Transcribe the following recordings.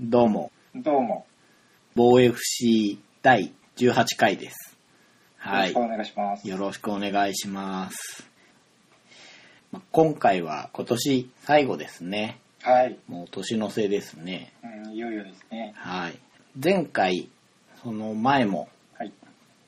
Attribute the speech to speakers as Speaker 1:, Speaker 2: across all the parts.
Speaker 1: どうも、
Speaker 2: どうも。
Speaker 1: 防 FC 第18回です。はい
Speaker 2: よろし。くお願いします。
Speaker 1: よろしくお願いします。まあ今回は今年最後ですね。
Speaker 2: はい、
Speaker 1: もう年の瀬ですね。
Speaker 2: うん。いよいよですね。
Speaker 1: はい。前回、その前も、
Speaker 2: はい。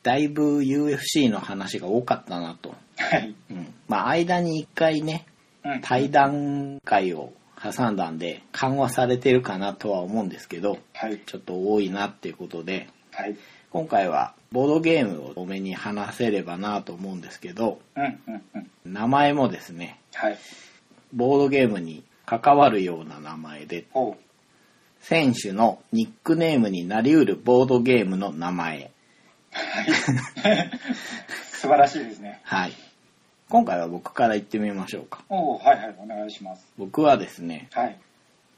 Speaker 1: だいぶ UFC の話が多かったなと。
Speaker 2: はい。
Speaker 1: うん。まあ、間に一回ね、
Speaker 2: うん。
Speaker 1: 対談会を挟んだんで、緩和されてるかなとは思うんですけど、
Speaker 2: はい。
Speaker 1: ちょっと多いなっていうことで、
Speaker 2: はい。
Speaker 1: 今回はボードゲームを多めに話せればなと思うんですけど
Speaker 2: うん。うん。うん。
Speaker 1: 名前もですね
Speaker 2: はい。
Speaker 1: ボードゲームに関わるような名前で
Speaker 2: おう。
Speaker 1: 選手のニックネームになりうるボードゲームの名前
Speaker 2: 素晴らしいですね。
Speaker 1: はい今回は僕から言ってみましょうか
Speaker 2: おう。はいはい。お願いします。
Speaker 1: 僕はですね
Speaker 2: はい。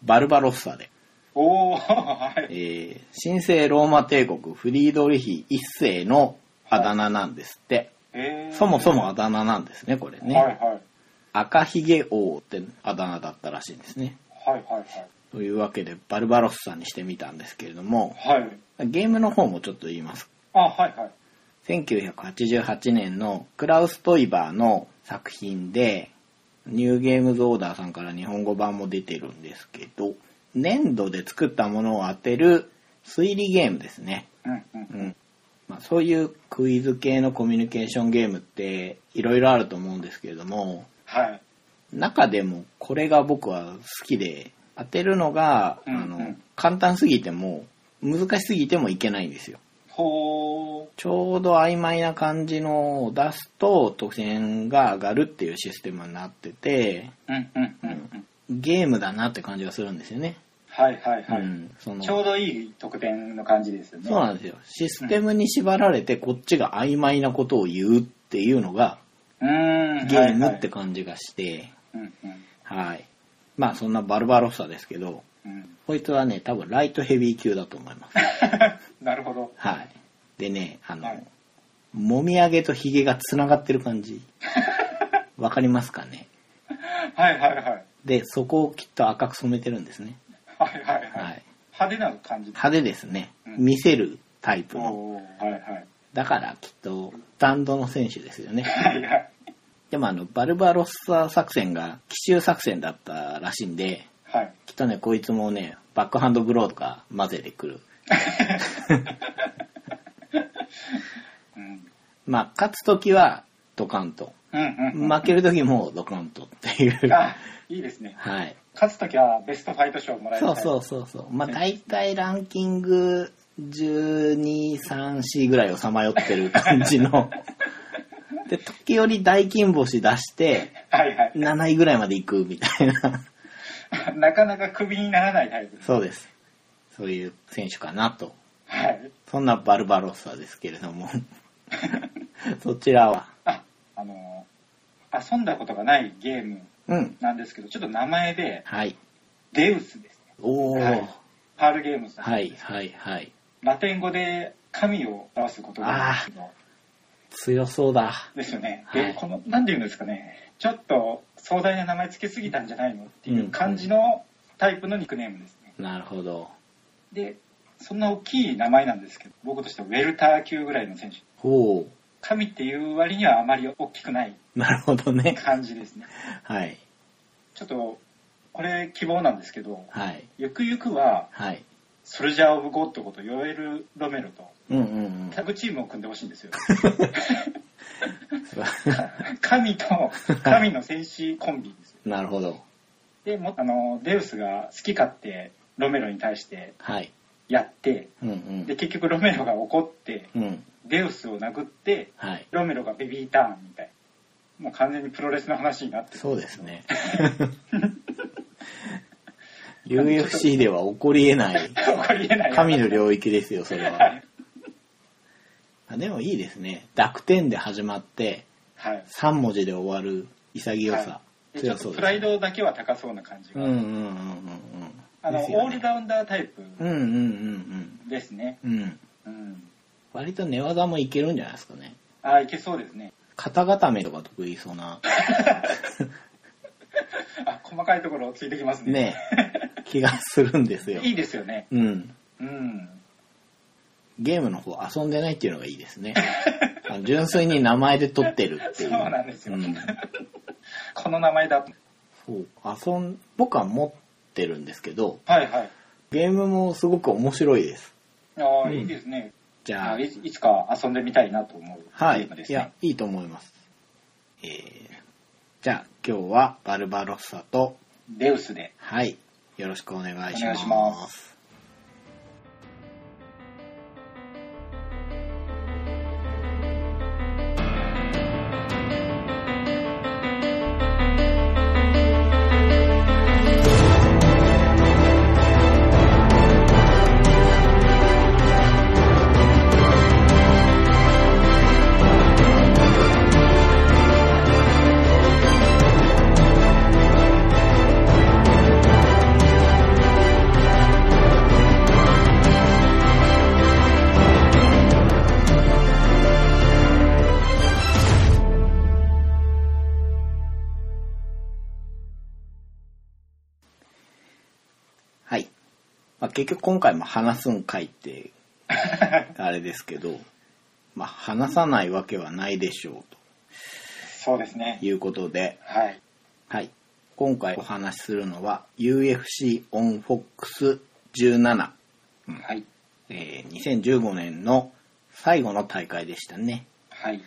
Speaker 1: バルバロッサで、
Speaker 2: おお。はい。
Speaker 1: えー、神聖ローマ帝国フリードリヒ一世のあだ名なんですって
Speaker 2: えー
Speaker 1: そもそもあだ名なんですねこれ
Speaker 2: はいは
Speaker 1: ね
Speaker 2: い。はい
Speaker 1: 赤ひげ王ってあだ名だったらしいんですね
Speaker 2: はいはい。
Speaker 1: というわけでバルバロスさんにしてみたんですけれども
Speaker 2: はい。
Speaker 1: ゲームの方もちょっと言います
Speaker 2: あ、はいはい。
Speaker 1: 1988年のクラウス・トイバーの作品でニューゲームズ・オーダーさんから日本語版も出てるんですけど粘土で作ったものを当てる推理ゲームですね、
Speaker 2: うんうん。
Speaker 1: うんまあ、そういうクイズ系のコミュニケーションゲームっていろいろあると思うんですけれども
Speaker 2: はい。
Speaker 1: 中でもこれが僕は好きで当てるのが、
Speaker 2: うんうん
Speaker 1: あの簡単すぎても難しすぎてもいけないんですよ
Speaker 2: ほう。
Speaker 1: ちょうど曖昧な感じのを出すと得点が上がるっていうシステムになってて
Speaker 2: うんうんうんうん。
Speaker 1: ゲームだなって感じがするんですよね、
Speaker 2: はいはいは
Speaker 1: う
Speaker 2: い。
Speaker 1: ん、その
Speaker 2: ちょうどいい得点の感じですよね。
Speaker 1: そうなんですよシステムに縛られてこっちが曖昧なことを言うっていうのが
Speaker 2: うん。
Speaker 1: ゲームっ
Speaker 2: はいは
Speaker 1: て
Speaker 2: い。
Speaker 1: 感じがして
Speaker 2: うんうん
Speaker 1: はいまあそんなバルバロッサですけど
Speaker 2: うん。
Speaker 1: こいつはね多分ライトヘビー級だと思います
Speaker 2: なるほど。
Speaker 1: はい。でね、あの、
Speaker 2: はい
Speaker 1: もみあげとひげがつながってる感 じ。わかりますかね
Speaker 2: はいはいはい。
Speaker 1: で、そこをきっと赤く染めてるんですね。
Speaker 2: はいはい
Speaker 1: は
Speaker 2: はいい。。派手な感じ。
Speaker 1: 派手ですね。
Speaker 2: うん
Speaker 1: 見せるタイプの。
Speaker 2: おーはいはい。
Speaker 1: だからきっと、スタンドの選手です よね。
Speaker 2: はいはい。
Speaker 1: でもあの、バルバロッサ作戦が奇襲作戦だったらしいんで、
Speaker 2: はい。
Speaker 1: きっとね、こいつもね、バックハンドブローとか混ぜてくる。
Speaker 2: うん。
Speaker 1: まあ、勝つときはドカンと。
Speaker 2: うんうん。
Speaker 1: 負けるときもドカンとっていう。
Speaker 2: あ、いいですね。
Speaker 1: はい。
Speaker 2: 勝つときはベストファイト賞をもらえる。
Speaker 1: そうそうそうそう。まあ大体ランキング12、3、4ぐらいをさまよってる感じ の。で、時折大金星出して、
Speaker 2: はいはい。
Speaker 1: 7位ぐらいまで行くみたいな。
Speaker 2: なかなかクビにならないタイプ。
Speaker 1: そうです。そういう選手かなと。
Speaker 2: はい。
Speaker 1: そんなバルバロッサですけれども。 そちらは。
Speaker 2: あ、あのー、遊んだことがないゲーム
Speaker 1: うん。
Speaker 2: なんですけど、ちょっと名前で、
Speaker 1: はい。
Speaker 2: デウスですね。
Speaker 1: おー。
Speaker 2: はいパールゲームズ。
Speaker 1: はい、はい、はい。
Speaker 2: ラテン語で神を表す言葉なんですけど。
Speaker 1: 強そうだ。
Speaker 2: ですよね。
Speaker 1: は
Speaker 2: で
Speaker 1: い、
Speaker 2: この、なんて言うんですかね、ちょっと壮大な名前つけすぎたんじゃないのっていう感じのタイプのニックネームですね。
Speaker 1: なるほど。
Speaker 2: で、そんな大きい名前なんですけど、僕としてはウェルター級ぐらいの選手。
Speaker 1: ほう。
Speaker 2: 神っていう割にはあまり大きくない
Speaker 1: なるほどね。
Speaker 2: 感じですね。
Speaker 1: はい。
Speaker 2: ちょっと、これ希望なんですけど、
Speaker 1: はい。
Speaker 2: ゆくゆくは、
Speaker 1: はい。
Speaker 2: ソルジャー・オブ・ゴッドことヨエル・ロメロと
Speaker 1: うんうんうん。
Speaker 2: タッグチームを組んでほしいんですよ。神と神の戦士コンビですよ。
Speaker 1: なるほど。
Speaker 2: でもあのデウスが好き勝手ロメロに対して
Speaker 1: はい。
Speaker 2: やって
Speaker 1: うんう
Speaker 2: で
Speaker 1: ん。
Speaker 2: 結局ロメロが怒って
Speaker 1: うん。
Speaker 2: デウスを殴って
Speaker 1: はい。
Speaker 2: ロメロがベビーターンみたいもう完全にプロレスの話になってる
Speaker 1: そうです ね。UFC では起こり得ない、
Speaker 2: 怒りえない
Speaker 1: 神の領域ですよ、それ
Speaker 2: は
Speaker 1: は。
Speaker 2: い、
Speaker 1: あ でもいいですね。濁点で始まって、
Speaker 2: はい
Speaker 1: 3文字で終わる潔さ。
Speaker 2: でちょ
Speaker 1: 強
Speaker 2: っ
Speaker 1: そ
Speaker 2: と
Speaker 1: う
Speaker 2: プ
Speaker 1: で
Speaker 2: ライ
Speaker 1: すね。
Speaker 2: ドだけは高そうな感じ
Speaker 1: う
Speaker 2: が、
Speaker 1: んうんうんうんう
Speaker 2: あ
Speaker 1: ん。
Speaker 2: の、
Speaker 1: です
Speaker 2: オ
Speaker 1: よ
Speaker 2: ール
Speaker 1: ね。
Speaker 2: ダウンダータイプ
Speaker 1: うんうんうん
Speaker 2: ですね、
Speaker 1: うん。うん。
Speaker 2: うん、
Speaker 1: 割と寝技もいけるんじゃないですかね。
Speaker 2: ああいけそうですね
Speaker 1: 肩固めとか得意そうな。
Speaker 2: あ細かいところをついてきますね
Speaker 1: ねえ。気がするんですよ。
Speaker 2: いいですよね。
Speaker 1: うん。
Speaker 2: うん。
Speaker 1: ゲームの方遊んでないっていうのがいいですね。あの純粋に名前で撮ってるって
Speaker 2: そ
Speaker 1: いうう。
Speaker 2: なんですよ。
Speaker 1: うん
Speaker 2: この名前だと。
Speaker 1: そう遊ん僕は持ってるんですけど、
Speaker 2: はいはい。
Speaker 1: ゲームもすごく面白いです。
Speaker 2: ああ、
Speaker 1: うん
Speaker 2: いいですね。
Speaker 1: じゃ
Speaker 2: あ
Speaker 1: あ
Speaker 2: い、いつか遊んでみたいなと思う
Speaker 1: は
Speaker 2: ゲ
Speaker 1: い
Speaker 2: ーム。です
Speaker 1: い
Speaker 2: ね。
Speaker 1: や、いいと思います。えー、じゃあ今日はバルバロッサと、
Speaker 2: デウスで。
Speaker 1: はい、よろしくお願いし
Speaker 2: お
Speaker 1: ま
Speaker 2: 願い
Speaker 1: す。
Speaker 2: します
Speaker 1: はい。まあ、結局今回も話すんかい って、あれですけど、まあ、話さないわけはないでしょう
Speaker 2: そうですね
Speaker 1: と。いうことで、
Speaker 2: はい。
Speaker 1: はい。今回お話しするのは UFC on Fox 17、
Speaker 2: はい。
Speaker 1: えー2015年の最後の大会でしたね。
Speaker 2: はい。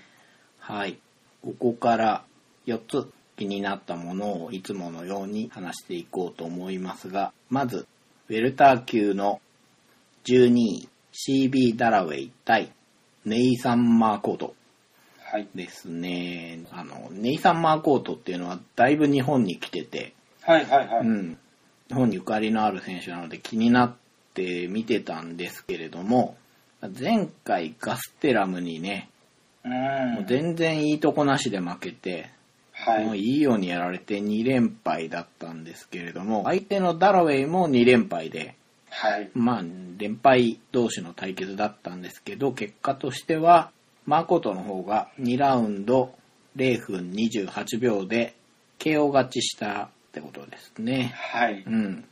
Speaker 1: はい。ここから4つ気になったものをいつものように話していこうと思いますが、まず、ウェルター級の12位、CB ダラウェイ対ネイサン・マーコート
Speaker 2: はい。
Speaker 1: ですね。あの、ネイサン・マーコートっていうのはだいぶ日本に来てて、
Speaker 2: はいはいは
Speaker 1: う
Speaker 2: い。
Speaker 1: ん、日本にゆかりのある選手なので気になって見てたんですけれども、前回ガステラムにね、
Speaker 2: うん。
Speaker 1: もう全然いいとこなしで負けて、
Speaker 2: は
Speaker 1: もう
Speaker 2: い。
Speaker 1: いいようにやられて2連敗だったんですけれども、相手のダラウェイも2連敗で、
Speaker 2: はい。
Speaker 1: まあ、連敗同士の対決だったんですけど、結果としては、マーコトの方が2ラウンド0分28秒で KO 勝ちしたってことですね。
Speaker 2: はい。
Speaker 1: うん。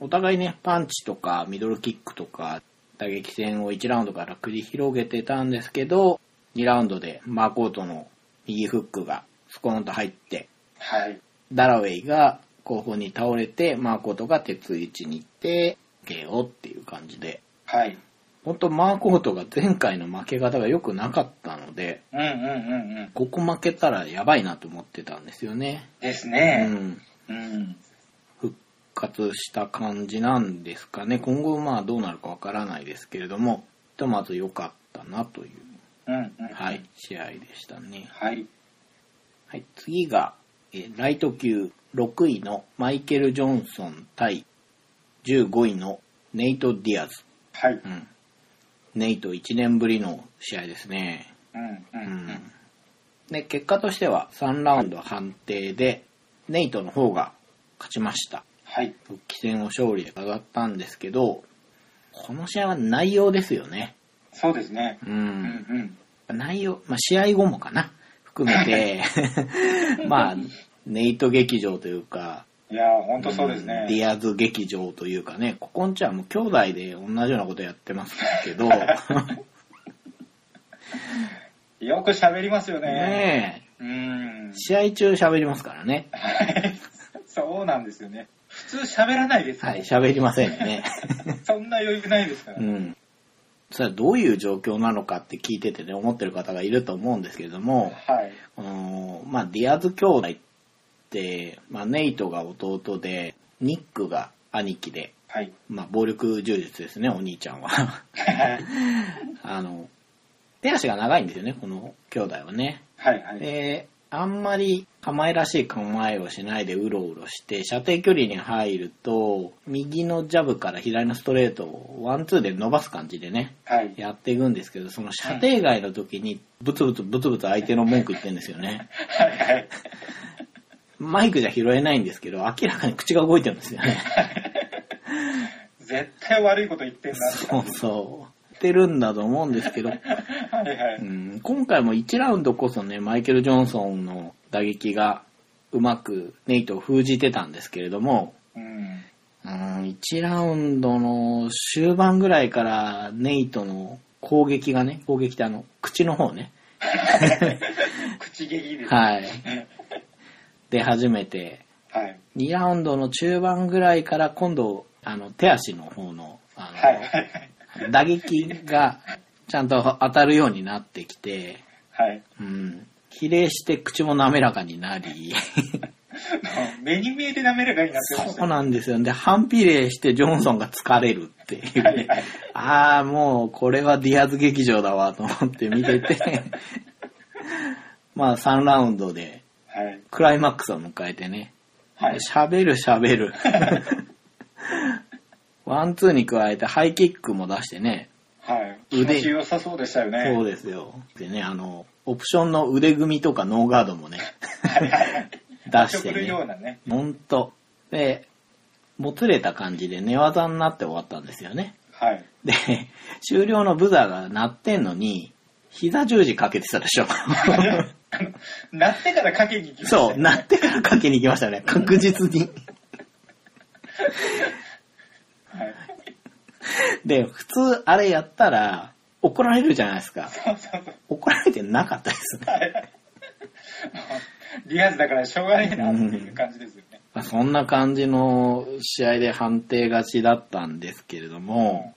Speaker 1: お互いね、パンチとかミドルキックとか打撃戦を1ラウンドから繰り広げてたんですけど、2ラウンドでマーコートの右フックがスコーンと入って、
Speaker 2: はい。
Speaker 1: ダラウェイが後方に倒れて、マーコートが鉄位置に行って、KO っていう感じで、
Speaker 2: はい。
Speaker 1: 本当マーコートが前回の負け方が良くなかったので、
Speaker 2: うんうんうんうん。
Speaker 1: ここ負けたらやばいなと思ってたんですよね。
Speaker 2: です
Speaker 1: う
Speaker 2: ね。
Speaker 1: ん。
Speaker 2: うん。
Speaker 1: 復活した感じなんですかね今後まあどうなるかわからないですけれどもひとまず良かったなという、
Speaker 2: うんうん。
Speaker 1: はい、試合でしたね、
Speaker 2: はい。
Speaker 1: はい、次がえーライト級6位のマイケル・ジョンソン対15位のネイト・ディアズ、
Speaker 2: はい。
Speaker 1: うん、ネイト1年ぶりの試合ですね
Speaker 2: うんう
Speaker 1: うん
Speaker 2: うん
Speaker 1: ん。で結果としては3ラウンド判定でネイトの方が勝ちました
Speaker 2: はい。
Speaker 1: 復帰戦を勝利で上がったんですけど、この試合は内容ですよね。
Speaker 2: そうですね。
Speaker 1: う
Speaker 2: うん
Speaker 1: ん。
Speaker 2: うん。
Speaker 1: 内容、まあ、試合後もかな、含めて、 まあ、ネイト劇場というか、
Speaker 2: いやー、本当そうですね
Speaker 1: うん。ディアズ劇場というかね、ここんちはもう兄弟で同じようなことやってますけ ど、
Speaker 2: よく喋りますよね。
Speaker 1: ね
Speaker 2: うん
Speaker 1: え、。試合中喋りますからね。
Speaker 2: はい そうなんですよね。普通喋らないですか
Speaker 1: は
Speaker 2: ら
Speaker 1: い、喋りませんね。
Speaker 2: そんな余裕ないですから。
Speaker 1: うん。それはどういう状況なのかって聞いててね、思ってる方がいると思うんですけれども、
Speaker 2: はい。
Speaker 1: あのまあ、ディアズ兄弟って、まあ、ネイトが弟で、ニックが兄貴で、
Speaker 2: はい。
Speaker 1: まあ、暴力柔術ですね、お兄ちゃんは。あの、手足が長いんですよね、この兄弟はね。
Speaker 2: はいはい。
Speaker 1: で、あんまり構えらしい構えをしないでうろうろして、射程距離に入ると、右のジャブから左のストレートをワンツーで伸ばす感じでね、
Speaker 2: はい。
Speaker 1: やっていくんですけど、その射程外の時に、ブツブツブツブツ相手の文句言ってんですよね。
Speaker 2: はいはい。
Speaker 1: マイクじゃ拾えないんですけど、明らかに口が動いてるんですよね。
Speaker 2: 絶対悪いこと言ってんな。
Speaker 1: そうそう。言ってるんだと思うんですけど、
Speaker 2: はいは
Speaker 1: う
Speaker 2: い。
Speaker 1: ん、今回も1ラウンドこそね、マイケル・ジョンソンの打撃がうまくネイトを封じてたんですけれども、
Speaker 2: うん。
Speaker 1: うん、1ラウンドの終盤ぐらいからネイトの攻撃がね、攻撃ってあの、口の方ね。
Speaker 2: 口劇ですね
Speaker 1: はい。出始めて、
Speaker 2: はい
Speaker 1: 2ラウンドの中盤ぐらいから今度、あの、手足の方の、あの、
Speaker 2: はいはい
Speaker 1: 打撃がちゃんと当たるようになってきて、
Speaker 2: はい
Speaker 1: うん、比例して口も滑らかになり、
Speaker 2: もう目に見えて滑らかになってました
Speaker 1: そう
Speaker 2: ね
Speaker 1: なんですよ。で、反比例してジョンソンが疲れるっていう
Speaker 2: は
Speaker 1: ね
Speaker 2: い。はい
Speaker 1: ああ、もうこれはディアズ劇場だわと思って見てて、まあ3ラウンドで
Speaker 2: はい
Speaker 1: クライマックスを迎えてね、
Speaker 2: はい
Speaker 1: 喋る喋 る。ワンツーに加えてハイキックも出してね、
Speaker 2: はい気
Speaker 1: 腕
Speaker 2: 持ち良さそうでしたよね
Speaker 1: そうですよ。でね、あの、オプションの腕組みとかノーガードもね、
Speaker 2: はいはいはい
Speaker 1: 出
Speaker 2: 出
Speaker 1: して
Speaker 2: るよう
Speaker 1: ね。
Speaker 2: なね
Speaker 1: ほんと。で、もつれた感じで寝技になって終わったんですよね。
Speaker 2: はい
Speaker 1: で、終了のブザーが鳴ってんのに、膝十字かけてたでしょ。
Speaker 2: あのなってからかけに行きましたよ
Speaker 1: そう、鳴ってからかけに行きましたね。確実に。
Speaker 2: はい
Speaker 1: で、普通あれやったら怒られるじゃないですか。
Speaker 2: そうそうそう
Speaker 1: 怒られてなかったですね。
Speaker 2: リアーズだからしょうがねえなっていう感じですよね。
Speaker 1: まあそんな感じの試合で判定勝ちだったんですけれども、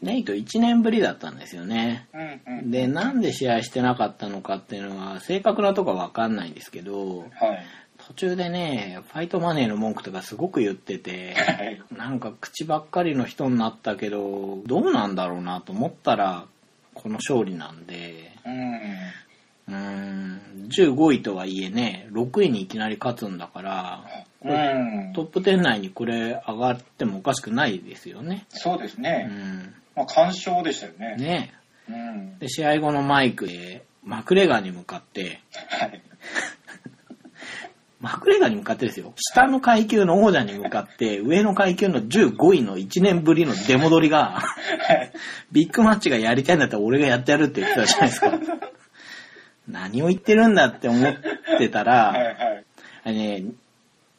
Speaker 1: ネイト1年ぶりだったんですよね。
Speaker 2: うんうん。
Speaker 1: で、なんで試合してなかったのかっていうのは正確なとこはわかんないんですけど、
Speaker 2: はい。
Speaker 1: 途中でね、ファイトマネーの文句とかすごく言ってて、
Speaker 2: はい。
Speaker 1: なんか口ばっかりの人になったけど、どうなんだろうなと思ったら、この勝利なんで、
Speaker 2: うん。
Speaker 1: うーん、15位とはいえね、6位にいきなり勝つんだから、
Speaker 2: うん
Speaker 1: トッ。プ10内にこれ上がってもおかしくないですよね。
Speaker 2: そうです
Speaker 1: う
Speaker 2: ね。
Speaker 1: ん。
Speaker 2: まあ、干渉でしたよね。
Speaker 1: ね
Speaker 2: うん。
Speaker 1: で、試合後のマイクで、マクレガーに向かって、
Speaker 2: はい。
Speaker 1: マクレガーに向かってですよ。下の階級の王者に向かって、上の階級の15位の1年ぶりの出戻りが、
Speaker 2: はい。
Speaker 1: ビッグマッチがやりたいんだったら俺がやってやるって言ってたじゃないですか。何を言ってるんだって思ってた
Speaker 2: はい。
Speaker 1: ら、
Speaker 2: はい。
Speaker 1: あれね、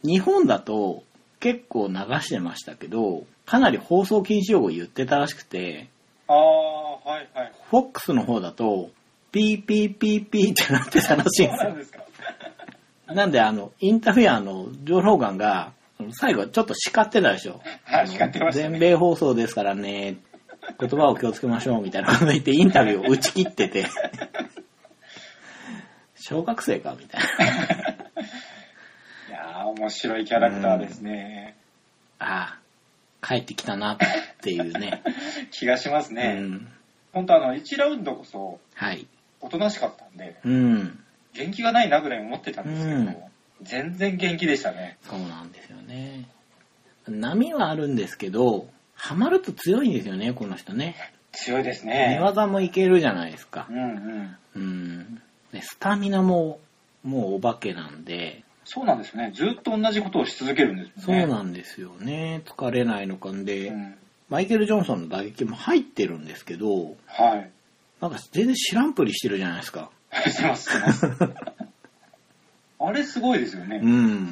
Speaker 1: 日本だと結構流してましたけど、かなり放送禁止用語言ってたらしくて、
Speaker 2: ああ、はいはい。
Speaker 1: FOX の方だと、ピーピーピーピーってなってたらしい
Speaker 2: そ
Speaker 1: んです
Speaker 2: う なん
Speaker 1: よ。
Speaker 2: ですか。
Speaker 1: なんで、あの、インタフェアのジョー・ローガンが、最後ちょっと叱ってたでしょ。
Speaker 2: はい、光ってました
Speaker 1: 全
Speaker 2: ね。
Speaker 1: 米放送ですからね、言葉を気をつけましょうみたいなこと言ってインタビューを打ち切って て、小学生かみたい な。
Speaker 2: いやー、面白いキャラクターですね。
Speaker 1: ああ、帰ってきたなっていうね。
Speaker 2: 気がします
Speaker 1: う
Speaker 2: ね。
Speaker 1: ん。
Speaker 2: 本当あの、1ラウンドこそ、
Speaker 1: はい。
Speaker 2: おとなしかったんで、
Speaker 1: うん。
Speaker 2: 元気がないなぐらい思ってたんですけど、
Speaker 1: うん
Speaker 2: 全然元気でしたね。
Speaker 1: そうなんですよね。波はあるんですけど、ハマると強いんですよね、この人ね。
Speaker 2: 強いです
Speaker 1: 寝
Speaker 2: ね。
Speaker 1: 技もいけるじゃないですか
Speaker 2: う。んうん。
Speaker 1: うん。でスタミナも、もうお化けなんで、
Speaker 2: そうなんですね。ずっと同じことをし続けるんです
Speaker 1: そ
Speaker 2: よ
Speaker 1: う
Speaker 2: ね。
Speaker 1: なんですよね。疲れないのかんで、
Speaker 2: うん
Speaker 1: マイケル・ジョンソンの打撃も入ってるんですけど、
Speaker 2: はい。
Speaker 1: なんか全然知らんぷりしてるじゃないですか。
Speaker 2: してます、してます。あれすごいですよね
Speaker 1: う。ん。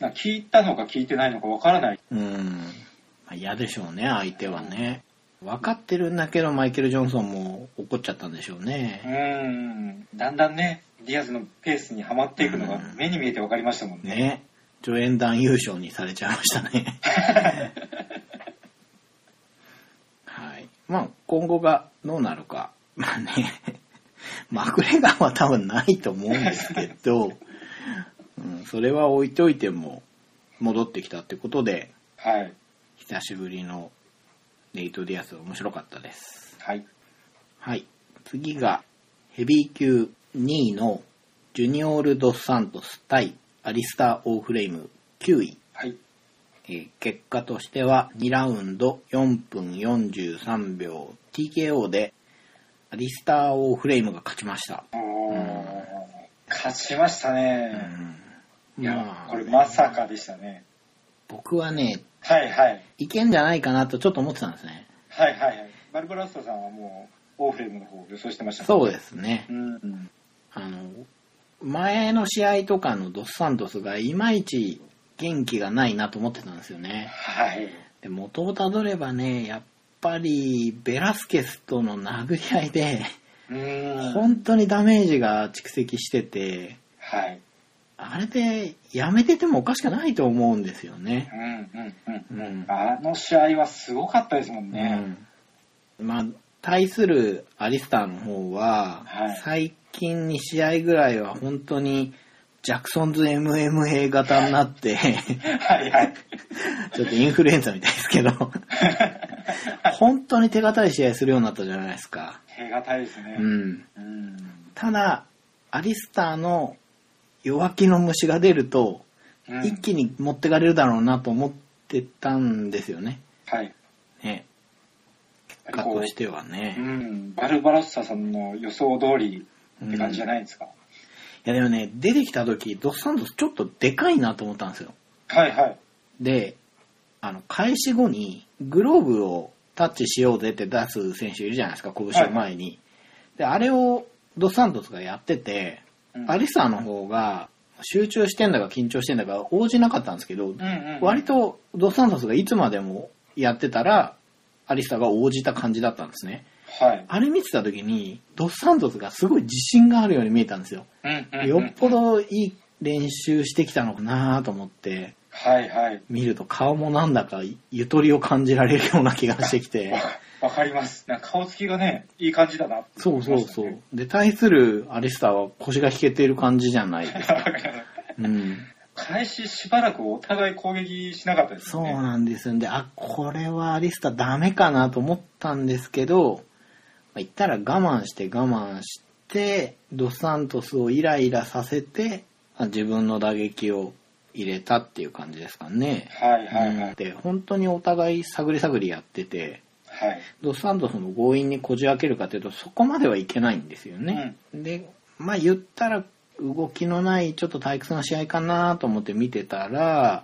Speaker 2: なんか聞いたのか聞いてないのかわからない。
Speaker 1: うん。まあ嫌でしょうね、相手はね。分かってるんだけど、マイケル・ジョンソンも怒っちゃったんでしょう
Speaker 2: う
Speaker 1: ね。
Speaker 2: ーん。だんだんね、ディアズのペースにはまっていくのが
Speaker 1: うん
Speaker 2: 目に見えてわかりましたもんね。
Speaker 1: ね。助演団優勝にされちゃいましたね。はい。まあ、今後がどうなるか。まあね、まぐれがは多分ないと思うんですけど、うん、それは置いといても戻ってきたってことで、
Speaker 2: はい。
Speaker 1: 久しぶりのネイト・ディアス面白かったです。
Speaker 2: はい。
Speaker 1: はい。次が、ヘビー級2位のジュニオール・ドスサントス対アリスター・オーフレイム9位。
Speaker 2: はい。
Speaker 1: えー結果としては2ラウンド4分43秒 TKO でアリスター・オーフレイムが勝ちました。
Speaker 2: おー勝ちました
Speaker 1: う
Speaker 2: ね。
Speaker 1: ん
Speaker 2: い
Speaker 1: ま
Speaker 2: や
Speaker 1: あ、
Speaker 2: これまさかでしたね。
Speaker 1: 僕はね、
Speaker 2: はいはい。
Speaker 1: いけんじゃないかなとちょっと思ってたんですね。
Speaker 2: はいはいはい。バルバラストさんはもう、オーフレームの方を予想してましたね
Speaker 1: そうですね。
Speaker 2: うん。
Speaker 1: あの、前の試合とかのドスサントスがいまいち元気がないなと思ってたんですよね。
Speaker 2: はい。
Speaker 1: で元をたどればね、やっぱりベラスケスとの殴り合いで、
Speaker 2: うーん。
Speaker 1: 本当にダメージが蓄積してて、
Speaker 2: はい。
Speaker 1: あれでやめててもおかしくないと思うんですよね
Speaker 2: う。んうんうん。
Speaker 1: うん。
Speaker 2: あの試合はすごかったですもんね。
Speaker 1: うん、まあ対するアリスターの方は、
Speaker 2: はい
Speaker 1: 最近2試合ぐらいは本当にジャクソンズ MMA 型にな って、
Speaker 2: はいはい。
Speaker 1: ちょっとインフルエンザみたいですけど、 本当に手堅い試合するようになったじゃないですか。
Speaker 2: 手堅いですね
Speaker 1: う。ん。
Speaker 2: うん。
Speaker 1: ただ、アリスターの弱気の虫が出ると、
Speaker 2: うん
Speaker 1: 一気に持ってかれるだろうなと思ってたんですよね。
Speaker 2: はい。
Speaker 1: ね。結果としてはね。
Speaker 2: うん。バルバロッサさんの予想通りって感じじゃないですか。
Speaker 1: いやでもね、出てきた時、ドスサントスちょっとでかいなと思ったんですよ。
Speaker 2: はいはい。
Speaker 1: で、あの、開始後に、グローブをタッチしようぜって出す選手いるじゃないですか、拳を前に。で、あれをドスサントスがやってて、
Speaker 2: うん
Speaker 1: アリサの方が、集中してんだか緊張してんだか応じなかったんですけど
Speaker 2: う、んうんうん。
Speaker 1: 割とドスサントスがいつまでもやってたら、アリサが応じた感じだったんですね。
Speaker 2: はい。
Speaker 1: あれ見てた時に、ドスサントスがすごい自信があるように見えたんですよ。
Speaker 2: うん うんうん
Speaker 1: よっぽどいい練習してきたのかなと思って
Speaker 2: はいはい。
Speaker 1: 見ると顔もなんだかゆとりを感じられるような気がしてきて
Speaker 2: わわかります。なんか顔つきがね、いい感じだなって
Speaker 1: そ
Speaker 2: 思
Speaker 1: う
Speaker 2: い
Speaker 1: そ
Speaker 2: ま
Speaker 1: う
Speaker 2: した
Speaker 1: そ
Speaker 2: ね
Speaker 1: うで対するアリスターは腰が引けている感じじゃないですか、うん、
Speaker 2: 開始しばらくお互い攻撃しなかったです
Speaker 1: そ
Speaker 2: よ
Speaker 1: う
Speaker 2: ね。
Speaker 1: なんですよであこれはアリスターダメかなと思ったんですけどまあ言ったら我慢して我慢してドスサントスをイライラさせてあ自分の打撃を入れたっていう感じですかね
Speaker 2: はいはいはい。
Speaker 1: で本当にお互い探り探りやってて
Speaker 2: はい。
Speaker 1: ドスサントスも強引にこじ開けるかというとそこまではいけないんですよね、でまあ言ったら動きのないちょっと退屈な試合かなと思って見てたら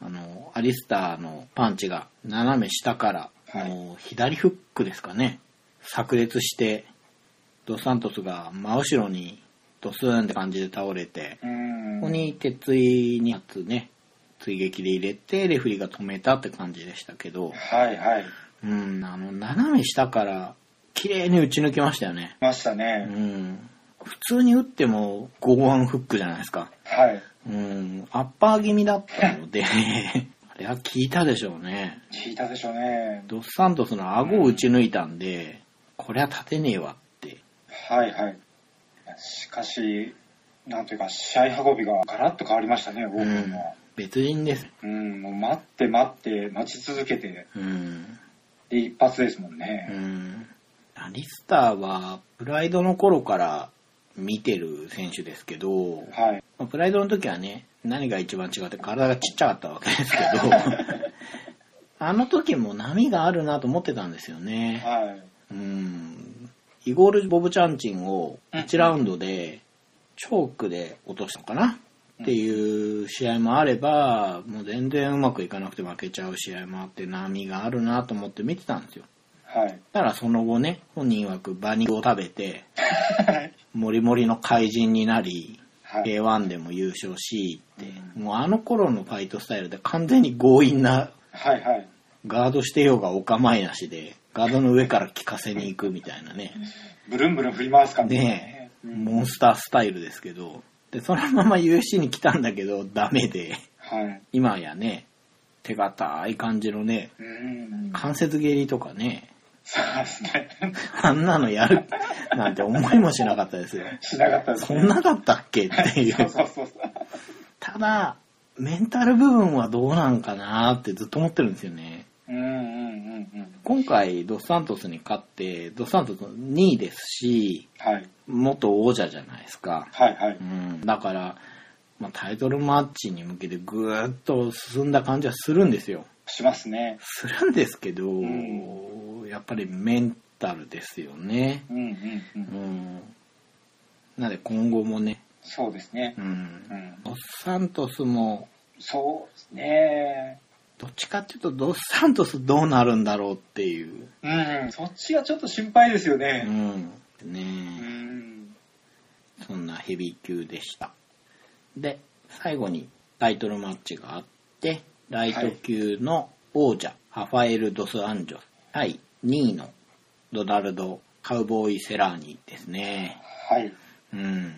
Speaker 1: あのアリスターのパンチが斜め下から、
Speaker 2: はい
Speaker 1: もう左フックですかね炸裂してドスサントスが真後ろにドスーンって感じで倒れて
Speaker 2: うーん。
Speaker 1: ここに鉄槌2発ね追撃で入れてレフェリーが止めたって感じでしたけど
Speaker 2: はいはい。
Speaker 1: うんあの斜め下から綺麗に打ち抜きましたよね
Speaker 2: ました
Speaker 1: う
Speaker 2: ね。
Speaker 1: ん普通に打っても剛腕フックじゃないですか
Speaker 2: はい。
Speaker 1: うんアッパー気味だったので あれは効いたでしょうね
Speaker 2: 聞いたでしょうね。
Speaker 1: ドスサントスの顎を打ち抜いたんでこれは立てねえわって
Speaker 2: はいはい。しかし、なんというか、試合運びがガラッと変わりましたね、オープンも。
Speaker 1: 別人です
Speaker 2: うん、もう待って待って、待ち続けて、
Speaker 1: うん
Speaker 2: で、一発ですもん
Speaker 1: う
Speaker 2: ね。
Speaker 1: んアリスターはプライドの頃から見てる選手ですけど、
Speaker 2: はい。
Speaker 1: まあプライドの時はね何が一番違って体がちっちゃかったわけですけどあの時も波があるなと思ってたんですよね、
Speaker 2: はい。
Speaker 1: うんイゴール・ボブチャンチンを1ラウンドでチョークで落としたのかなっていう試合もあればもう全然うまくいかなくて負けちゃう試合もあって波があるなと思って見てたんですよ
Speaker 2: はい。
Speaker 1: たらその後ね、本人曰く馬肉を食べて、もりもりの怪人になり、
Speaker 2: はい。
Speaker 1: A1 でも優勝しって、もうあの頃のファイトスタイルで完全に強引な
Speaker 2: はいはい。
Speaker 1: ガードしてようがお構いなしで、ガードの上から効かせに行くみたいなね、
Speaker 2: ブルンブルン振り回す感じです
Speaker 1: ね
Speaker 2: ね。
Speaker 1: え
Speaker 2: うん
Speaker 1: モンスタースタイルですけど、で、そのまま UFC に来たんだけど、ダメで、
Speaker 2: はい。
Speaker 1: 今やね、手堅い感じのね、
Speaker 2: うん。
Speaker 1: 関節蹴りとかね、
Speaker 2: そうですね。
Speaker 1: あんなのやるなんて思いもしなかったですよ。
Speaker 2: しなかったです
Speaker 1: そ
Speaker 2: ね。
Speaker 1: んなだったっけってい
Speaker 2: そう
Speaker 1: う。
Speaker 2: そうそうそう。
Speaker 1: ただ、メンタル部分はどうなんかなってずっと思ってるんですよね。
Speaker 2: うんうんうんうん。
Speaker 1: 今回、ドスサントスに勝って、ドスサントス2位ですし、
Speaker 2: はい。
Speaker 1: 元王者じゃないですか。。
Speaker 2: はいはいう
Speaker 1: ん。だから、まあ、タイトルマッチに向けてぐーっと進んだ感じはするんですよ。
Speaker 2: しますね。
Speaker 1: するんですけど、
Speaker 2: う
Speaker 1: やっぱりメンタルですよね。
Speaker 2: うんうんう。
Speaker 1: うんん。なので今後もね、
Speaker 2: そうですね
Speaker 1: う。ん
Speaker 2: う。ん。
Speaker 1: ドスサントスも
Speaker 2: そうですね。
Speaker 1: どっちかっていうとドスサントスどうなるんだろうっていう。
Speaker 2: うん。そっちがちょっと心配ですよ
Speaker 1: う
Speaker 2: ね。
Speaker 1: ん。
Speaker 2: う
Speaker 1: ね
Speaker 2: ん。
Speaker 1: そんなヘビー級でした。で、最後にタイトルマッチがあって、ライト級の王者、ハファエル・ドス・アンジョス対2位のドナルド・カウボーイ・セラーニですね。
Speaker 2: はい。
Speaker 1: うん。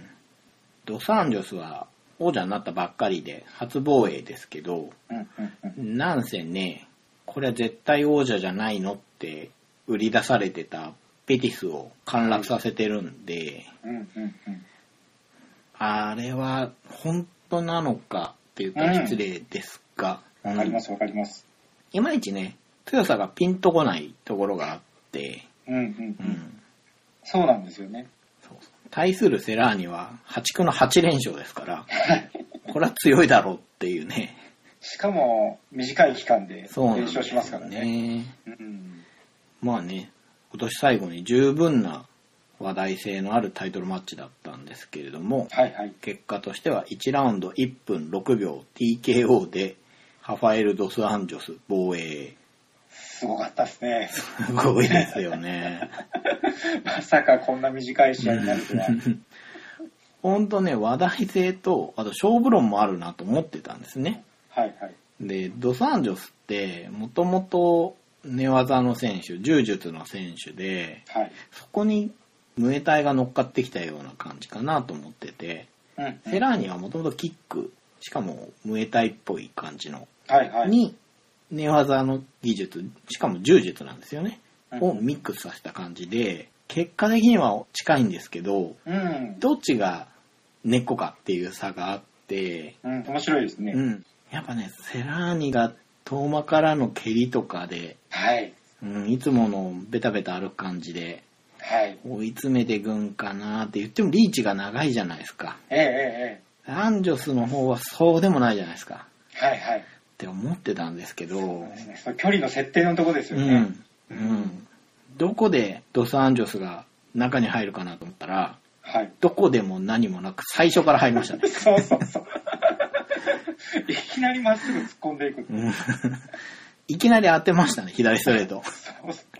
Speaker 1: ドス・アンジョスは王者になったばっかりで初防衛ですけど、
Speaker 2: うんうんうん。
Speaker 1: なんせね、これは絶対王者じゃないのって売り出されてたペティスを陥落させてるんで、
Speaker 2: うんうんうん。
Speaker 1: あれは本当なのかっていうか
Speaker 2: うん
Speaker 1: 失礼ですが、。
Speaker 2: わかりますすわかります。
Speaker 1: いまいちね、強さがピンとこないところがあって、
Speaker 2: うんうん
Speaker 1: う
Speaker 2: うん。
Speaker 1: ん。
Speaker 2: そうなんですよね。
Speaker 1: そう対するセラーニは破竹の8連勝です から、これは強いだろうっていうね。
Speaker 2: しかも短い期間で
Speaker 1: そうなん
Speaker 2: 練
Speaker 1: ですよ
Speaker 2: 習しますからね。
Speaker 1: ね
Speaker 2: うん
Speaker 1: まあね、今年最後に十分な話題性のあるタイトルマッチだったんですけれども、
Speaker 2: はいはい。
Speaker 1: 結果としては1ラウンド1分6秒 TKO で、ハファエル・ドス・アンジョス防 衛。
Speaker 2: すごかったで すね。
Speaker 1: すごいですよね。
Speaker 2: まさかこんな短い試合になるとは。
Speaker 1: ほんとね、話題性と、あと勝負論もあるなと思ってたんですね。
Speaker 2: はいはい。
Speaker 1: で、ドス・アンジョスって、もともと寝技の選手、柔術の選手で、
Speaker 2: はい。
Speaker 1: そこにムエタイが乗っかってきたような感じかなと思ってて、
Speaker 2: うんうん
Speaker 1: セラーニはもともとキック、しかもムエタイっぽい感じの、
Speaker 2: はいはい。
Speaker 1: に、寝技の技術、しかも柔術なんですよね、
Speaker 2: うん
Speaker 1: をミックスさせた感じで、結果的には近いんですけど、
Speaker 2: うん。
Speaker 1: どっちが根っこかっていう差があって、
Speaker 2: うん、面白いです
Speaker 1: う
Speaker 2: ね。
Speaker 1: ん、やっぱね、セラーニが遠間からの蹴りとかで、
Speaker 2: はい。
Speaker 1: うん、いつものベタベタ歩く感じで、
Speaker 2: はい。
Speaker 1: 追い詰めていくんかなって言ってもリーチが長いじゃないですか。
Speaker 2: えええええ
Speaker 1: アンジョスの方はそうでもないじゃないですか。
Speaker 2: え。はいはい。
Speaker 1: って思ってたんですけど、
Speaker 2: その距離の設定のとこです
Speaker 1: う
Speaker 2: よね。
Speaker 1: ん。うん。どこでドス・アンジョスが中に入るかなと思ったら、
Speaker 2: はい。
Speaker 1: どこでも何もなく最初から入りましたね。
Speaker 2: そうそうそう。 いきなりまっすぐ突っ込んでいく。
Speaker 1: うんいきなり当てましたね、左ストレート。
Speaker 2: そうそう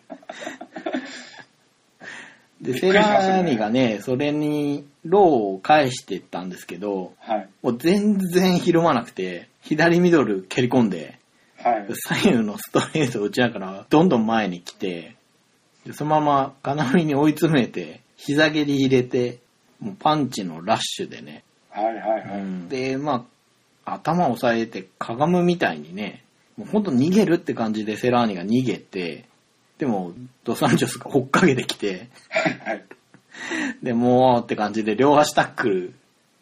Speaker 1: で、
Speaker 2: びっ
Speaker 1: セ
Speaker 2: くりしましたね
Speaker 1: ラーニがね、それにローを返してったんですけど、
Speaker 2: はい。
Speaker 1: もう全然ひるまなくて、左ミドル蹴り込んで、
Speaker 2: はい。
Speaker 1: 左右のストレートを打ちながら、どんどん前に来て、でそのまま金網に追い詰めて、膝蹴り入れて、もうパンチのラッシュでね。
Speaker 2: はいはいはい。
Speaker 1: で、まあ、頭を押さえてかがむみたいにね、もうほんと逃げるって感じでセラーニが逃げて、でも、ドサンチョスが追っかけてきて、
Speaker 2: はい。
Speaker 1: で、もうって感じで両足タックル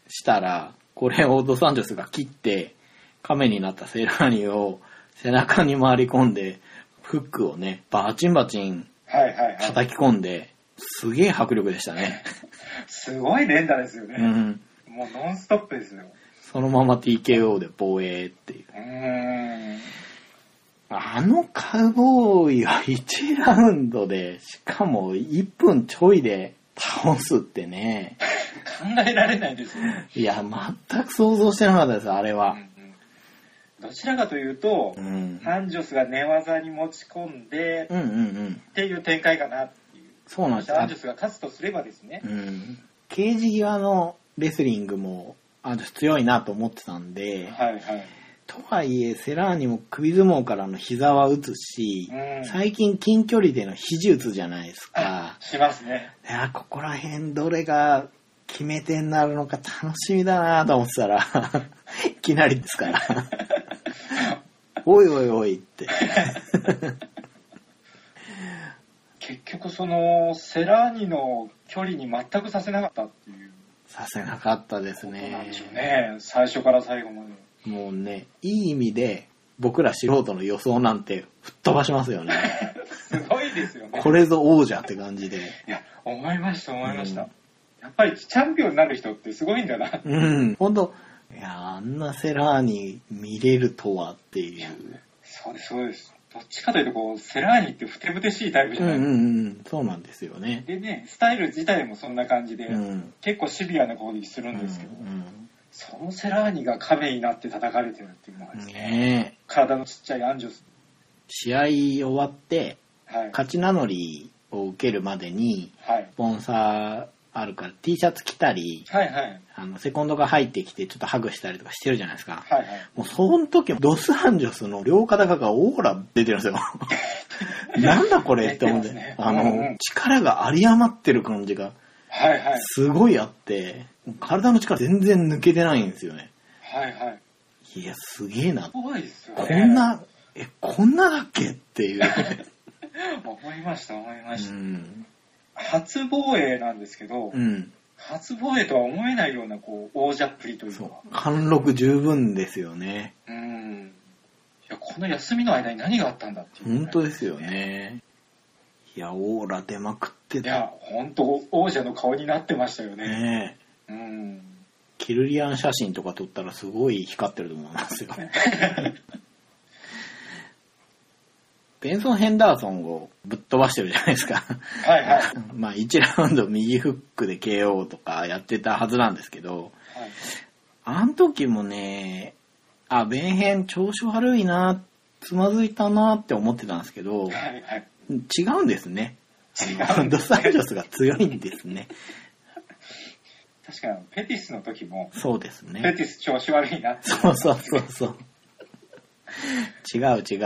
Speaker 1: したら、これをドサンジョスが切って、亀になったセラーニを背中に回り込んで、フックをね、バチンバチン
Speaker 2: はいはいはい。
Speaker 1: 叩き込んで、すげえ迫力でしたね。
Speaker 2: すごい連打ですよ
Speaker 1: う
Speaker 2: ね。
Speaker 1: ん。
Speaker 2: もうノンストップですよ。
Speaker 1: そのまま TKO で防衛っていう。
Speaker 2: うーん。
Speaker 1: あのカウボーイは1ラウンドで、しかも1分ちょいで倒すってね。
Speaker 2: 考えられないですよね。
Speaker 1: いや、全く想像してなかったです、あれ
Speaker 2: うんう
Speaker 1: は。
Speaker 2: んどちらかというと
Speaker 1: う、ん。
Speaker 2: ハンジョスが寝技に持ち込んで
Speaker 1: うんうんうん。
Speaker 2: っていう展開かなっていう。
Speaker 1: そうなんです
Speaker 2: そして
Speaker 1: よ
Speaker 2: ハンジョスが勝つとすればですね
Speaker 1: う。ん。ケージ際のレスリングも、あの強いなと思ってたんで、
Speaker 2: はいはい。
Speaker 1: とはいえ、セラーニも首相撲からの膝は打つし、
Speaker 2: うん
Speaker 1: 最近近距離での肘打つじゃないですか。
Speaker 2: しますね。
Speaker 1: いや、ここら辺どれが決め手になるのか楽しみだなと思ってた ら、いきなりですから。おいおいおいって。
Speaker 2: 結局そのセラーニの距離に全くさせなかったっていう
Speaker 1: させなかったです
Speaker 2: ことなんでしょう
Speaker 1: ね。
Speaker 2: ね。最初から最後まで。
Speaker 1: もうね、いい意味で僕ら素人の予想なんて吹っ飛ばしますよね。
Speaker 2: すごいですよね。
Speaker 1: これぞ王者って感じで。
Speaker 2: いや、思いました、思いました。
Speaker 1: うん
Speaker 2: やっぱりチャンピオンになる人ってすごいんだな。
Speaker 1: うん、ほんと、いや、あんなセラーに見れるとはっていう。
Speaker 2: そうです、そうです。どっちかというと、こう、セラーニってふてぶてしいタイプじ
Speaker 1: うん
Speaker 2: ゃな
Speaker 1: う
Speaker 2: い、
Speaker 1: んうん、そうなんですよね。
Speaker 2: でね、スタイル自体もそんな感じで、
Speaker 1: うん。
Speaker 2: 結構シビアな攻撃するんですけど、
Speaker 1: うん
Speaker 2: そのセラーニが亀になって叩かれてるっていうのは
Speaker 1: う
Speaker 2: です
Speaker 1: ん
Speaker 2: ね、
Speaker 1: ねえ。
Speaker 2: 体のちっちゃいアンジョス。
Speaker 1: 試合終わって、
Speaker 2: はい。
Speaker 1: 勝ち名乗りを受けるまでに、
Speaker 2: はい
Speaker 1: ス。ポンサあるから T シャツ着たり、
Speaker 2: はいはい
Speaker 1: あの、セコンドが入ってきてちょっとハグしたりとかしてるじゃないですか。
Speaker 2: はいはい
Speaker 1: もうその時、ドスアンジョスの両肩がオーラ出てるん ですよ。なんだこれって思っ
Speaker 2: 出
Speaker 1: て、
Speaker 2: てますね
Speaker 1: あの、
Speaker 2: うんうん
Speaker 1: 力が有り余ってる感じが
Speaker 2: はいはい
Speaker 1: すごいあって、体の力全然抜けてないんですよね。
Speaker 2: はいはい
Speaker 1: いや、すげえな。
Speaker 2: 怖いですよね
Speaker 1: こんな、え、こんなだっけっていう。
Speaker 2: 思いました思いまし
Speaker 1: う
Speaker 2: た、
Speaker 1: ん。
Speaker 2: 初防衛なんですけど、
Speaker 1: うん。
Speaker 2: 初防衛とは思えないようなこう王者っぷりという
Speaker 1: そう
Speaker 2: か。
Speaker 1: 貫禄十分ですよね。
Speaker 2: うんいやこの休みの間に何があったんだっていうね、
Speaker 1: 本当ですよね。いや、オーラ出まくって
Speaker 2: い
Speaker 1: た。
Speaker 2: や本当王者の顔になってましたよね
Speaker 1: ねえ。
Speaker 2: うん
Speaker 1: キルリアン写真とか撮ったらすごい光ってると思いますよ。ベンソン・ヘンダーソンをぶっ飛ばしてるじゃないですか。
Speaker 2: はいはい、はい、
Speaker 1: まあ1ラウンド右フックで KO とかやってたはずなんですけど、あの時もね、あ、ベンヘン調子悪いな、つまずいたなって思ってたんですけど、
Speaker 2: はいはい
Speaker 1: 違うんですね。
Speaker 2: 違うんで
Speaker 1: ド
Speaker 2: す
Speaker 1: サンジョスが強いんですね。
Speaker 2: 確かにペティスの時も
Speaker 1: そうです
Speaker 2: ペ
Speaker 1: ね。
Speaker 2: ティス調子悪いなって
Speaker 1: そうそうそうそう。違う違うっていう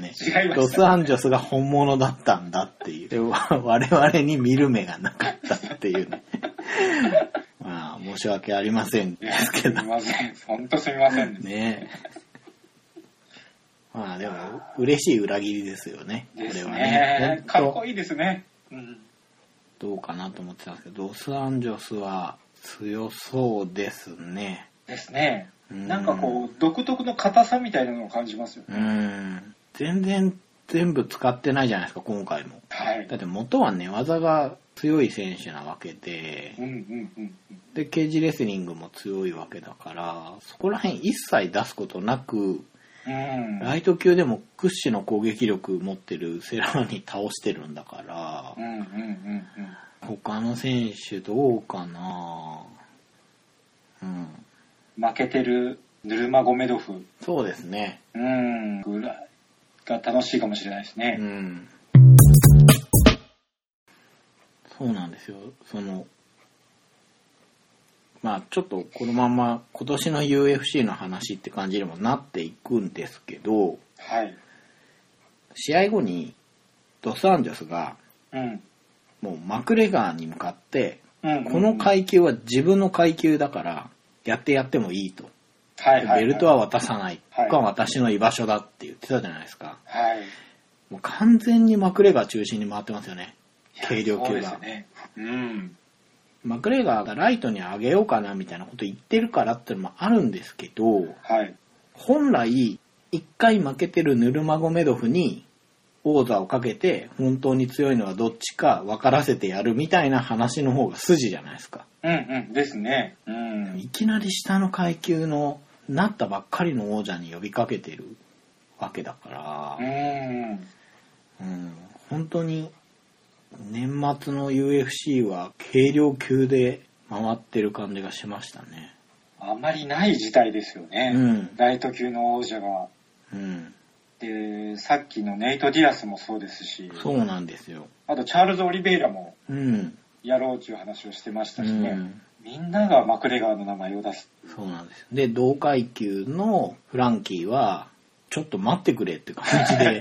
Speaker 1: ね。
Speaker 2: 違いました
Speaker 1: ドス・アンジョスが本物だったんだっていう。でわ 我々に見る目がなかったっていうね。 まあ、申し訳ありません
Speaker 2: い
Speaker 1: で
Speaker 2: や
Speaker 1: すけ
Speaker 2: す
Speaker 1: ど
Speaker 2: み。ません本当すみませんね
Speaker 1: ねまあ、でも、嬉しい裏切りですよね。こ
Speaker 2: です
Speaker 1: れは
Speaker 2: ね
Speaker 1: ね。
Speaker 2: かっ
Speaker 1: 本
Speaker 2: こいいですねうん
Speaker 1: 当どうかなと思ってたんですけど、ドス・アンジョスは強そうですね。
Speaker 2: ですね
Speaker 1: うん
Speaker 2: なんかこう独特の硬さみたいなのを感じますよね
Speaker 1: うん。全然全部使ってないじゃないですか、今回も。
Speaker 2: はい
Speaker 1: だって元は寝技が強い選手なわけで
Speaker 2: う、んうんうんうん
Speaker 1: で、ケージレスリングも強いわけだから、そこら辺一切出すことなく、
Speaker 2: うん
Speaker 1: ライト級でも屈指の攻撃力持ってるセラーに倒してるんだか
Speaker 2: うんうんうんうん
Speaker 1: ら、他の選手どうかなうん。
Speaker 2: 負けてるヌルマゴメドフ
Speaker 1: そうですね。
Speaker 2: うんぐらいが楽しいかもしれないですね、
Speaker 1: うん。そうなんですよ。その、まあちょっとこのまま今年の UFC の話って感じにもなっていくんですけど、
Speaker 2: はい
Speaker 1: 試合後にドスアンジョスが
Speaker 2: うん
Speaker 1: もうマクレガーに向かって、
Speaker 2: うん
Speaker 1: この階級は自分の階級だからやってやってもいいと。
Speaker 2: はいはいい
Speaker 1: ベルトは渡さない。こ
Speaker 2: はい
Speaker 1: こは私の居場所だって言ってたじゃないですか。
Speaker 2: はい
Speaker 1: もう完全にマクレガー中心に回ってますよね。軽量
Speaker 2: そう
Speaker 1: 級
Speaker 2: で
Speaker 1: が
Speaker 2: す。ねうん
Speaker 1: マクレガーがライトに上げようかなみたいなこと言ってるからってのもあるんですけど、
Speaker 2: はい
Speaker 1: 本来、一回負けてるヌルマゴメドフに王座をかけて、本当に強いのはどっちか分からせてやるみたいな話の方が筋じゃないですか。
Speaker 2: うんうんですねうん
Speaker 1: いきなり下の階級の、なったばっかりの王者に呼びかけてるわけだから
Speaker 2: う、ん
Speaker 1: うん、本当に年末の UFC は軽量級で回ってる感じがしましたね。
Speaker 2: あまりない事態ですよね、
Speaker 1: うん
Speaker 2: ライト級の王者が
Speaker 1: うん、
Speaker 2: でさっきのネイト・ディアスもそうですし
Speaker 1: そうなんですよ。
Speaker 2: あとチャールズ・オリベイラも
Speaker 1: うん、
Speaker 2: やろうという話をしてまし
Speaker 1: う
Speaker 2: たしね、
Speaker 1: ん、
Speaker 2: みんながマクレガーの名前を出す
Speaker 1: そうなんですよ。で、同階級のフランキーは、ちょっと待ってくれって感じ で、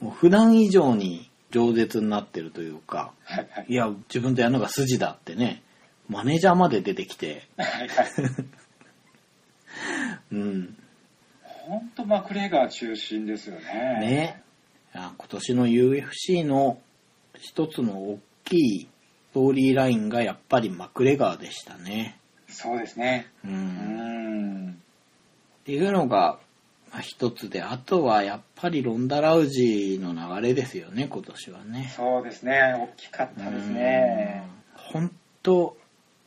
Speaker 1: もう普段以上に饒舌になってるというか、
Speaker 2: はいはい
Speaker 1: いや、自分でやるのが筋だってね、マネージャーまで出てきて、
Speaker 2: はいはい
Speaker 1: うん、
Speaker 2: 本当マクレガー中心ですよね。
Speaker 1: ね。あ今年の UFC の一つの大きいストーリーラインがやっぱりマクレガーでしたね。
Speaker 2: そうですね。
Speaker 1: う
Speaker 2: うんん。
Speaker 1: っていうのがまあ一つであとはやっぱりロンダ・ラウジーの流れですよね今年はね。
Speaker 2: そうですね。大きかったですね。
Speaker 1: うん本当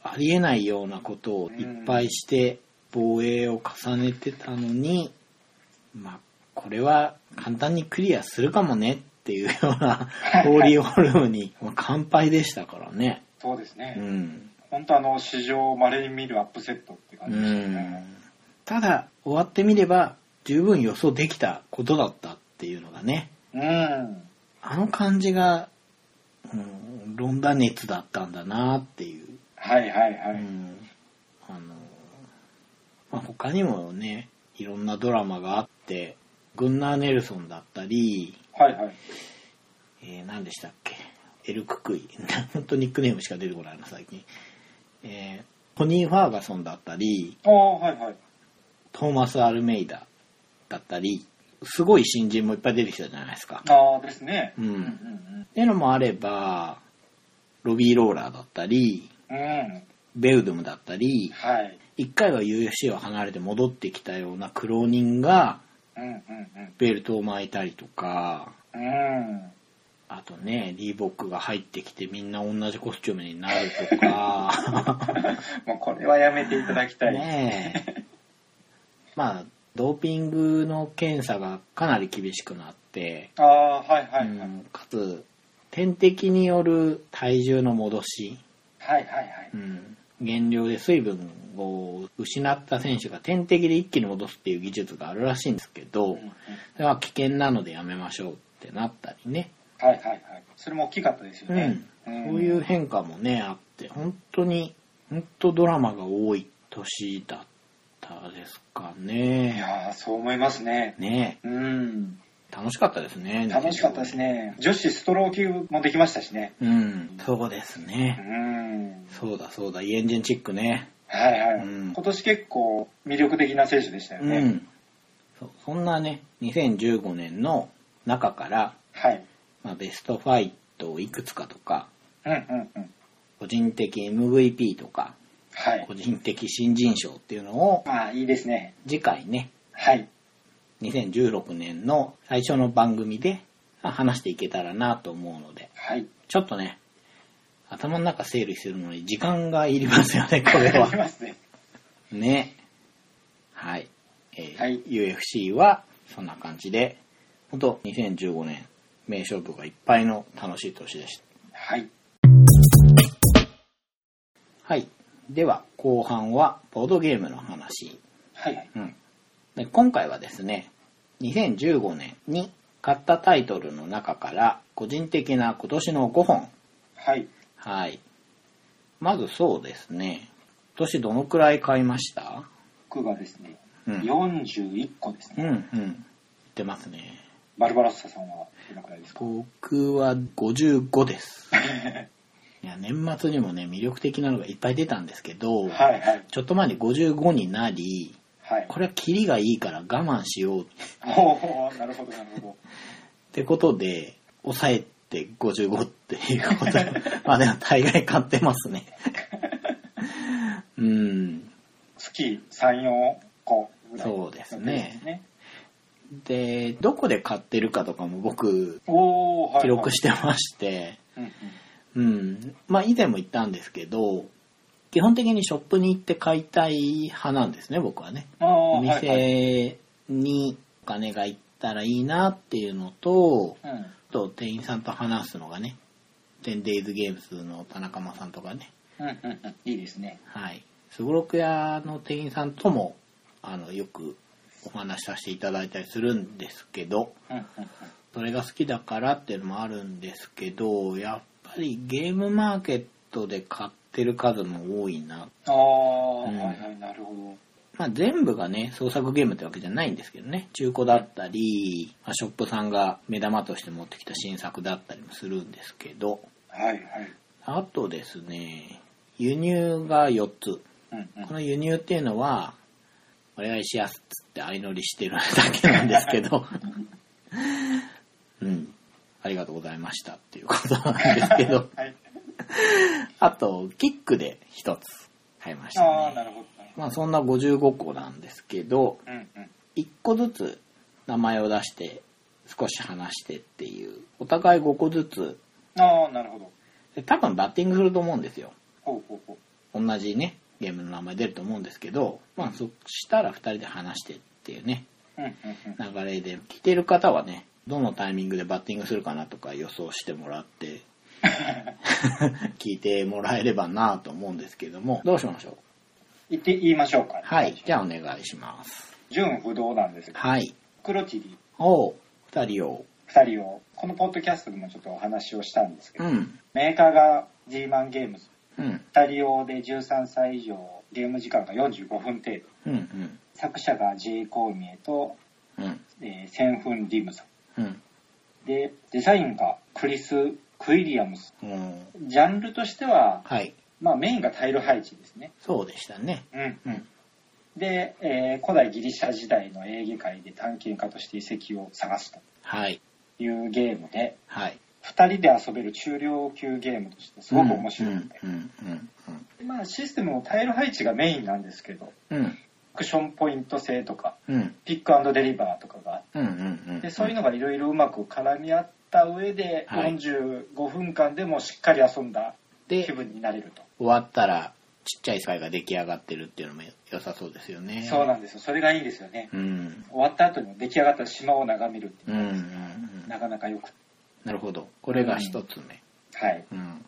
Speaker 1: ありえないようなことをいっぱいして防衛を重ねてたのにまあこれは簡単にクリアするかもねっていうようなホーリーホルムに まあ完敗でしたからね。
Speaker 2: そうです
Speaker 1: う
Speaker 2: ね。
Speaker 1: ん
Speaker 2: 本当あの、史上稀に見るアップセットって感
Speaker 1: う
Speaker 2: じでしたね。
Speaker 1: んただ終わってみれば十分予想できたことだったっていうのがね
Speaker 2: うん。
Speaker 1: あの感じが、うん、ロンダ熱だったんだなっていう。
Speaker 2: はいはいは
Speaker 1: う
Speaker 2: い。
Speaker 1: んあのまあ、他にもねいろんなドラマがあってグンナー・ネルソンだったり、
Speaker 2: はいはい。
Speaker 1: えー何でしたっけエル・ククイ 本当ニックネームしか出てこないな最近、えートニー・ファーガソンだったり
Speaker 2: ああ、はいはい。
Speaker 1: トーマス・アルメイダだったりすごい新人もいっぱい出てきたじゃないですか。
Speaker 2: ああですね。
Speaker 1: う、
Speaker 2: うん
Speaker 1: っ
Speaker 2: ん
Speaker 1: ていうのもあればロビー・ローラーだったり
Speaker 2: うんうん。うん。
Speaker 1: ベウドゥムだったり
Speaker 2: はい。
Speaker 1: 一回は UFC を離れて戻ってきたような苦労人が
Speaker 2: うんうん
Speaker 1: ベルトを巻いたりとか
Speaker 2: うん。うん。
Speaker 1: あとねリーボックが入ってきてみんな同じコスチュームになるとか
Speaker 2: もうこれはやめていただきたい。
Speaker 1: ねえまあドーピングの検査がかなり厳しくなって、
Speaker 2: ああ、はいはいはい。
Speaker 1: う
Speaker 2: はい
Speaker 1: んかつ点滴による体重の戻し、
Speaker 2: はいはい。
Speaker 1: うん、減量で水分を失った選手が点滴で一気に戻すっていう技術があるらしいんですけど、
Speaker 2: うんうん
Speaker 1: それは危険なのでやめましょうってなったりね、
Speaker 2: はいはいはい。それも大きかったですよ
Speaker 1: う
Speaker 2: ね
Speaker 1: ん。そういう変化もねあって本当に本当ドラマが多い年だったですか
Speaker 2: い
Speaker 1: ね
Speaker 2: やーそう思いますね。
Speaker 1: ね
Speaker 2: うん。
Speaker 1: え楽しかったですね
Speaker 2: 楽しかったですね。女子ストロー級もできましたしね。
Speaker 1: うんそうです
Speaker 2: う
Speaker 1: ね、
Speaker 2: ん。
Speaker 1: そうだそうだイエンジンチックね
Speaker 2: はいは
Speaker 1: う
Speaker 2: い。
Speaker 1: ん
Speaker 2: 今年結構魅力的な選手でしたよ
Speaker 1: う
Speaker 2: ね。
Speaker 1: んそうそんなね2015年の中から、
Speaker 2: はい。
Speaker 1: まあ、ベストファイトをいくつかとか
Speaker 2: うんうんうん。
Speaker 1: 個人的 MVP とか
Speaker 2: はい
Speaker 1: 個。人的新人賞っていうのを
Speaker 2: ああ、いいですね。
Speaker 1: 次回ね
Speaker 2: はい。
Speaker 1: 2016年の最初の番組でまあ話していけたらなと思うので、
Speaker 2: はい。
Speaker 1: ちょっとね、頭の中整理するのに時間がいりますよ ね、これ
Speaker 2: あり
Speaker 1: は。
Speaker 2: ますね。
Speaker 1: ね。はい。えー
Speaker 2: はい
Speaker 1: UFC はそんな感じで、ほんと2015年、名勝負がいっぱいの楽しい年でした。
Speaker 2: はい。
Speaker 1: はい。では、後半はボードゲームの話。
Speaker 2: はいはい。
Speaker 1: うん、で今回はですね2015年に買ったタイトルの中から個人的な今年の5本
Speaker 2: はい。
Speaker 1: はいまずそうですね今年どのくらい買いました
Speaker 2: 僕がですね、
Speaker 1: うんうん
Speaker 2: 41個です
Speaker 1: う
Speaker 2: ね。
Speaker 1: ん言ってますね
Speaker 2: バルバロッサさんはどのくらいですか
Speaker 1: 僕は55です いや年末にもね魅力的なのがいっぱい出たんですけど、
Speaker 2: はいはい。
Speaker 1: ちょっと前に55になり
Speaker 2: はい。
Speaker 1: これはキリがいいから我慢しよう
Speaker 2: おおなるほどなるほど。
Speaker 1: ってことで、抑えて55っていう こと。まあでも大概買ってますね。うん。
Speaker 2: 月3、4個ぐらい、
Speaker 1: そうですね。で、どこで買ってるかとかも僕、
Speaker 2: おおはい、はい。
Speaker 1: 記録してまして、
Speaker 2: うんうん。
Speaker 1: うん。まあ以前も言ったんですけど、基本的にショップに行って買いたい派なんですね、僕はね。
Speaker 2: ああ、
Speaker 1: お
Speaker 2: はいはい。
Speaker 1: 店にお金が行ったらいいなっていうのと、
Speaker 2: うん。
Speaker 1: と店員さんと話すのがね、10 days games の田中間さんとかね、
Speaker 2: うんうんうん。いいですね。
Speaker 1: はい。すごろく屋の店員さんとも、あの、よくお話しさせていただいたりするんですけど、
Speaker 2: うんうんうん。
Speaker 1: それが好きだからっていうのもあるんですけど、やっぱりゲームマーケットで買ってる数も多いな。
Speaker 2: ああ、
Speaker 1: うん
Speaker 2: はいはい、なるほど。
Speaker 1: まあ全部がね、創作ゲームってわけじゃないんですけどね、中古だったり、まあショップさんが目玉として持ってきた新作だったりもするんですけど、
Speaker 2: はいはい。
Speaker 1: あとですね、輸入が4つ。
Speaker 2: うんうん。
Speaker 1: この輸入っていうのは、お願いしやすっつって相乗りしてるだけなんですけど、 うん、ありがとうございましたっていうことなんですけ ど、
Speaker 2: はい。
Speaker 1: あと、キックで1つ買いました
Speaker 2: ああ、
Speaker 1: ね。
Speaker 2: なるほど。
Speaker 1: まあそんな55個なんですけど、
Speaker 2: うんうん。
Speaker 1: 1個ずつ名前を出して少し話してっていう、お互い5個ずつ、
Speaker 2: ああ、なるほど。
Speaker 1: で多分バッティングすると思うんですよ。
Speaker 2: ほうほうほう。
Speaker 1: 同じねゲームの名前出ると思うんですけど、まあ、そしたら2人で話してっていうね
Speaker 2: うんうんうん。
Speaker 1: 流れで来てる方はねどのタイミングでバッティングするかなとか予想してもらって 聞いてもらえればなと思うんですけどもどうしましょう
Speaker 2: 言って言いましょうか。
Speaker 1: はいじゃあお願いします
Speaker 2: 純不動なんですが、
Speaker 1: はい
Speaker 2: 黒チリ。
Speaker 1: おう2人を
Speaker 2: 2人をこのポッドキャストでもちょっとお話をしたんですけ
Speaker 1: う
Speaker 2: ど、
Speaker 1: ん。
Speaker 2: メーカーが G マンゲームズ
Speaker 1: うん。
Speaker 2: 2人用で13歳以上ゲーム時間が45分程度
Speaker 1: うん。うん。
Speaker 2: 作者が J コーミエと、
Speaker 1: うん。
Speaker 2: えーセンフン・リムさん
Speaker 1: うん。
Speaker 2: でデザインがクリス・クイリアムス
Speaker 1: うん。
Speaker 2: ジャンルとしては、
Speaker 1: はい。
Speaker 2: まあ、メインがタイル配置ですね、
Speaker 1: そうでしたね。
Speaker 2: うん、
Speaker 1: うん。
Speaker 2: で、えー古代ギリシャ時代のエーゲ海で探検家として遺跡を探すと
Speaker 1: はい。
Speaker 2: いうゲームで
Speaker 1: はい。
Speaker 2: 2人で遊べる中量級ゲームとしてすごく面白いので、
Speaker 1: うん。うん。うん。
Speaker 2: まあ、システムもタイル配置がメインなんですけど
Speaker 1: うん。
Speaker 2: アクションポイント制とか
Speaker 1: うん。
Speaker 2: ピックアンドデリバーとかがあっ
Speaker 1: うん。うん。
Speaker 2: てでそういうのがいろいろうまく絡み合った上で
Speaker 1: はい
Speaker 2: 45分間でもしっかり遊んだ
Speaker 1: で
Speaker 2: 気、分になれると、
Speaker 1: 終わったら、ちっちゃいサイが出来上がってるっていうのも良さそうですよね。
Speaker 2: そうなんですよそれがいいんですよね、
Speaker 1: うん。
Speaker 2: 終わった後にも出来上がった島を眺めるって
Speaker 1: うん。うん。うん。
Speaker 2: なかなかよく
Speaker 1: なるほど。これが一つ目。
Speaker 2: はい
Speaker 1: うん。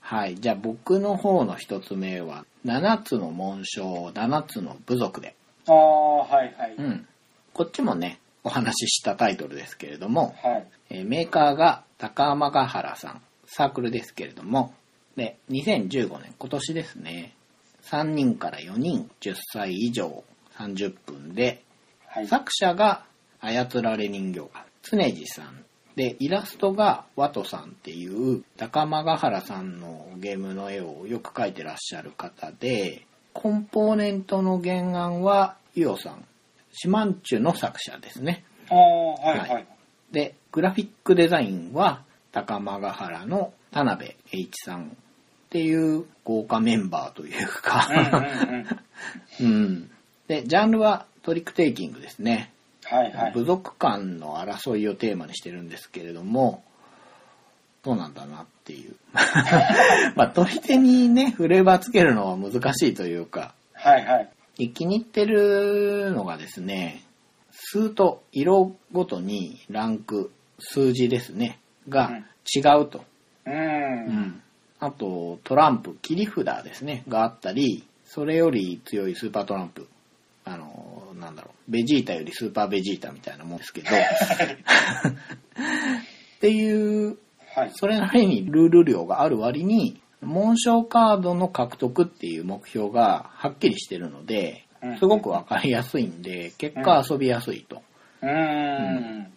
Speaker 1: はい。じゃあ僕の方の一つ目は、7つの紋章、7つの部族で。
Speaker 2: ああはいはい、
Speaker 1: うん。こっちもね、お話ししたタイトルですけれども、
Speaker 2: はい
Speaker 1: えーメーカーが高天ヶ原さん、サークルですけれども、で、2015年、今年ですね、3人から4人、10歳以上、30分で、
Speaker 2: はい
Speaker 1: 作者が操られ人形が常地さんでイラストがワトさんっていう高間ヶ原さんのゲームの絵をよく描いてらっしゃる方でコンポーネントの原案はイオさんシマンチュの作者ですね
Speaker 2: ああはいはい、
Speaker 1: はいでグラフィックデザインは高間ヶ原の田辺栄一さんっていう豪華メンバーというか、
Speaker 2: うんうんうん
Speaker 1: うん、でジャンルはトリックテイキングですね
Speaker 2: はいはい
Speaker 1: 部族間の争いをテーマにしてるんですけれどもそうなんだなって いうまあ取り手にねフレーバーつけるのは難しいというか
Speaker 2: はいはい
Speaker 1: 気に入ってるのがですね数と色ごとにランク数字ですねが違うと、
Speaker 2: う
Speaker 1: うんんあとトランプ切り札ですねがあったりそれより強いスーパートランプあのなんだろうベジータよりスーパーベジータみたいなもんですけ どっていう
Speaker 2: はい
Speaker 1: それなりにルール量がある割に紋章カードの獲得っていう目標がはっきりしてるので
Speaker 2: うん
Speaker 1: すごく分かりやすいんで結果遊びやすいと。
Speaker 2: うーん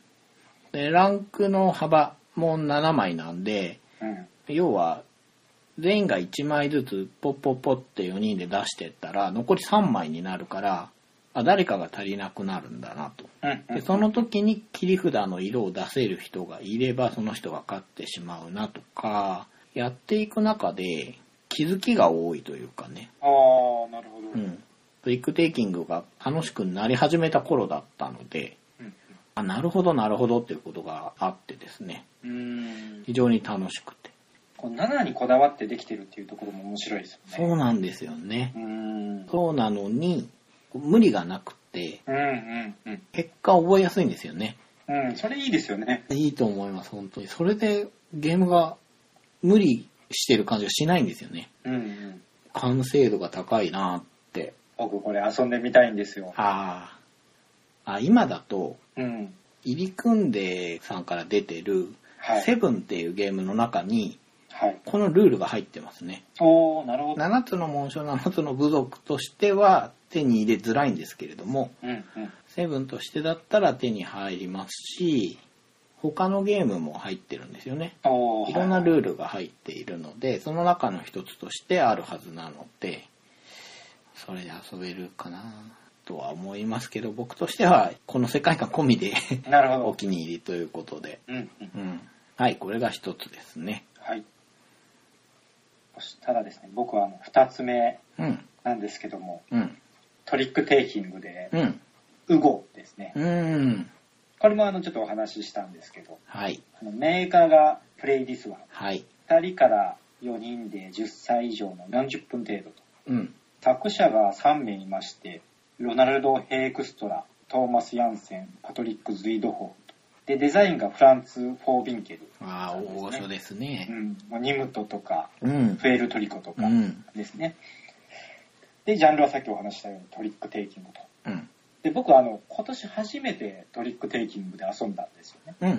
Speaker 1: でランクの幅も7枚なんで
Speaker 2: うん
Speaker 1: 要は全員が1枚ずつポッポッポって4人で出してったら残り3枚になるからあ誰かが足りなくなるんだなと
Speaker 2: うんう
Speaker 1: で
Speaker 2: ん
Speaker 1: その時に切り札の色を出せる人がいればその人が勝ってしまうなとかやっていく中で気づきが多いというかね、
Speaker 2: ああなるほどう
Speaker 1: うんん、トリックテイキングが楽しくなり始めた頃だったので
Speaker 2: うん
Speaker 1: あなるほどなるほどっていうことがあってですね
Speaker 2: うーん
Speaker 1: 非常に楽しくて
Speaker 2: こう7にこだわってできてるっていうところも面白いですよ
Speaker 1: そ
Speaker 2: ね
Speaker 1: うなんですよね
Speaker 2: うーんうん
Speaker 1: そうなのに、無理がなくて、
Speaker 2: うんうん
Speaker 1: 結果覚えやすいんですよね。
Speaker 2: うんそれいいですよね
Speaker 1: いいと思います、本当に。それで、ゲームが無理してる感じがしないんですよね。
Speaker 2: うんうん
Speaker 1: 完成度が高いなって。
Speaker 2: 僕これ遊んでみたいんですよ
Speaker 1: あーあ。今だと、
Speaker 2: うん
Speaker 1: 入り組んでさんから出てる、
Speaker 2: はい
Speaker 1: セブンっていうゲームの中に、
Speaker 2: はい
Speaker 1: このルールが入ってますね。
Speaker 2: おおなるほど
Speaker 1: 7つの紋章、7つの部族としては手に入れづらいんですけれども、
Speaker 2: うんうん
Speaker 1: セブンとしてだったら手に入りますし他のゲームも入ってるんですよね
Speaker 2: おー
Speaker 1: いろんな
Speaker 2: はい
Speaker 1: ルールが入っているのでその中の一つとしてあるはずなのでそれで遊べるかなとは思いますけど僕としてはこの世界観込みで
Speaker 2: なるほ
Speaker 1: お
Speaker 2: ど
Speaker 1: 気に入りということで、
Speaker 2: うんうん
Speaker 1: うん、はいこれが一つですね
Speaker 2: はい。そしたらですね、僕はあの2つ目
Speaker 1: うん
Speaker 2: なんですけども、
Speaker 1: うん
Speaker 2: トリックテイキングで、
Speaker 1: うん
Speaker 2: ウゴですね。
Speaker 1: うん
Speaker 2: これもあのちょっとお話ししたんですけど、
Speaker 1: はい
Speaker 2: あのメーカーがプレイディスワン、
Speaker 1: はい
Speaker 2: 2人から4人で10歳以上の40分程度と、
Speaker 1: うん
Speaker 2: 作者が3名いまして、ロナルド・ヘイクストラ、トーマス・ヤンセン、パトリック・ズイドホーと。で、デザインがフランツ・フォービンケル。
Speaker 1: ああ大御所です
Speaker 2: う
Speaker 1: ね
Speaker 2: ん、ニムトとか、
Speaker 1: うん
Speaker 2: プエルトリコと
Speaker 1: う
Speaker 2: か、
Speaker 1: ん
Speaker 2: ですね。で、ジャンルはさっきお話ししたようにトリックテイキングと。
Speaker 1: うん
Speaker 2: で、僕はあの、今年初めてトリックテイキングで遊んだんですよね。
Speaker 1: うん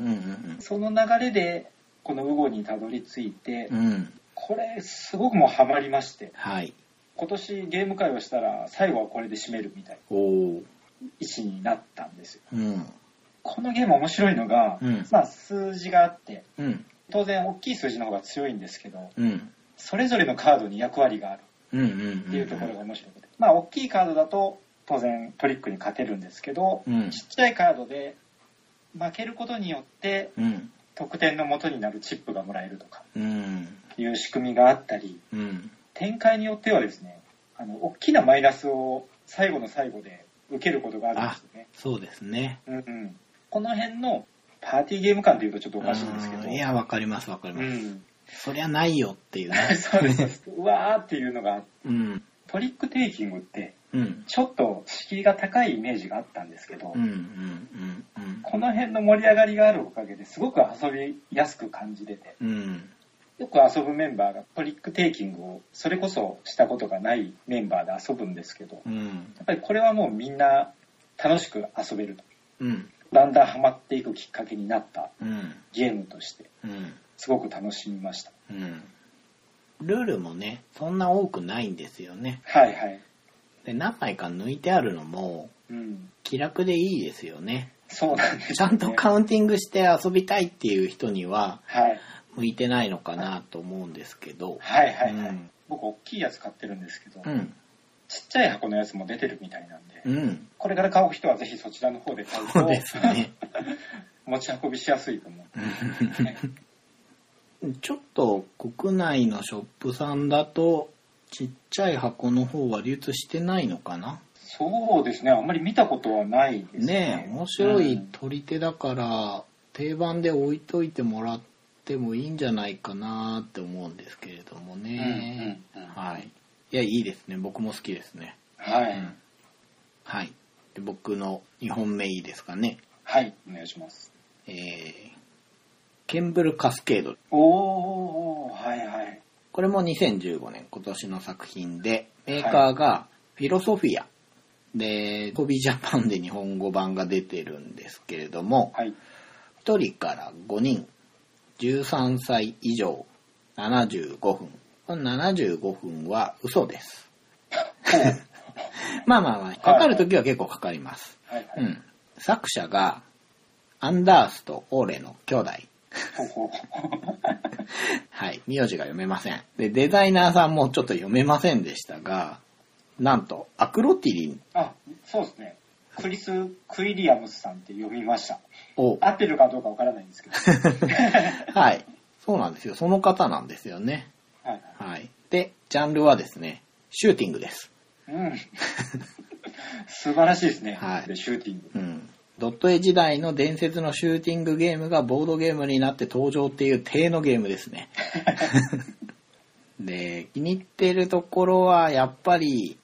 Speaker 1: うん
Speaker 2: その流れで、このウゴにたどり着いて、
Speaker 1: うんうん。うん。
Speaker 2: これすごくもうハマりまして、
Speaker 1: はい。
Speaker 2: 今年ゲーム会をしたら最後はこれで締めるみたいな
Speaker 1: おお。
Speaker 2: 意思になったんですよ。
Speaker 1: うん。
Speaker 2: このゲーム面白いのが、
Speaker 1: うん
Speaker 2: まあ数字があって、
Speaker 1: うん。
Speaker 2: 当然大きい数字の方が強いんですけど、
Speaker 1: うん。
Speaker 2: それぞれのカードに役割がある
Speaker 1: うんうんうん。
Speaker 2: っていうところが面白くて、まあ大きいカードだと当然トリックに勝てるんですけど、
Speaker 1: うん。
Speaker 2: ちっちゃいカードで負けることによって
Speaker 1: うん。
Speaker 2: 得点の元になるチップがもらえるとか
Speaker 1: うん。
Speaker 2: いう仕組みがあったり、
Speaker 1: うん。
Speaker 2: 展開によってはですね、あの、大きなマイナスを最後の最後で受けることがあるんですよね。
Speaker 1: そうですね。
Speaker 2: うんうん、この辺のパーティーゲーム感というとちょっとおかしいんですけど、
Speaker 1: うんいや、わかりますわかり
Speaker 2: う
Speaker 1: ます。
Speaker 2: ん、
Speaker 1: そりゃないよっていうね。
Speaker 2: そうですそうです。うわーっていうのが、
Speaker 1: うん。
Speaker 2: トリックテイキングって、
Speaker 1: うん。
Speaker 2: ちょっと敷居が高いイメージがあったんですけど、
Speaker 1: うんうんうんうん。
Speaker 2: この辺の盛り上がりがあるおかげですごく遊びやすく感じれて、
Speaker 1: うん。
Speaker 2: よく遊ぶメンバーがトリックテイキングをそれこそしたことがないメンバーで遊ぶんですけど、
Speaker 1: うん。
Speaker 2: やっぱりこれはもうみんな楽しく遊べると。
Speaker 1: うん。
Speaker 2: だんだんハマっていくきっかけになった
Speaker 1: うん。
Speaker 2: ゲームとして、
Speaker 1: うん。
Speaker 2: すごく楽しみました。
Speaker 1: うん。ルールもね、そんな多くないんですよね。
Speaker 2: はいはい。
Speaker 1: で、何枚か抜いてあるのも、
Speaker 2: うん。
Speaker 1: 気楽でいいですよね。
Speaker 2: そうなんです、ね。
Speaker 1: ちゃんとカウンティングして遊びたいっていう人には、
Speaker 2: はい。
Speaker 1: 向いてないのかなと思うんですけど。
Speaker 2: はいはいはい。
Speaker 1: うん
Speaker 2: 僕、大きいやつ買ってるんですけど、
Speaker 1: うん。
Speaker 2: ちっちゃい箱のやつも出てるみたいなんで、
Speaker 1: うん。
Speaker 2: これから買う人はぜひそちらの方で買う
Speaker 1: そう
Speaker 2: と、
Speaker 1: ですね。
Speaker 2: 持ち運びしやすいと思うんですね。
Speaker 1: ちょっと国内のショップさんだと、ちっちゃい箱の方は流通してないのかな
Speaker 2: そうですね。あんまり見たことはないですね。
Speaker 1: ねえ面白
Speaker 2: う
Speaker 1: い
Speaker 2: ん
Speaker 1: 取り手だから定番で置いといてもらってもいいんじゃないかなって思うんですけれどもね、
Speaker 2: うんうんうん
Speaker 1: はいいやいいですね僕も好きですね
Speaker 2: はい、
Speaker 1: うんはいで僕の2本目いいですかね
Speaker 2: はい。お願いします。
Speaker 1: えー、ケンブルカスケード
Speaker 2: おー、はいはい。
Speaker 1: これも2015年今年の作品でメーカーがフィロソフィア、でコビジャパンで日本語版が出てるんですけれども、
Speaker 2: はい。
Speaker 1: 1人から5人13歳以上75分この75分は嘘ですまあまあまあかかる時は結構かかります、
Speaker 2: はいは
Speaker 1: う
Speaker 2: い。
Speaker 1: ん、作者がアンダースとオーレの兄弟
Speaker 2: ほう ほう
Speaker 1: はい名字が読めませんでデザイナーさんもちょっと読めませんでしたがなんとアクロティリン
Speaker 2: あ、そうですね。クリス・クイリアムスさんって読みました。
Speaker 1: を
Speaker 2: 合ってるかどうかわからない んですけど。
Speaker 1: はいそうなんですよその方なんですよね
Speaker 2: はい
Speaker 1: はいでジャンルはですねシューティングです
Speaker 2: はい。うん。 素晴らしいですね。
Speaker 1: はい
Speaker 2: でシューティング。
Speaker 1: うんドット絵時代の伝説のシューティングゲームがボードゲームになって登場っていう体のゲームですね。 で、気に入ってるところはやっぱり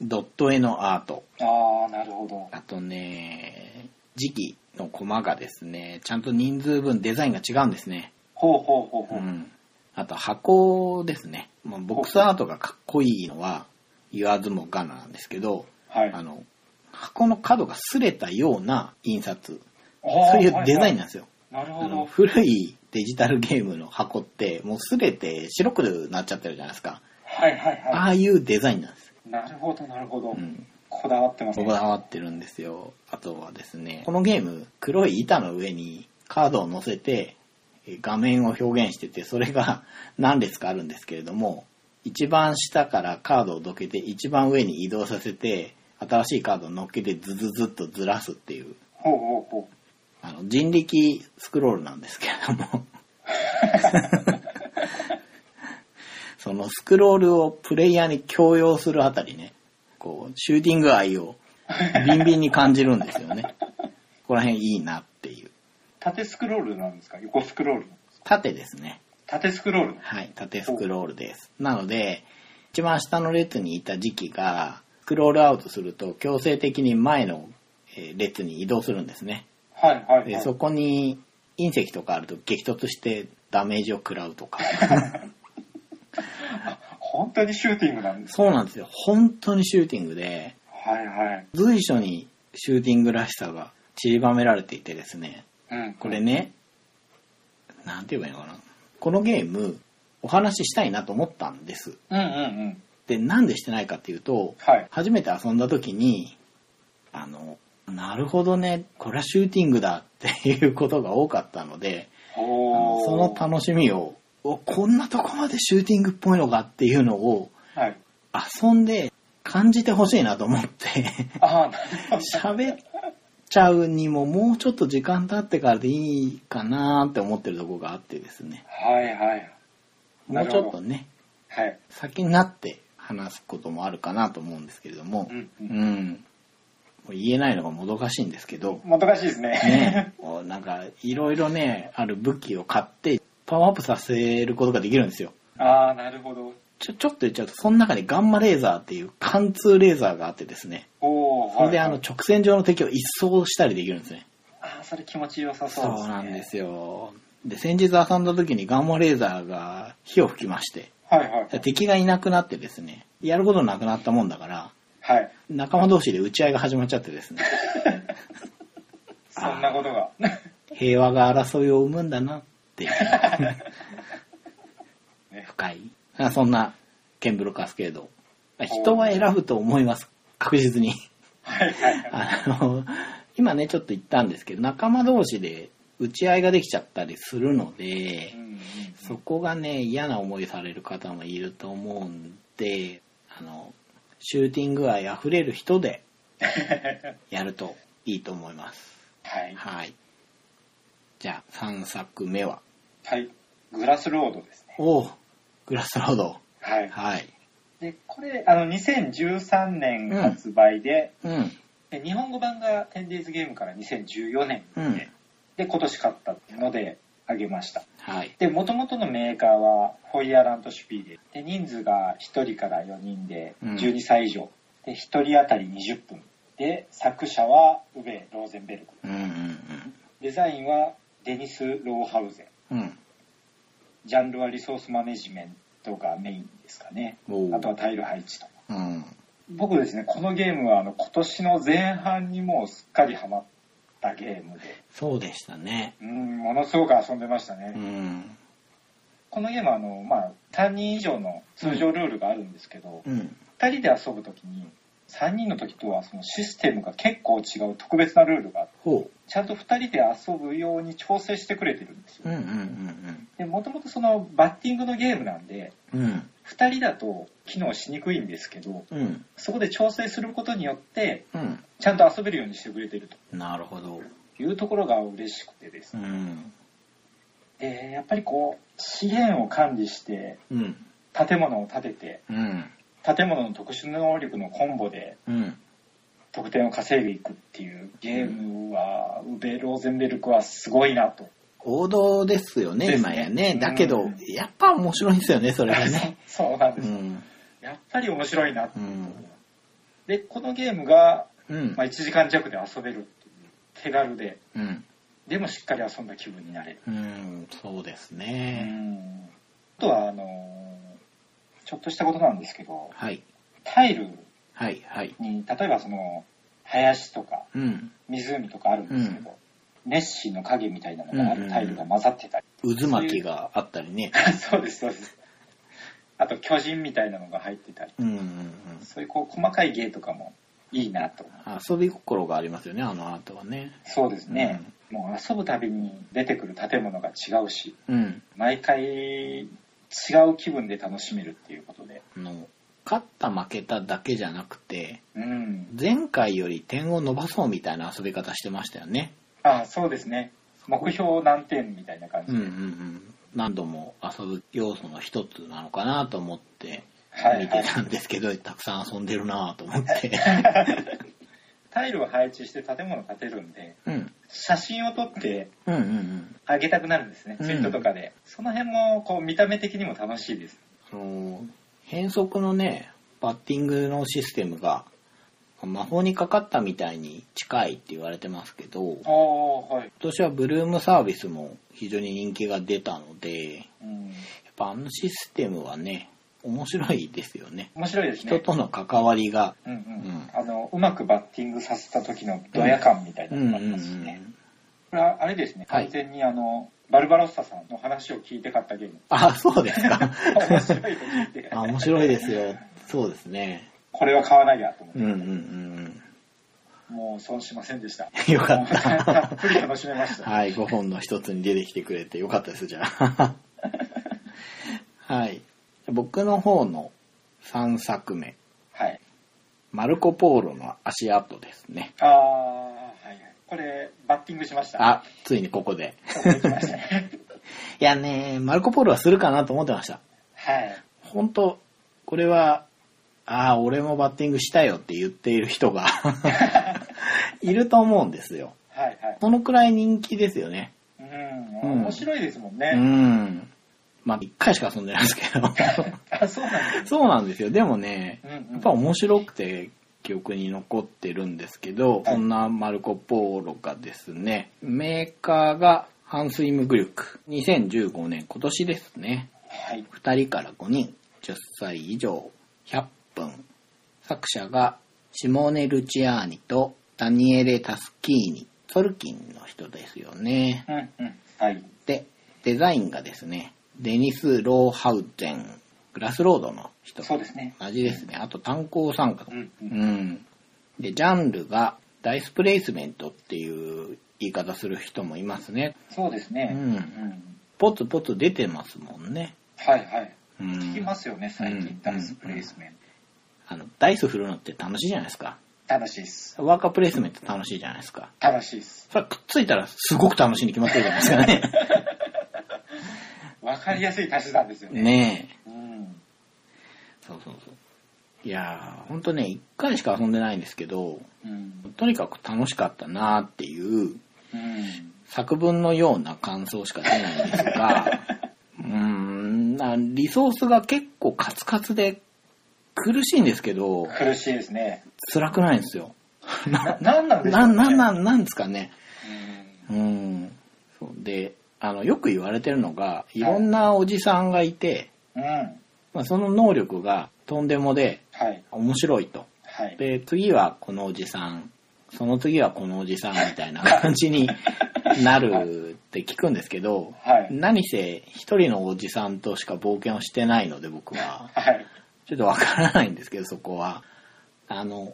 Speaker 1: ドット絵のアート。
Speaker 2: ああ、なるほど。
Speaker 1: あとね、時期のコマがですね、ちゃんと人数分デザインが違うんですね。
Speaker 2: ほうほうほう
Speaker 1: う
Speaker 2: ほう。
Speaker 1: ん。あと箱ですね。まあボックスアートがかっこいいのは言わずもがななんですけど、
Speaker 2: はい。
Speaker 1: あの、箱の角が擦れたような印刷。
Speaker 2: あー
Speaker 1: そういうデザインな
Speaker 2: は
Speaker 1: んですよ。
Speaker 2: いはいなる
Speaker 1: あ
Speaker 2: ほ
Speaker 1: の
Speaker 2: ど。
Speaker 1: 古いデジタルゲームの箱ってもうすべて白くなっちゃってるじゃないですか。
Speaker 2: はいはいは
Speaker 1: ああいうデザインなんです。
Speaker 2: い。なるほど、なるほど
Speaker 1: う。ん。
Speaker 2: こだわってます
Speaker 1: こ
Speaker 2: ね。
Speaker 1: だわってるんですよ。あとはですね、このゲーム黒い板の上にカードを乗せてえ画面を表現しててそれが 何列かあるんですけれども一番下からカードをどけて一番上に移動させて新しいカードを乗っけてズズズっとずらすっていう
Speaker 2: ほうほうほう。
Speaker 1: あの人力スクロールなんですけれども そのスクロールをプレイヤーに強要するあたりねこうシューティング愛をビンビンに感じるんですよねここら辺いいなっていう
Speaker 2: 縦スクロールなんですか横スクロールなんですか
Speaker 1: 縦ですね
Speaker 2: 縦スクロール。
Speaker 1: はい縦スクロールですなので一番下の列にいた時期がスクロールアウトすると強制的に前のえー列に移動するんですね
Speaker 2: はいはい
Speaker 1: で
Speaker 2: はい。
Speaker 1: そこに隕石とかあると激突してダメージを食らうと か
Speaker 2: 本当にシューティングなんです。
Speaker 1: そうなんですよ本当にシューティングで
Speaker 2: はいはい。
Speaker 1: 随所にシューティングらしさが散りばめられていてですね、
Speaker 2: うん、
Speaker 1: これね、なんて言えばいいのかな。このゲーム、お話ししたいなと思ったんです。
Speaker 2: うんうんうん
Speaker 1: で、なんでしてないかっていうと、
Speaker 2: はい
Speaker 1: 初めて遊んだ時に、あの、なるほどね、これはシューティングだっていうことが多かったので、あ
Speaker 2: お
Speaker 1: の
Speaker 2: ー
Speaker 1: その楽しみを、おこんなとこまでシューティングっぽいのかっていうのを
Speaker 2: はい
Speaker 1: 遊んで感じてほしいなと思って、
Speaker 2: ああなるほど
Speaker 1: 喋っちゃうにももうちょっと時間経ってからでいいかなって思ってるとこがあってですね。
Speaker 2: はいはい
Speaker 1: も
Speaker 2: な
Speaker 1: う
Speaker 2: る
Speaker 1: ち
Speaker 2: ほど
Speaker 1: ょっとね、
Speaker 2: はい
Speaker 1: 先になって話すこともあるかなと思うんですけれども
Speaker 2: う、んう
Speaker 1: うんん。もう言えないのがもどかしいんですけど、
Speaker 2: もどかしいですね
Speaker 1: ね、 こうなんかいろいろね、ある武器を買ってパワーアップさせることができるんですよ。
Speaker 2: ああなるほど
Speaker 1: ちょ、ちょっと言っちゃうと、その中にガンマレーザーっていう貫通レーザーがあってですね、
Speaker 2: おお
Speaker 1: それであの直線上の敵を一掃したりできるんですね。
Speaker 2: あーそれ気持ちよさそう
Speaker 1: そ
Speaker 2: ですね
Speaker 1: うなんですよ。で、先日遊んだ時にガンマレーザーが火を吹きまして、
Speaker 2: はいはい
Speaker 1: 敵がいなくなってですね、やることなくなったもんだから、
Speaker 2: はい
Speaker 1: 仲間同士で打ち合いが始まっちゃって ですね、
Speaker 2: そんなことが
Speaker 1: 平和が争いを生むんだなっていう
Speaker 2: ね
Speaker 1: 深い。あ そんな、ケンブロカスケード。人は選ぶと思います。確実に。
Speaker 2: はいはい
Speaker 1: あの、今ね、ちょっと言ったんですけど、仲間同士で打ち合いができちゃったりするので
Speaker 2: うん、うん
Speaker 1: そこがね、嫌な思いされる方もいると思うんで、あの、シューティング愛溢れる人 でやるといいと思います。
Speaker 2: はい
Speaker 1: はい。じゃあ、3作目は。
Speaker 2: はいグラスロードですね
Speaker 1: おうグラスロード。
Speaker 2: はい
Speaker 1: はい。
Speaker 2: でこれあの2013年発売で、
Speaker 1: うん。
Speaker 2: で日本語版が 10days ゲームから2014年で,、
Speaker 1: うん
Speaker 2: で今年買ったのであげました
Speaker 1: はい。
Speaker 2: で元々のメーカーはホイアラントシュピーでで人数が1人から4人で
Speaker 1: うん
Speaker 2: 12歳以上、で1人当たり20分で作者はウベ・ローゼンベルク
Speaker 1: うんうん
Speaker 2: デザインはデニス・ローハウゼン
Speaker 1: うん。うん。
Speaker 2: ジャンルはリソースマネジメントがメインですかね
Speaker 1: おう
Speaker 2: あとはタイル配置と
Speaker 1: うん。
Speaker 2: 僕ですねこのゲームはあの今年の前半にもうすっかりハマったゲームで
Speaker 1: そうでしたね。
Speaker 2: うんものすごく遊んでましたね、
Speaker 1: うん。
Speaker 2: このゲームはあの、まあ、3人以上の通常ルールがあるんですけど、
Speaker 1: うん。
Speaker 2: 2人で遊ぶ時に3人の時とはそのシステムが結構違う特別なルールがあって
Speaker 1: ほ
Speaker 2: ちゃんと2人で遊ぶように調整してくれてるんです
Speaker 1: う。う
Speaker 2: よ
Speaker 1: んうん
Speaker 2: でもともとそのバッティングのゲームなんで
Speaker 1: うんうん。うん。
Speaker 2: 2人だと機能しにくいんですけど
Speaker 1: うん。
Speaker 2: そこで調整することによって
Speaker 1: うん。
Speaker 2: ちゃんと遊べるようにしてくれてると
Speaker 1: なるほど。
Speaker 2: いうところが嬉しくてです
Speaker 1: う
Speaker 2: ね
Speaker 1: ん。
Speaker 2: でやっぱりこう資源を管理して
Speaker 1: うん。
Speaker 2: 建物を建てて
Speaker 1: うん。
Speaker 2: 建物の特殊能力のコンボで
Speaker 1: うん。
Speaker 2: 得点を稼いでいくっていうゲームは、ウベ・ローゼンベルクはすごいなと、
Speaker 1: 王道ですよね、
Speaker 2: ですね
Speaker 1: 今やね。だけど
Speaker 2: うん、
Speaker 1: やっぱ面白いんですよね、それがね。
Speaker 2: そうなんで
Speaker 1: う
Speaker 2: す、
Speaker 1: ん。
Speaker 2: やっぱり面白いなっていうう、
Speaker 1: ん。
Speaker 2: でこのゲームが、
Speaker 1: うん
Speaker 2: まあ、。1時間弱で遊べるっていう手軽で
Speaker 1: うん。
Speaker 2: でもしっかり遊んだ気分になれる、
Speaker 1: うん。そうです
Speaker 2: う
Speaker 1: ね。
Speaker 2: んあとはあのーちょっとしたことなんですけど
Speaker 1: はい。
Speaker 2: タイル
Speaker 1: はい、はい。
Speaker 2: に例えばその林とか
Speaker 1: うん。
Speaker 2: 湖とかあるんですけど、ネッシーの影みたいなのがあるタイルが混ざってたり、
Speaker 1: 渦巻きがあったりね。
Speaker 2: そうですそうですあと巨人みたいなのが入ってたり
Speaker 1: うんうんうん。
Speaker 2: そういうこう細かい芸とかもいいなと
Speaker 1: 遊び心がありますよね、あのアートはね。
Speaker 2: そうですね、もう遊ぶたびに出てくる建物が違うし
Speaker 1: うん。
Speaker 2: 毎回違う気分で楽しめるっていうことで
Speaker 1: あの、勝った負けただけじゃなくて、
Speaker 2: うん
Speaker 1: 前回より点を伸ばそうみたいな遊び方してましたよね。
Speaker 2: あそうですね目標何点みたいな感
Speaker 1: う
Speaker 2: じ
Speaker 1: ん
Speaker 2: で、
Speaker 1: うんうん、何度も遊ぶ要素の一つなのかなと思って
Speaker 2: はい
Speaker 1: 見てたんですけど、たくさん遊んでるなと思って、
Speaker 2: タイルを配置して建物建てるんで
Speaker 1: うん、うん
Speaker 2: 写真を撮って
Speaker 1: うんうん
Speaker 2: あげたくなるんですね
Speaker 1: うん
Speaker 2: ツイートとかで、その辺もこう見た目的にも楽しいです
Speaker 1: あの変則のねバッティングのシステムが魔法にかかったみたいに近いって言われてますけど今
Speaker 2: おーはい、
Speaker 1: 年はブルームサービスも非常に人気が出たのでや
Speaker 2: うん、
Speaker 1: っぱあのシステムはね面白いですよね。
Speaker 2: 面白いですね
Speaker 1: 人との関わりが、
Speaker 2: うんうん
Speaker 1: うん
Speaker 2: あのうまくバッティングさせた時のドヤ感みたいな
Speaker 1: う
Speaker 2: の
Speaker 1: ん
Speaker 2: が
Speaker 1: うん
Speaker 2: あり
Speaker 1: うんう
Speaker 2: ますしね、
Speaker 1: ん。
Speaker 2: これはあれですね
Speaker 1: はい
Speaker 2: 完全にあの、バルバロッサさんの話を聞いて買ったゲーム
Speaker 1: あ、そうですか。
Speaker 2: 面白いと聞い て
Speaker 1: あ、面白いですよ。そうですね。
Speaker 2: これは買わないやと思って
Speaker 1: うんうんうん
Speaker 2: もう損しませんでした
Speaker 1: うん。よかったた。
Speaker 2: っぷり楽しめました、
Speaker 1: はい、5本の一つに出てきてくれてよかったです、じゃ あ。はい。僕の方の3作目、
Speaker 2: はい
Speaker 1: マルコ・ポーロの足跡ですね。
Speaker 2: ああはいはいこれバッティングしました
Speaker 1: あ、ついにここで。
Speaker 2: ここ行きましたね
Speaker 1: いやね、マルコ・ポーロはするかなと思ってました。
Speaker 2: はい
Speaker 1: 本当これは、ああ、俺もバッティングしたよって言っている人 がいると思うんですよ。
Speaker 2: はいはい
Speaker 1: そのくらい人気ですよね。
Speaker 2: うん、
Speaker 1: うん
Speaker 2: 面白いですもん
Speaker 1: う
Speaker 2: ね、
Speaker 1: ん。まあ、1回しか遊んでないですけ ど。
Speaker 2: あそうなんです
Speaker 1: そうなんですよ。でもね、
Speaker 2: うんうん
Speaker 1: やっぱ面白くて記憶に残ってるんですけど、
Speaker 2: はい
Speaker 1: そんなマルコ・ポーロがですね、メーカーがハンス・イム・グリュック。2015年、今年ですね。
Speaker 2: はい
Speaker 1: 2人から5人、10歳以上、100分。作者がシモーネ・ルチアーニとダニエレ・タスキーニ、ソルキンの人ですよね。
Speaker 2: うんうんはい
Speaker 1: で、デザインがですね、デニス・ローハウゼン、グラスロードの人。
Speaker 2: そうですね
Speaker 1: 同じですね。あと炭鉱参加。
Speaker 2: うんう
Speaker 1: うんん。で、ジャンルがダイスプレイスメントっていう言い方する人もいますね。
Speaker 2: そうです
Speaker 1: う
Speaker 2: ね、
Speaker 1: ん。
Speaker 2: うん
Speaker 1: ポツポツ出てますもんね。
Speaker 2: はいはい。
Speaker 1: うん。
Speaker 2: 聞きますよね、最
Speaker 1: うん
Speaker 2: 近、ダンスプレイスメン
Speaker 1: あの、ダイス振るのって楽しいじゃないですか。
Speaker 2: ト。楽しいっす。
Speaker 1: ワーカープレイスメント楽しいじゃないですか。
Speaker 2: 楽しいっす。
Speaker 1: それくっついたらすごく楽しいに決まってるじゃないですかね。
Speaker 2: わかりやすい足し算ですよ ね。
Speaker 1: ねえ。
Speaker 2: うん。
Speaker 1: そうそうそう。いやー、ほんとね、一回しか遊んでないんですけど、
Speaker 2: うん。
Speaker 1: とにかく楽しかったなーっていう
Speaker 2: うん。
Speaker 1: 作文のような感想しか出ないんです が、うーん、なリソースが結構カツカツで苦しいんですけど、
Speaker 2: 苦しいですね。
Speaker 1: 辛くないんですよ。
Speaker 2: な、なんなんでしょう
Speaker 1: な、
Speaker 2: ね。
Speaker 1: な、
Speaker 2: う。
Speaker 1: なんん、なんですかね。うん。そうで、あの、よく言われてるのが、いろんなおじさんがいて、
Speaker 2: うん。
Speaker 1: まあ、その能力がとんでもで
Speaker 2: はい。
Speaker 1: 面白いと。
Speaker 2: はい。
Speaker 1: で、次はこのおじさん、その次はこのおじさんみたいな感じになるって聞くんですけど、
Speaker 2: はい。
Speaker 1: 何せ一人のおじさんとしか冒険をしてないので僕は
Speaker 2: はい。
Speaker 1: ちょっとわからないんですけどそこはあの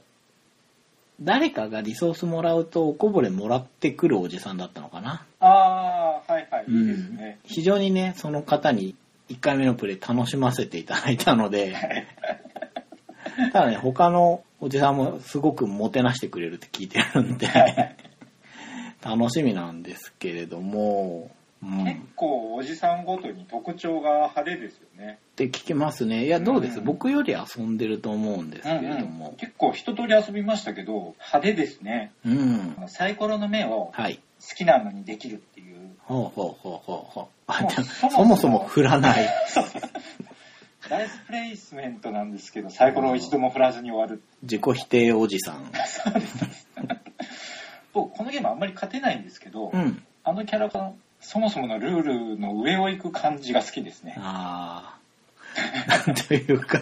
Speaker 1: 誰かがリソースもらうとおこぼれもらってくるおじさんだったのかな、
Speaker 2: あー、はいはい。
Speaker 1: う
Speaker 2: いい
Speaker 1: ん
Speaker 2: ですね。
Speaker 1: 非常にねその方に1回目のプレイ楽しませていただいたの でただね他のおじさんもすごくもてなしてくれるって聞いてるんで 楽しみなんですけれども、うん、
Speaker 2: 結構、おじさんごとに特徴が派手ですよね。
Speaker 1: って聞きますね。いや、どうです、
Speaker 2: うん
Speaker 1: 僕より遊んでると思うんですけれども。
Speaker 2: 結構、一通り遊びましたけど、派手ですね。
Speaker 1: うん、
Speaker 2: サイコロの目を好
Speaker 1: はい。
Speaker 2: きなのにできるって いう。
Speaker 1: ほうほうほうほうほう。あ、
Speaker 2: もう
Speaker 1: でも
Speaker 2: そもそ
Speaker 1: そ
Speaker 2: も
Speaker 1: もそも振らない。
Speaker 2: ダイスプレイスメントなんですけど、サイコロを一度も振らずに終わる。
Speaker 1: 自己否定おじさん。
Speaker 2: 僕、このゲームあんまり勝てないんですけど、
Speaker 1: うん。
Speaker 2: あのキャラのそもそものルールの上を行く感じが好きですね。
Speaker 1: ああ。なん というか、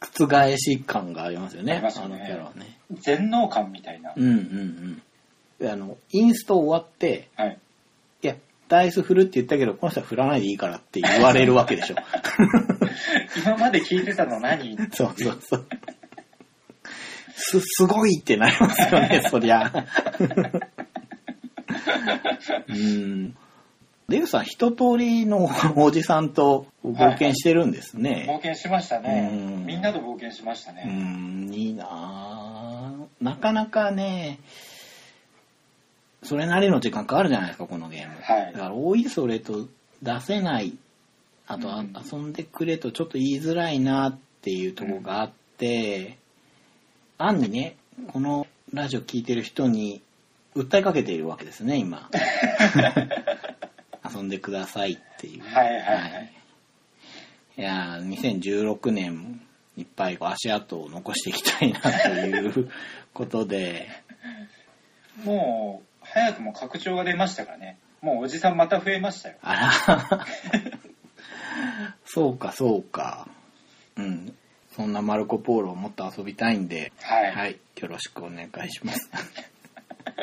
Speaker 1: 覆し感がありますよね。
Speaker 2: ありますよ
Speaker 1: の
Speaker 2: ね
Speaker 1: キャラはね。
Speaker 2: 全能感みたいな。
Speaker 1: うんうんうん。あの、インスト終わって、
Speaker 2: はい。
Speaker 1: いや、ダイス振るって言ったけど、この人は振らないでいいからって言われるわけで しょ。
Speaker 2: 今まで聞いてたの何
Speaker 1: そうそうそう。す、すごいってなりますよ ね、そりゃ。うん。デグさん、一通りのおじさんと冒険してるんです
Speaker 2: 冒
Speaker 1: ね。
Speaker 2: 険しました
Speaker 1: うん
Speaker 2: ね。みんなと冒険しました
Speaker 1: う
Speaker 2: ね。
Speaker 1: ん、いいなぁなかなかね、それなりの時間かかるじゃないですか、このゲーム。
Speaker 2: はい
Speaker 1: だから、おいそれと出せない、あと、あ
Speaker 2: うん
Speaker 1: 遊んでくれとちょっと言いづらいなっていうところがあって、案にね、このラジオ聞いてる人に訴えかけているわけですね、 今。遊んでくださいっていう。
Speaker 2: はいはいはい
Speaker 1: いやー2016年いっぱいこう足跡を残していきたいなということで、
Speaker 2: もう、早くも拡張が出ましたからね。もうおじさんまた増えましたよ。
Speaker 1: あら、そうかそうか。うん。そんなマルコ・ポーロをもっと遊びたいんで、
Speaker 2: はい。
Speaker 1: はい、よろしくお願いします。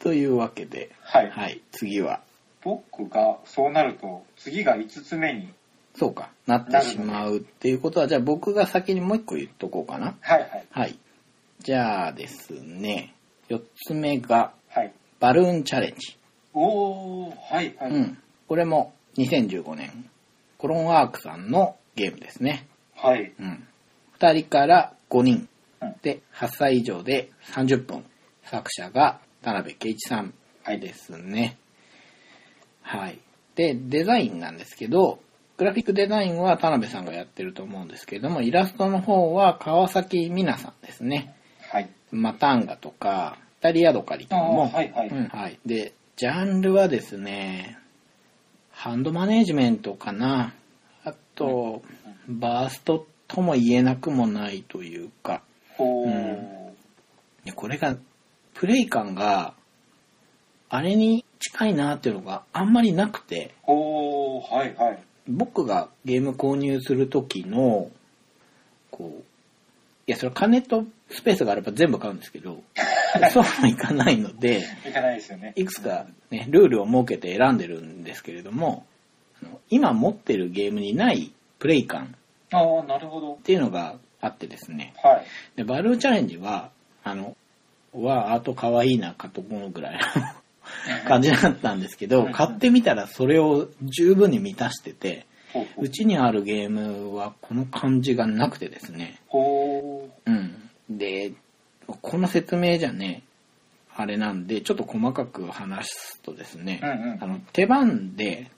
Speaker 1: というわけで、
Speaker 2: はい
Speaker 1: はい、次は、
Speaker 2: 僕がそうなると、次が5つ目に。
Speaker 1: そうか、なってしまうっていうことは、じゃあ僕が先にもう一個言っとこうかな。
Speaker 2: はいはい。
Speaker 1: はい。じゃあですね、4つ目が、
Speaker 2: はい。
Speaker 1: バルーンチャレンジ。
Speaker 2: おー、はいはい。
Speaker 1: うん。これも2015年、コロンワークさんのゲームですね。
Speaker 2: はい。
Speaker 1: うん。2人から5人
Speaker 2: うん
Speaker 1: で、8歳以上で30分。作者が田辺圭一さん
Speaker 2: はい
Speaker 1: ですね。はい。で、デザインなんですけど、グラフィックデザインは田辺さんがやってると思うんですけども、イラストの方は川崎みなさんですね。
Speaker 2: はい。
Speaker 1: マタンガとか、イタリアドカリと
Speaker 2: あ
Speaker 1: かも、
Speaker 2: あー、はいはい。
Speaker 1: うんはい。で、ジャンルはですね、ハンドマネージメントかな。あと、バーストとも言えなくもないというか、
Speaker 2: おー、
Speaker 1: うんでこれが、プレイ感が、あれに近いなっていうのがあんまりなくて、
Speaker 2: おー、はいはい。
Speaker 1: 僕がゲーム購入する時の、こう、いや、それは金とスペースがあれば全部買うんですけ ど、そうもいかないので、
Speaker 2: いかないですよね。
Speaker 1: いくつかね、ルールを設けて選んでるんですけれども、あの今持ってるゲームにないプレイ感
Speaker 2: ああ、なるほど
Speaker 1: っ。ていうのがあってですね。
Speaker 2: はい。
Speaker 1: で、バルーンチャレンジは、あの、わあ、アート可愛いな、かと思うぐらいの感じだったんですけど、買ってみたらそれを十分に満たしてて、
Speaker 2: ほうほう
Speaker 1: うちにあるゲームはこの感じがなくてですね。
Speaker 2: ほ
Speaker 1: うん。で、この説明じゃね、あれなんで、ちょっと細かく話すとですね、
Speaker 2: う。うんうん
Speaker 1: あ。の手番で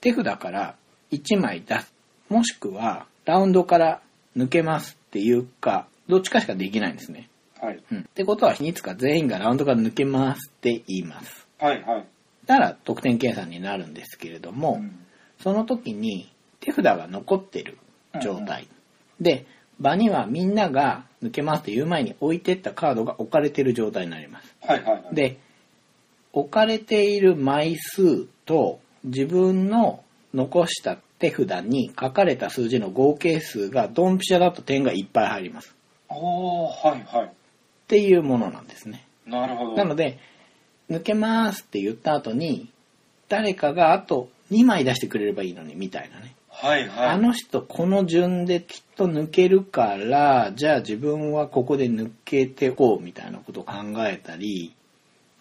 Speaker 1: 手札から1枚出すもしくはラウンドから抜けますっていうかどっちかしかできないんですね、
Speaker 2: はい。
Speaker 1: うん、ってことはいつか全員がラウンドから抜けますって言います
Speaker 2: はいはい。
Speaker 1: なら得点計算になるんですけれども、
Speaker 2: うん
Speaker 1: その時に手札が残ってる状態、で場にはみんなが抜けますって言う前に置いてったカードが置かれてる状態になります
Speaker 2: はいはいはい。、
Speaker 1: で置かれている枚数と自分の残した手札に書かれた数字の合計数がドンピシャだと点がいっぱい入ります
Speaker 2: おー、はいはい。
Speaker 1: っていうものなんですね
Speaker 2: なるほど。
Speaker 1: なので抜けますって言った後に誰かがあと2枚出してくれればいいのにみたいなね
Speaker 2: はいはい。
Speaker 1: あの人この順できっと抜けるから、じゃあ自分はここで抜けてこうみたいなことを考えたり、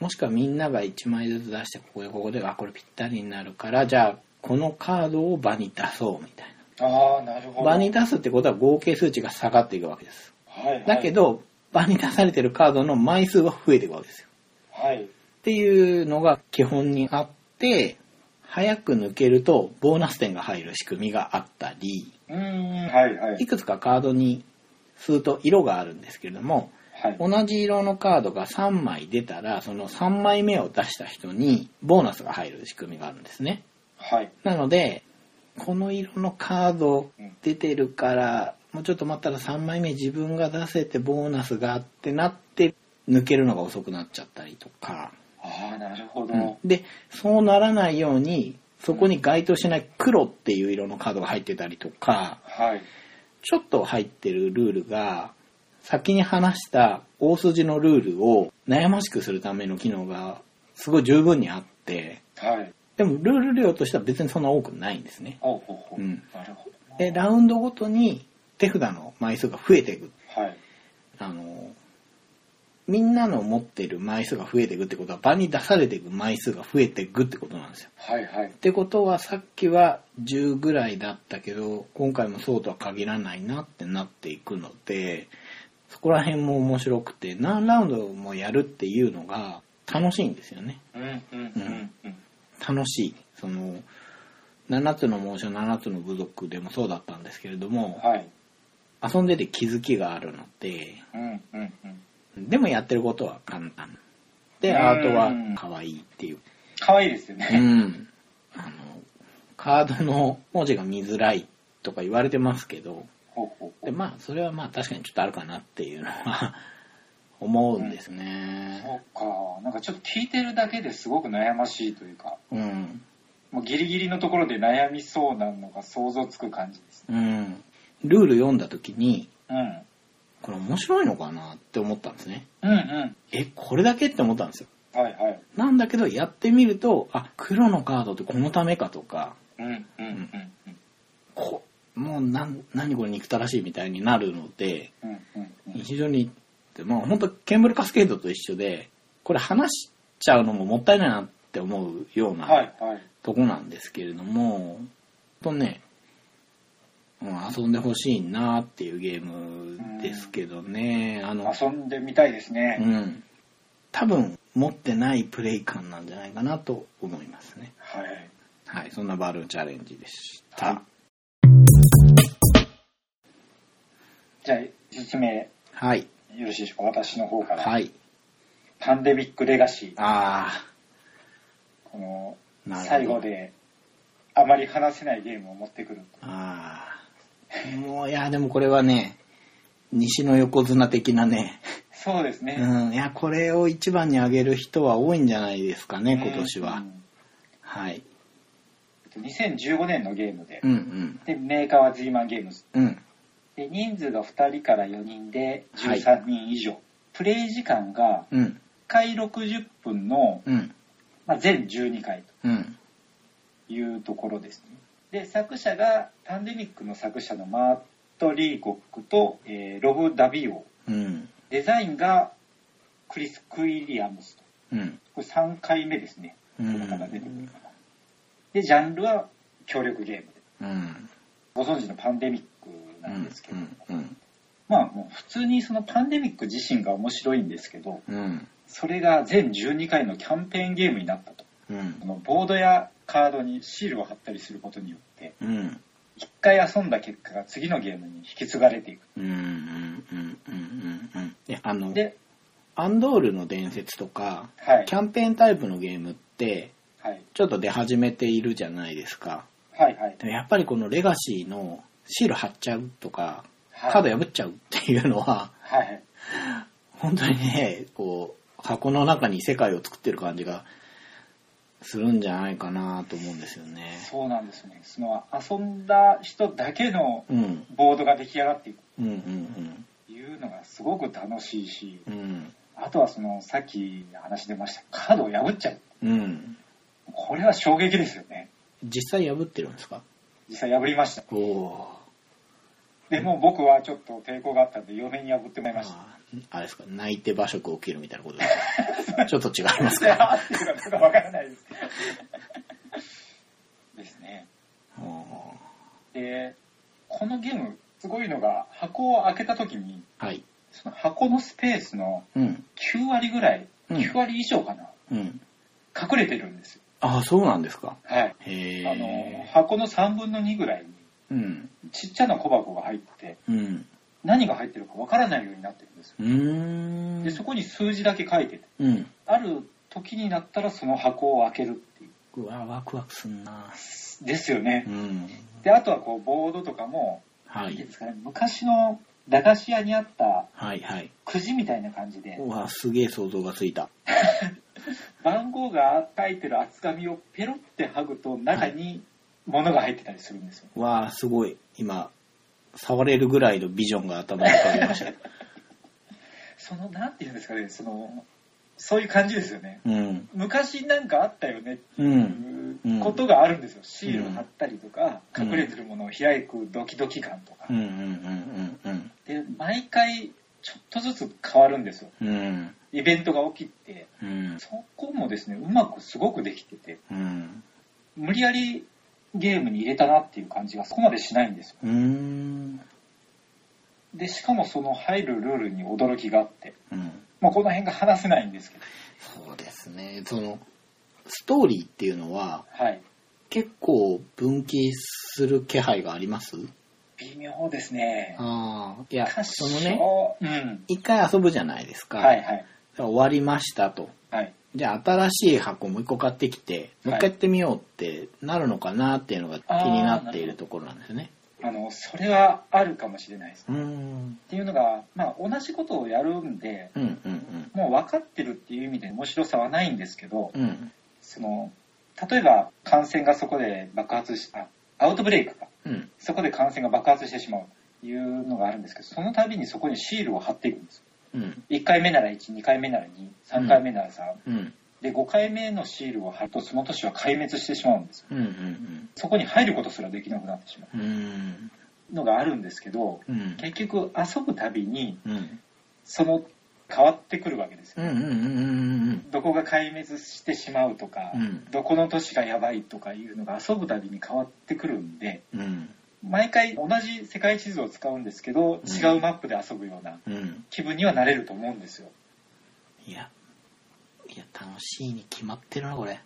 Speaker 1: もしくはみんなが1枚ずつ出して、ここでここで、あ、これぴったりになるから、じゃあこのカードを場に出そうみたい
Speaker 2: ああ、なる
Speaker 1: な。
Speaker 2: ほど。
Speaker 1: 場に出すってことは合計数値が下がっていくわけです。
Speaker 2: はいはい。
Speaker 1: だけ。ど、場に出されてるカードの枚数は増えていくわけですよ。
Speaker 2: はい。
Speaker 1: っていうのが基本にあって、早く抜けるとボーナス点が入る仕組みがあったり、
Speaker 2: うーん、はいはいい。
Speaker 1: くつかカードに数と色があるんですけれども、
Speaker 2: はい。
Speaker 1: 同じ色のカードが3枚出たら、その3枚目を出した人にボーナスが入る仕組みがあるんですね。
Speaker 2: はい。
Speaker 1: なので、この色のカード出てるから、もうちょっと待ったら3枚目自分が出せてボーナスがあってなって、抜けるのが遅くなっちゃったりとか、
Speaker 2: ああ、なるほど。
Speaker 1: で、そうならないように、そこに該当しない黒っていう色のカードが入ってたりとか、
Speaker 2: はい。
Speaker 1: ちょっと入ってるルールが、先に話した大筋のルールを悩ましくするための機能がすごい十分にあって、
Speaker 2: はい。
Speaker 1: でもルール量としては別にそんな多くないんですね。
Speaker 2: ほうほうほう。
Speaker 1: うん
Speaker 2: なるほど。
Speaker 1: で、ラウンドごとに手札の枚数が増えていく。
Speaker 2: はい。
Speaker 1: あの、みんなの持ってる枚数が増えていくってことは場に出されていく枚数が増えていくってことなんですよ。
Speaker 2: はいはい
Speaker 1: っ。てことはさっきは10ぐらいだったけど今回もそうとは限らないなってなっていくのでそこら辺も面白くて何ラウンドもやるっていうのが楽しいんですよね
Speaker 2: うんうんうんうん。
Speaker 1: 楽しいその7つの猛暑7つの部族でもそうだったんですけれども
Speaker 2: はい。
Speaker 1: 遊んでて気づきがあるので
Speaker 2: うんうんうん。
Speaker 1: でもやってることは簡単
Speaker 2: う
Speaker 1: で
Speaker 2: ん
Speaker 1: アートは可愛いっていう
Speaker 2: 可愛いですよ
Speaker 1: う
Speaker 2: ね。
Speaker 1: ん。あの、カードの文字が見づらいとか言われてますけど、
Speaker 2: ほうほうほ
Speaker 1: で
Speaker 2: う。
Speaker 1: まあ、それはまあ確かにちょっとあるかなっていうのは 思うんですね。
Speaker 2: そうか。なんかちょっと聞いてるだけですごく悩ましいというか、
Speaker 1: うん。
Speaker 2: もうギリギリのところで悩みそうなのが想像つく感じですね。
Speaker 1: うん。ルール読んだ時に、
Speaker 2: うん。うん
Speaker 1: これ面白いのかなって思ったんですね。
Speaker 2: うん。
Speaker 1: え、これだけって思ったんですよ。
Speaker 2: はいはい。
Speaker 1: なんだけど、やってみると、あ、黒のカードってこのためかとか、
Speaker 2: うんうんうん
Speaker 1: こもうなん、何これ憎たらしいみたいになるので、
Speaker 2: うん。うんうんうん。
Speaker 1: 非常に、もう本当ケンブルカスケードと一緒で、これ話しちゃうのももったいないなって思うような、
Speaker 2: はいはい。
Speaker 1: とこなんですけれども、とね、うん、遊んでほしいなっていうゲームですけどね、あの、
Speaker 2: 遊んでみたいです
Speaker 1: う
Speaker 2: ね。
Speaker 1: ん、多分持ってないプレイ感なんじゃないかなと思いますね。
Speaker 2: はい。
Speaker 1: はい、そんなバルーンチャレンジでした。
Speaker 2: はいじゃあ、説明
Speaker 1: はい、
Speaker 2: よろしいでしょうか。私の方から。
Speaker 1: はい、
Speaker 2: パンデミックレガシー。
Speaker 1: あ
Speaker 2: この、
Speaker 1: ー、なるほど。
Speaker 2: 最後。で、あまり話せないゲームを持ってくる。
Speaker 1: あー、もういや、でもこれはね、西の横綱的なね、
Speaker 2: そうですね。
Speaker 1: うん、いや、これを一番に挙げる人は多いんじゃないですかね、今年は。
Speaker 2: うん
Speaker 1: はい。
Speaker 2: 2015年のゲームで
Speaker 1: う、ん
Speaker 2: でメーカーはズーマンゲームズ
Speaker 1: うん。うん。
Speaker 2: で人数が2人から4人で
Speaker 1: はい
Speaker 2: 13人以上、プレイ時間が
Speaker 1: うん。
Speaker 2: 1回60分の、
Speaker 1: うん。
Speaker 2: まあ、全12回
Speaker 1: うん。
Speaker 2: というところですねで作者がパンデミックの作者のマート・リーコックと、えーロブ・ダビオ
Speaker 1: うん。
Speaker 2: デザインがクリス・クイリアムスと
Speaker 1: うん。
Speaker 2: これ3回目ですね
Speaker 1: う
Speaker 2: こ
Speaker 1: ん
Speaker 2: の方が出てくるかなでジャンルは協力ゲームで
Speaker 1: うん。
Speaker 2: ご存知のパンデミックなんですけど、
Speaker 1: うん。
Speaker 2: まあもう普通にそのパンデミック自身が面白いんですけど
Speaker 1: うん。
Speaker 2: それが全12回のキャンペーンゲームになったと
Speaker 1: うん
Speaker 2: こ。のボードやカードにシールを貼ったりすることによって
Speaker 1: うん。うん。
Speaker 2: 1回遊んだ結果が次のゲームに引き継がれていく
Speaker 1: うん。うん。うん。うん。いや、あの、
Speaker 2: で
Speaker 1: アンドールの伝説とか、
Speaker 2: はい
Speaker 1: キャンペーンタイプのゲームって、
Speaker 2: はい
Speaker 1: ちょっと出始めているじゃないですか。
Speaker 2: はいはい
Speaker 1: でもやっぱりこのレガシーのシール貼っちゃうとか、
Speaker 2: はい
Speaker 1: カード破っちゃうっていうのは、
Speaker 2: はい
Speaker 1: 本当にねこう箱の中に世界を作ってる感じがするんじゃないかなと思うんですよね。
Speaker 2: そうなんですよねその遊んだ人だけの
Speaker 1: うん
Speaker 2: ボードが出来上がっていく
Speaker 1: うんうん
Speaker 2: というのがすごく楽しいし
Speaker 1: うんうん
Speaker 2: あとはそのさっき話出ましたカードを破っちゃう
Speaker 1: うん
Speaker 2: これは衝撃ですよね
Speaker 1: 実際破ってるんですか
Speaker 2: 実際破りました
Speaker 1: おお
Speaker 2: でも僕はちょっと抵抗があったんで嫁に破ってもらい ました
Speaker 1: ああれですか泣いて馬食を切るみたいなことです かちょっと違います
Speaker 2: で
Speaker 1: か
Speaker 2: あーっていうかなんかわからないです。ですね。
Speaker 1: おー
Speaker 2: で、このゲーム、すごいのが、箱を開けた時に、
Speaker 1: はい
Speaker 2: その箱のスペースの
Speaker 1: うん
Speaker 2: 9割ぐらい、
Speaker 1: うん
Speaker 2: 9割以上かな、
Speaker 1: うん
Speaker 2: 隠れてるんですよ。
Speaker 1: ああそうなんですか
Speaker 2: はい。
Speaker 1: へ
Speaker 2: あの、
Speaker 1: え
Speaker 2: 箱の3分の2ぐらいに、
Speaker 1: うん
Speaker 2: ちっちゃな小箱が入ってて、
Speaker 1: うん
Speaker 2: 何が入ってるかわからないようになってるんですよ。
Speaker 1: うーん
Speaker 2: で、そこに数字だけ書いてて、
Speaker 1: うん
Speaker 2: ある時になったらその箱を開けるっていう。
Speaker 1: うわワクワクすんな
Speaker 2: ですよね
Speaker 1: う。ん
Speaker 2: で、あとはこう、ボードとかも、
Speaker 1: は
Speaker 2: なんていうん
Speaker 1: い
Speaker 2: ですかね、昔の駄菓子屋にあった
Speaker 1: はいはい
Speaker 2: くじみたいな感じで
Speaker 1: うわすげえ想像がついた
Speaker 2: 番号が書いてる厚紙をペロって剥ぐと中に物が入ってたりするんですよ。
Speaker 1: わあすごい今触れるぐらいのビジョンが頭に浮かびました
Speaker 2: そのなんていうんですかねそのそういう感じですよね。
Speaker 1: うん
Speaker 2: 昔なんかあったよねって
Speaker 1: う
Speaker 2: い
Speaker 1: ん
Speaker 2: う
Speaker 1: うん
Speaker 2: ことがあるんですよ。シールを貼ったりとか、
Speaker 1: うん
Speaker 2: 隠れてるものを開くドキドキ感とか
Speaker 1: うんう。んうん
Speaker 2: で毎回ちょっとずつ変わるんですよ。
Speaker 1: うんうん
Speaker 2: イベントが起きて
Speaker 1: うん
Speaker 2: そこもですねうまくすごくできてて。
Speaker 1: うん
Speaker 2: 無理やりゲームに入れたなっていう感じがそこまでしないんですよ
Speaker 1: うーん
Speaker 2: でしかもその入るルールに驚きがあって、
Speaker 1: うん
Speaker 2: まあ、この辺が話せないんですけど
Speaker 1: そうですねそのストーリーっていうのは
Speaker 2: はい
Speaker 1: 結構分岐する気配があります
Speaker 2: 微妙ですね
Speaker 1: ああいや
Speaker 2: 歌詞
Speaker 1: そのね
Speaker 2: をうん
Speaker 1: 一回遊ぶじゃないですか、
Speaker 2: はいはい
Speaker 1: 終わりましたと
Speaker 2: はい
Speaker 1: じゃあ新しい箱もう一個買ってきて、もう一回やってみようってなるのかなっていうのが気になっているところなんですね。
Speaker 2: あのそれはあるかもしれないです
Speaker 1: うーん。
Speaker 2: っていうのが、まあ、同じことをやるんで
Speaker 1: うんうん
Speaker 2: もう分かってるっていう意味で面白さはないんですけど
Speaker 1: うん。うん。
Speaker 2: その例えば感染がそこで爆発しあアウトブレイクか
Speaker 1: うん。
Speaker 2: そこで感染が爆発してしまういうのがあるんですけど、その度にそこにシールを貼っていくんですよ。
Speaker 1: うん。
Speaker 2: 1回目なら1、2回目なら2、3回目なら3。
Speaker 1: うん。
Speaker 2: で、5回目のシールを貼ると、その年は壊滅してしまうんですよ。
Speaker 1: うん。うん。
Speaker 2: そこに入ることすらできなくなってしま
Speaker 1: うん。
Speaker 2: うのがあるんですけど、
Speaker 1: うん。
Speaker 2: 結局遊ぶたびに、
Speaker 1: うん。
Speaker 2: その変わってくるわけですよ。
Speaker 1: うん。うん。うん。
Speaker 2: どこが壊滅してしまうとか、
Speaker 1: うん
Speaker 2: どこの都市がやばいとかいうのが遊ぶたびに変わってくるんで、
Speaker 1: うん。うん。
Speaker 2: 毎回同じ世界地図を使うんですけ
Speaker 1: ん
Speaker 2: ど、違うマップで遊ぶような
Speaker 1: うん。
Speaker 2: 気分にはなれると思うんですよ。
Speaker 1: いや、いや、楽しいに決まってるな、これ。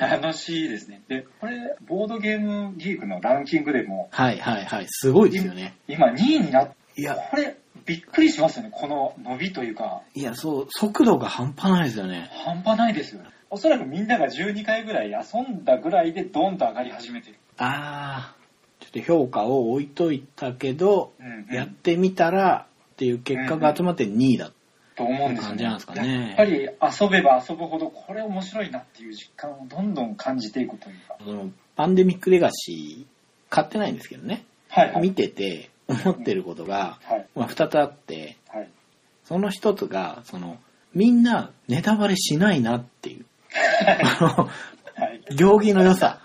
Speaker 2: 楽しいですね。で、これ、ボードゲームギークのランキングでも、
Speaker 1: はいはいはい。すごいですよね。
Speaker 2: 今2位になって、
Speaker 1: いや、
Speaker 2: これ、びっくりしますよね。この伸びというか、
Speaker 1: いや、そう、速度が半端ないですよね。
Speaker 2: 半端ないですよ。おそらくみんなが12回ぐらい遊んだぐらいでドンと上がり始めてる。
Speaker 1: あー、ちょっと評価を置いといたけど、
Speaker 2: うんうん
Speaker 1: やってみたらっていう結果が集まって2位だ。
Speaker 2: と思うんですよ、
Speaker 1: 感じなんですかね
Speaker 2: やっぱり遊べば遊ぶほどこれ面白いなっていう実感をどんどん感じていくというか。
Speaker 1: そのパンデミックレガシー、買ってないんですけどね。
Speaker 2: はいは
Speaker 1: 見
Speaker 2: い。
Speaker 1: てて思ってることが、
Speaker 2: はい。
Speaker 1: まあ、2つあって、
Speaker 2: はい。
Speaker 1: その一つが、その、みんなネタバレしないなっていう。 あ
Speaker 2: はい。
Speaker 1: の、行儀の良さ。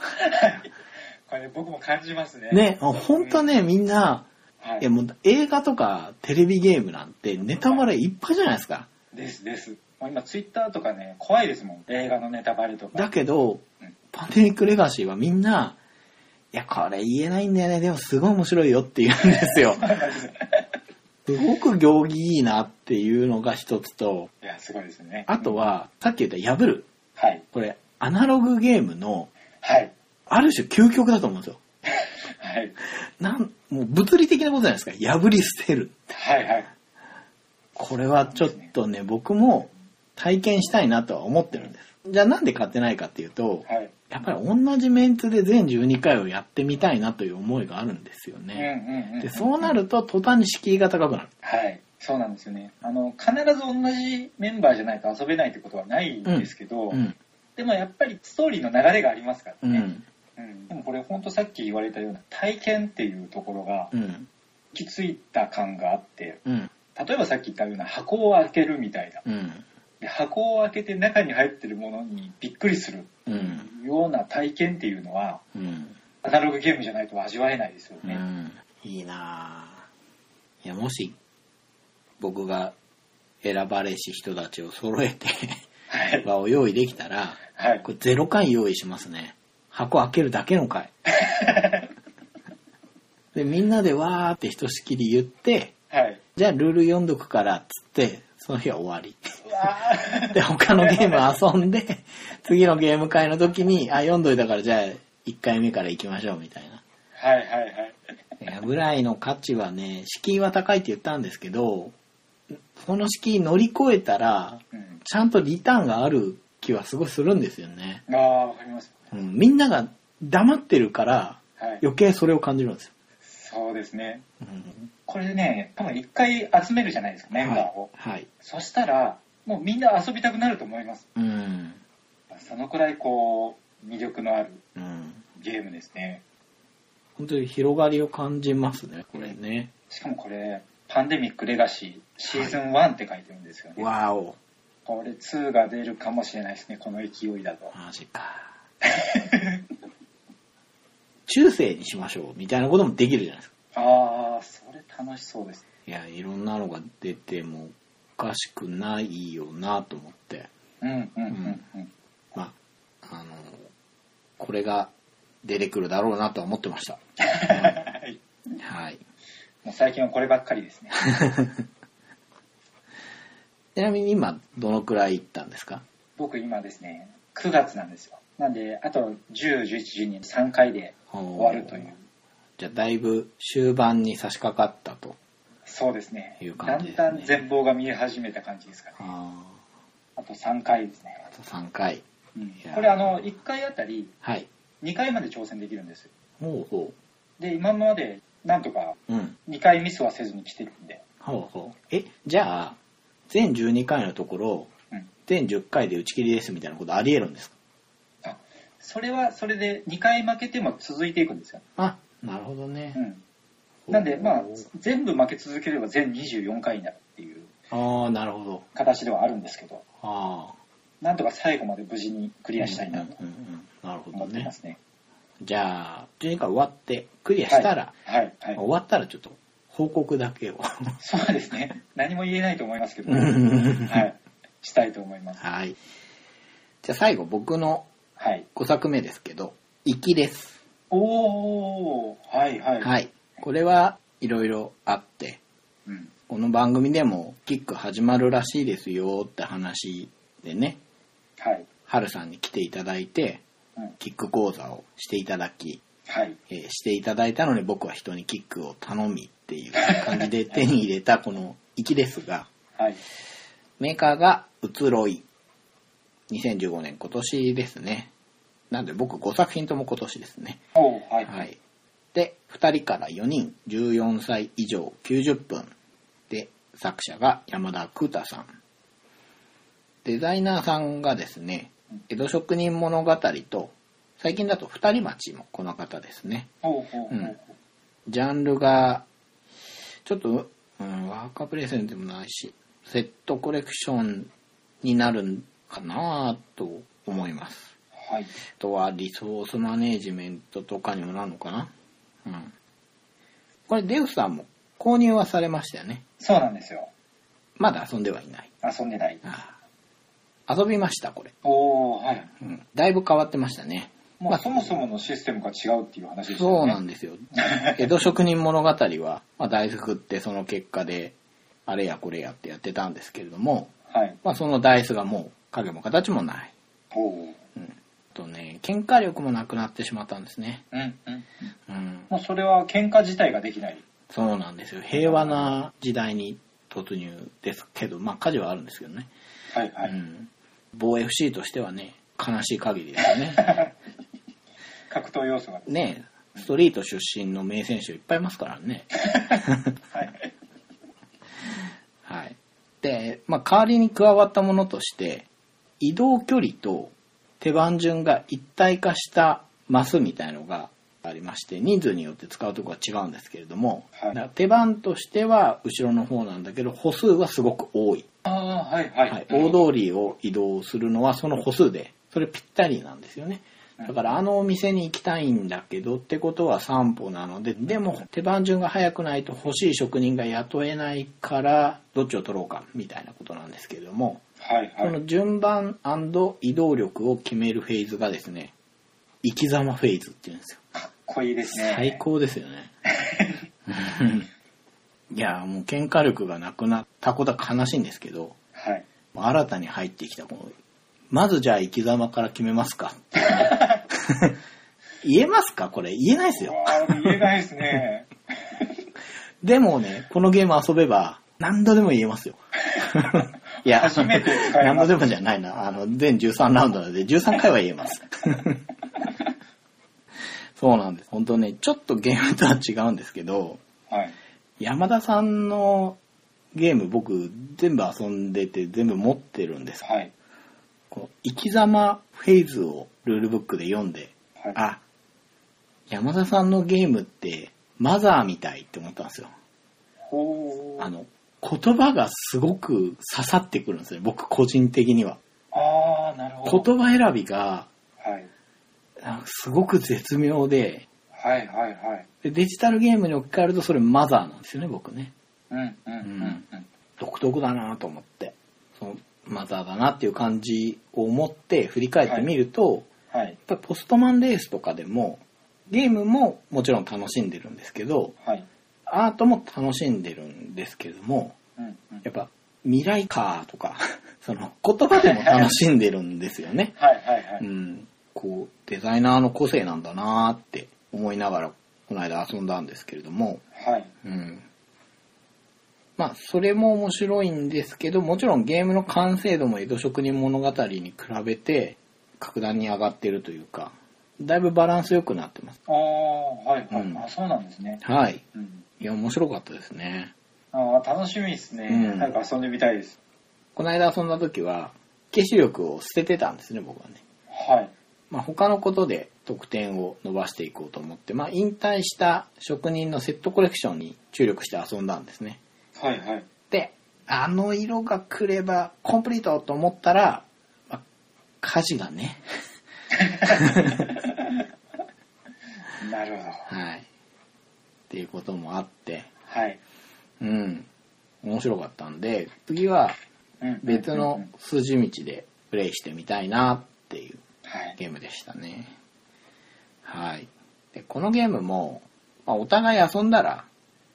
Speaker 2: これ僕も感じますね。。
Speaker 1: ね、本当ね、みんな、
Speaker 2: はい
Speaker 1: いや。もう映画とかテレビゲームなんてネタバレいっぱいじゃないですか。
Speaker 2: ですです。もう今ツイッターとかね、怖いですもん。映画のネタバレとか。
Speaker 1: だけど
Speaker 2: うん、
Speaker 1: パンデミックレガシーはみんな、いや、これ言えないんだよね。でもすごい面白いよって言うんですよ。すごく行儀いいなっていうのが一つと、
Speaker 2: いや、すごいですね。
Speaker 1: あとは、さっき言った破る。
Speaker 2: はい。
Speaker 1: これ、アナログゲームの、
Speaker 2: はい。
Speaker 1: ある種究極だと思うんですよ。
Speaker 2: はい。
Speaker 1: なん、もう物理的なことじゃないですか。破り捨てる。
Speaker 2: はいはい。
Speaker 1: これはちょっとね、僕も体験したいなとは思ってるんです。じゃあなんで買ってないかっていうと、
Speaker 2: はい。
Speaker 1: やっぱり同じメンツで全12回をやってみたいなという思いがあるんですよ
Speaker 2: うん
Speaker 1: ね。
Speaker 2: うんうん。
Speaker 1: で、そうなると途端に敷居が高くなる。
Speaker 2: はい、そうなんですよね。あの、必ず同じメンバーじゃないと遊べないってことはないんですけど、
Speaker 1: うん。
Speaker 2: でもやっぱりストーリーの流れがありますか
Speaker 1: う
Speaker 2: らね。
Speaker 1: ん。
Speaker 2: うんでもこれほんとさっき言われたような体験っていうところが
Speaker 1: うん。
Speaker 2: 行き着いた感があって、
Speaker 1: うん。
Speaker 2: 例えばさっき言ったような箱を開けるみたいな。
Speaker 1: うん。
Speaker 2: で箱を開けて中に入ってるものにびっくりする
Speaker 1: うん。
Speaker 2: ような体験っていうのは、
Speaker 1: うん。
Speaker 2: アナログゲームじゃないと味わえないですよ
Speaker 1: う
Speaker 2: ね。
Speaker 1: ん。いいなぁ。いや、もし、僕が選ばれし人たちを揃えて
Speaker 2: はい。
Speaker 1: 場を用意できたら、
Speaker 2: はい。
Speaker 1: これゼロ回用意しますね。箱開けるだけの 回。で、みんなでわーってひとしきり言って、
Speaker 2: はい。
Speaker 1: じゃあルール読んどくからっつって、その日は終わり。
Speaker 2: うわー
Speaker 1: で、他のゲーム遊んで、次のゲーム会の時に、あ、読んどいたからじゃあ1回目から行きましょうみたいな。
Speaker 2: はいはいはい。
Speaker 1: いやぐらいの価値はね、敷居は高いって言ったんですけど、この敷居乗り越えたら、
Speaker 2: うん
Speaker 1: ちゃんとリターンがある気はすごいするんですよね。
Speaker 2: ああ、わかります。
Speaker 1: うん、みんなが黙ってるから、
Speaker 2: はい。
Speaker 1: 余計それを感じるんですよ。
Speaker 2: そうですね。
Speaker 1: うん
Speaker 2: これね、多分一回集めるじゃないですか、メンバーを。
Speaker 1: はい。はい。
Speaker 2: そしたら、もうみんな遊びたくなると思います。
Speaker 1: うん。
Speaker 2: そのくらいこう、魅力のある
Speaker 1: うん。
Speaker 2: ゲームですね。
Speaker 1: 本当に広がりを感じますね、これね。
Speaker 2: しかもこれ、パンデミックレガシーシーズン1って書いてるんですよね。
Speaker 1: わお。
Speaker 2: これ2が出るかもしれないですね、この勢いだと。
Speaker 1: マジか。 中世にしましょう、みたいなこともできるじゃないですか。
Speaker 2: ああ、それ楽しそうです。
Speaker 1: いや、いろんなのが出てもおかしくないよなと思って。
Speaker 2: うんうんうんうん。
Speaker 1: まあ、あの、これが出てくるだろうなとは思ってました。
Speaker 2: はい。
Speaker 1: はい。
Speaker 2: もう最近はこればっかりですね。
Speaker 1: ちなみに今、どのくらい行ったんですか
Speaker 2: 僕今ですね、9月なんですよ。なんで、あと10、11、12、3回で終わるという。
Speaker 1: じゃあ、だいぶ終盤に差し掛かったと。
Speaker 2: そうですね。
Speaker 1: いう
Speaker 2: だ
Speaker 1: 感じ
Speaker 2: ん
Speaker 1: ですね
Speaker 2: だん全貌が見え始めた感じですかね。
Speaker 1: あ
Speaker 2: あと3回ですね。
Speaker 1: あと3回。
Speaker 2: うん
Speaker 1: いやー
Speaker 2: これあの、1回あたり
Speaker 1: はい。
Speaker 2: 2回まで挑戦できるんですよ。
Speaker 1: ほうほ
Speaker 2: で、今までなんとか
Speaker 1: う。うん。
Speaker 2: 2回ミスはせずに来てるんで。
Speaker 1: ほうほう。え、じゃあ、全12回のところ、
Speaker 2: うん。
Speaker 1: 全10回で打ち切りですみたいなことあり得るんですか
Speaker 2: あ、それはそれで2回負けても続いていくんですよ。
Speaker 1: あ、なるほどね
Speaker 2: う。ん。なんで、まあ、全部負け続ければ全24回になるっていう
Speaker 1: ああ、なるほど。
Speaker 2: 形ではあるんですけど、
Speaker 1: ああ。
Speaker 2: なんとか最後まで無事にクリアしたいなと
Speaker 1: うんうんうんなるほ
Speaker 2: 思
Speaker 1: ど
Speaker 2: っていま
Speaker 1: ね。
Speaker 2: すね。
Speaker 1: じゃあ、とにかく終わって、クリアしたら、
Speaker 2: はい、はい、は
Speaker 1: 終
Speaker 2: い。
Speaker 1: わったらちょっと報告だけを。
Speaker 2: そうですね。何も言えないと思いますけど、
Speaker 1: うんうんうん
Speaker 2: はい。したいと思います。
Speaker 1: はい。じゃあ最後、僕の
Speaker 2: はい。
Speaker 1: 5作目ですけど、粋です。
Speaker 2: おー、はい、はい。
Speaker 1: はい。これはいろいろあって、
Speaker 2: うん。
Speaker 1: この番組でもキック始まるらしいですよって話でね、
Speaker 2: はい。
Speaker 1: ハルさんに来ていただいて、
Speaker 2: うん。
Speaker 1: キック講座をしていただき、
Speaker 2: はい。
Speaker 1: えーしていただいたのに僕は人にキックを頼みっていう感じで手に入れたこの粋ですが、
Speaker 2: はい。
Speaker 1: メーカーが移ろい。2015年今年ですね。なんで僕5作品とも今年ですね。
Speaker 2: おー、はい。
Speaker 1: はい。で、2人から4人、14歳以上90分。で、作者が山田空太さん。デザイナーさんがですね、江戸職人物語と、最近だと二人町もこの方ですね。
Speaker 2: おー、おー、おー
Speaker 1: ジャンルが、ちょっと、うん、ワーカープレイセンでもないし、セットコレクションになるんかなと思います。
Speaker 2: はい。
Speaker 1: あとはリソースマネージメントとかにもなるのかなうん。これデウスさんも購入はされましたよね。
Speaker 2: そうなんですよ。
Speaker 1: まだ遊んではいない。
Speaker 2: 遊んでない。
Speaker 1: ああ遊びました、これ。
Speaker 2: おー、はい。
Speaker 1: うん。だいぶ変わってましたね。
Speaker 2: も
Speaker 1: ま
Speaker 2: う
Speaker 1: あ
Speaker 2: そもそものシステムが違うっていう話でした
Speaker 1: そう
Speaker 2: よね。
Speaker 1: なん ですよ。江戸職人物語は、まあ、大福ってその結果で、あれやこれやってやってたんですけれども、
Speaker 2: はい。
Speaker 1: まあ、そのダイスがもう影も形もない。
Speaker 2: おお。
Speaker 1: うん。あとね、喧嘩力もなくなってしまったんですね。
Speaker 2: うんうん。
Speaker 1: うん。
Speaker 2: もうそれは喧嘩自体ができない。
Speaker 1: そうなんですよ。平和な時代に突入ですけど、まあ火事はあるんですけどね。
Speaker 2: はいは
Speaker 1: う
Speaker 2: い。
Speaker 1: ん。防衛 FC としてはね、悲しい限りですよ ね。
Speaker 2: 格闘要素が。
Speaker 1: ねストリート出身の名選手いっぱいいますからね。
Speaker 2: はい。
Speaker 1: はい。で、まあ、代わりに加わったものとして、移動距離と手番順が一体化したマスみたいのがありまして、人数によって使うところは違うんですけれども、
Speaker 2: はい
Speaker 1: だから手番としては後ろの方なんだけど、歩数はすごく多い。
Speaker 2: ああ、はいはい。
Speaker 1: はい、大通りを移動するのはその歩数で、それぴったりなんですよね。だからあのお店に行きたいんだけどってことは散歩なので、でも手番順が早くないと欲しい職人が雇えないから、どっちを取ろうかみたいなことなんですけれども、
Speaker 2: はい
Speaker 1: こ
Speaker 2: はい。
Speaker 1: の順番移動力を決めるフェーズがですね、生き様フェーズっていうんですよ。
Speaker 2: 濃いですね。
Speaker 1: 最。高ですよ ね。うんいや、もう喧嘩力がなくなったことは悲しいんですけど、
Speaker 2: はい。
Speaker 1: 新たに入ってきたこのまずじゃあ生き様から決めますか 言えますかこれ言えないです
Speaker 2: う
Speaker 1: よ
Speaker 2: わあ、言えないですね。
Speaker 1: でもねこのゲーム遊べば何度でも言えますよ いや
Speaker 2: 初めて使います
Speaker 1: 何度でもじゃないなあの全13ラウンドなので13回は言えます そうなんです本当ねちょっとゲームとは違うんですけど
Speaker 2: はい。
Speaker 1: 山田さんのゲーム僕全部遊んでて全部持ってるんです
Speaker 2: はい。
Speaker 1: この生き様フェーズをルールブックで読んで、
Speaker 2: はい。
Speaker 1: あ、山田さんのゲームってマザーみたいって思ったんですよ。
Speaker 2: ほう。
Speaker 1: あの、言葉がすごく刺さってくるんですね、僕個人的には。
Speaker 2: ああ、なるほど。
Speaker 1: 言葉選びが
Speaker 2: はい。
Speaker 1: なんかすごく絶妙で、
Speaker 2: はいはいはい。
Speaker 1: でデジタルゲームに置き換えるとそれマザーなんですよね、僕ね。
Speaker 2: うんうんうんうん。
Speaker 1: 独特だなと思って、そのマザーだなっていう感じを持って振り返ってみると、
Speaker 2: はい
Speaker 1: やっぱりポストマンレースとかでもゲームももちろん楽しんでるんですけど
Speaker 2: はい。
Speaker 1: アートも楽しんでるんですけども
Speaker 2: うんうん。
Speaker 1: やっぱ未来カーとか その言葉でも楽しんでるんですよね。
Speaker 2: はいはいは
Speaker 1: う
Speaker 2: い。
Speaker 1: ん、こうデザイナーの個性なんだなーって思いながらこの間遊んだんですけれども、
Speaker 2: はい。
Speaker 1: うん、まあそれも面白いんですけどもちろんゲームの完成度も江戸職人物語に比べて格段に上がってるというかだいぶバランス良くなってます
Speaker 2: ああ、はいは
Speaker 1: うん
Speaker 2: い。あそうなんですね。
Speaker 1: はい
Speaker 2: うん。
Speaker 1: いや面白かったですね
Speaker 2: ああ、楽しみですね
Speaker 1: う。ん
Speaker 2: なんか遊んでみたいです。
Speaker 1: この間遊んだ時は消し力を捨ててたんですね僕はね
Speaker 2: はい。
Speaker 1: まあ、他のことで得点を伸ばしていこうと思って、まあ、引退した職人のセットコレクションに注力して遊んだんですね。
Speaker 2: はいはい。
Speaker 1: で、あの色が来ればコンプリートと思ったら、まあ、火事がね、
Speaker 2: なるほど。
Speaker 1: はい。っていうこともあって、
Speaker 2: はい。
Speaker 1: うん。面白かったんで、次は
Speaker 2: うん
Speaker 1: 別
Speaker 2: うんう
Speaker 1: の
Speaker 2: ん
Speaker 1: 筋道でプレイしてみたいなっていう
Speaker 2: はい。
Speaker 1: ゲームでしたね。はい。で、このゲームも、まあ、お互い遊んだら、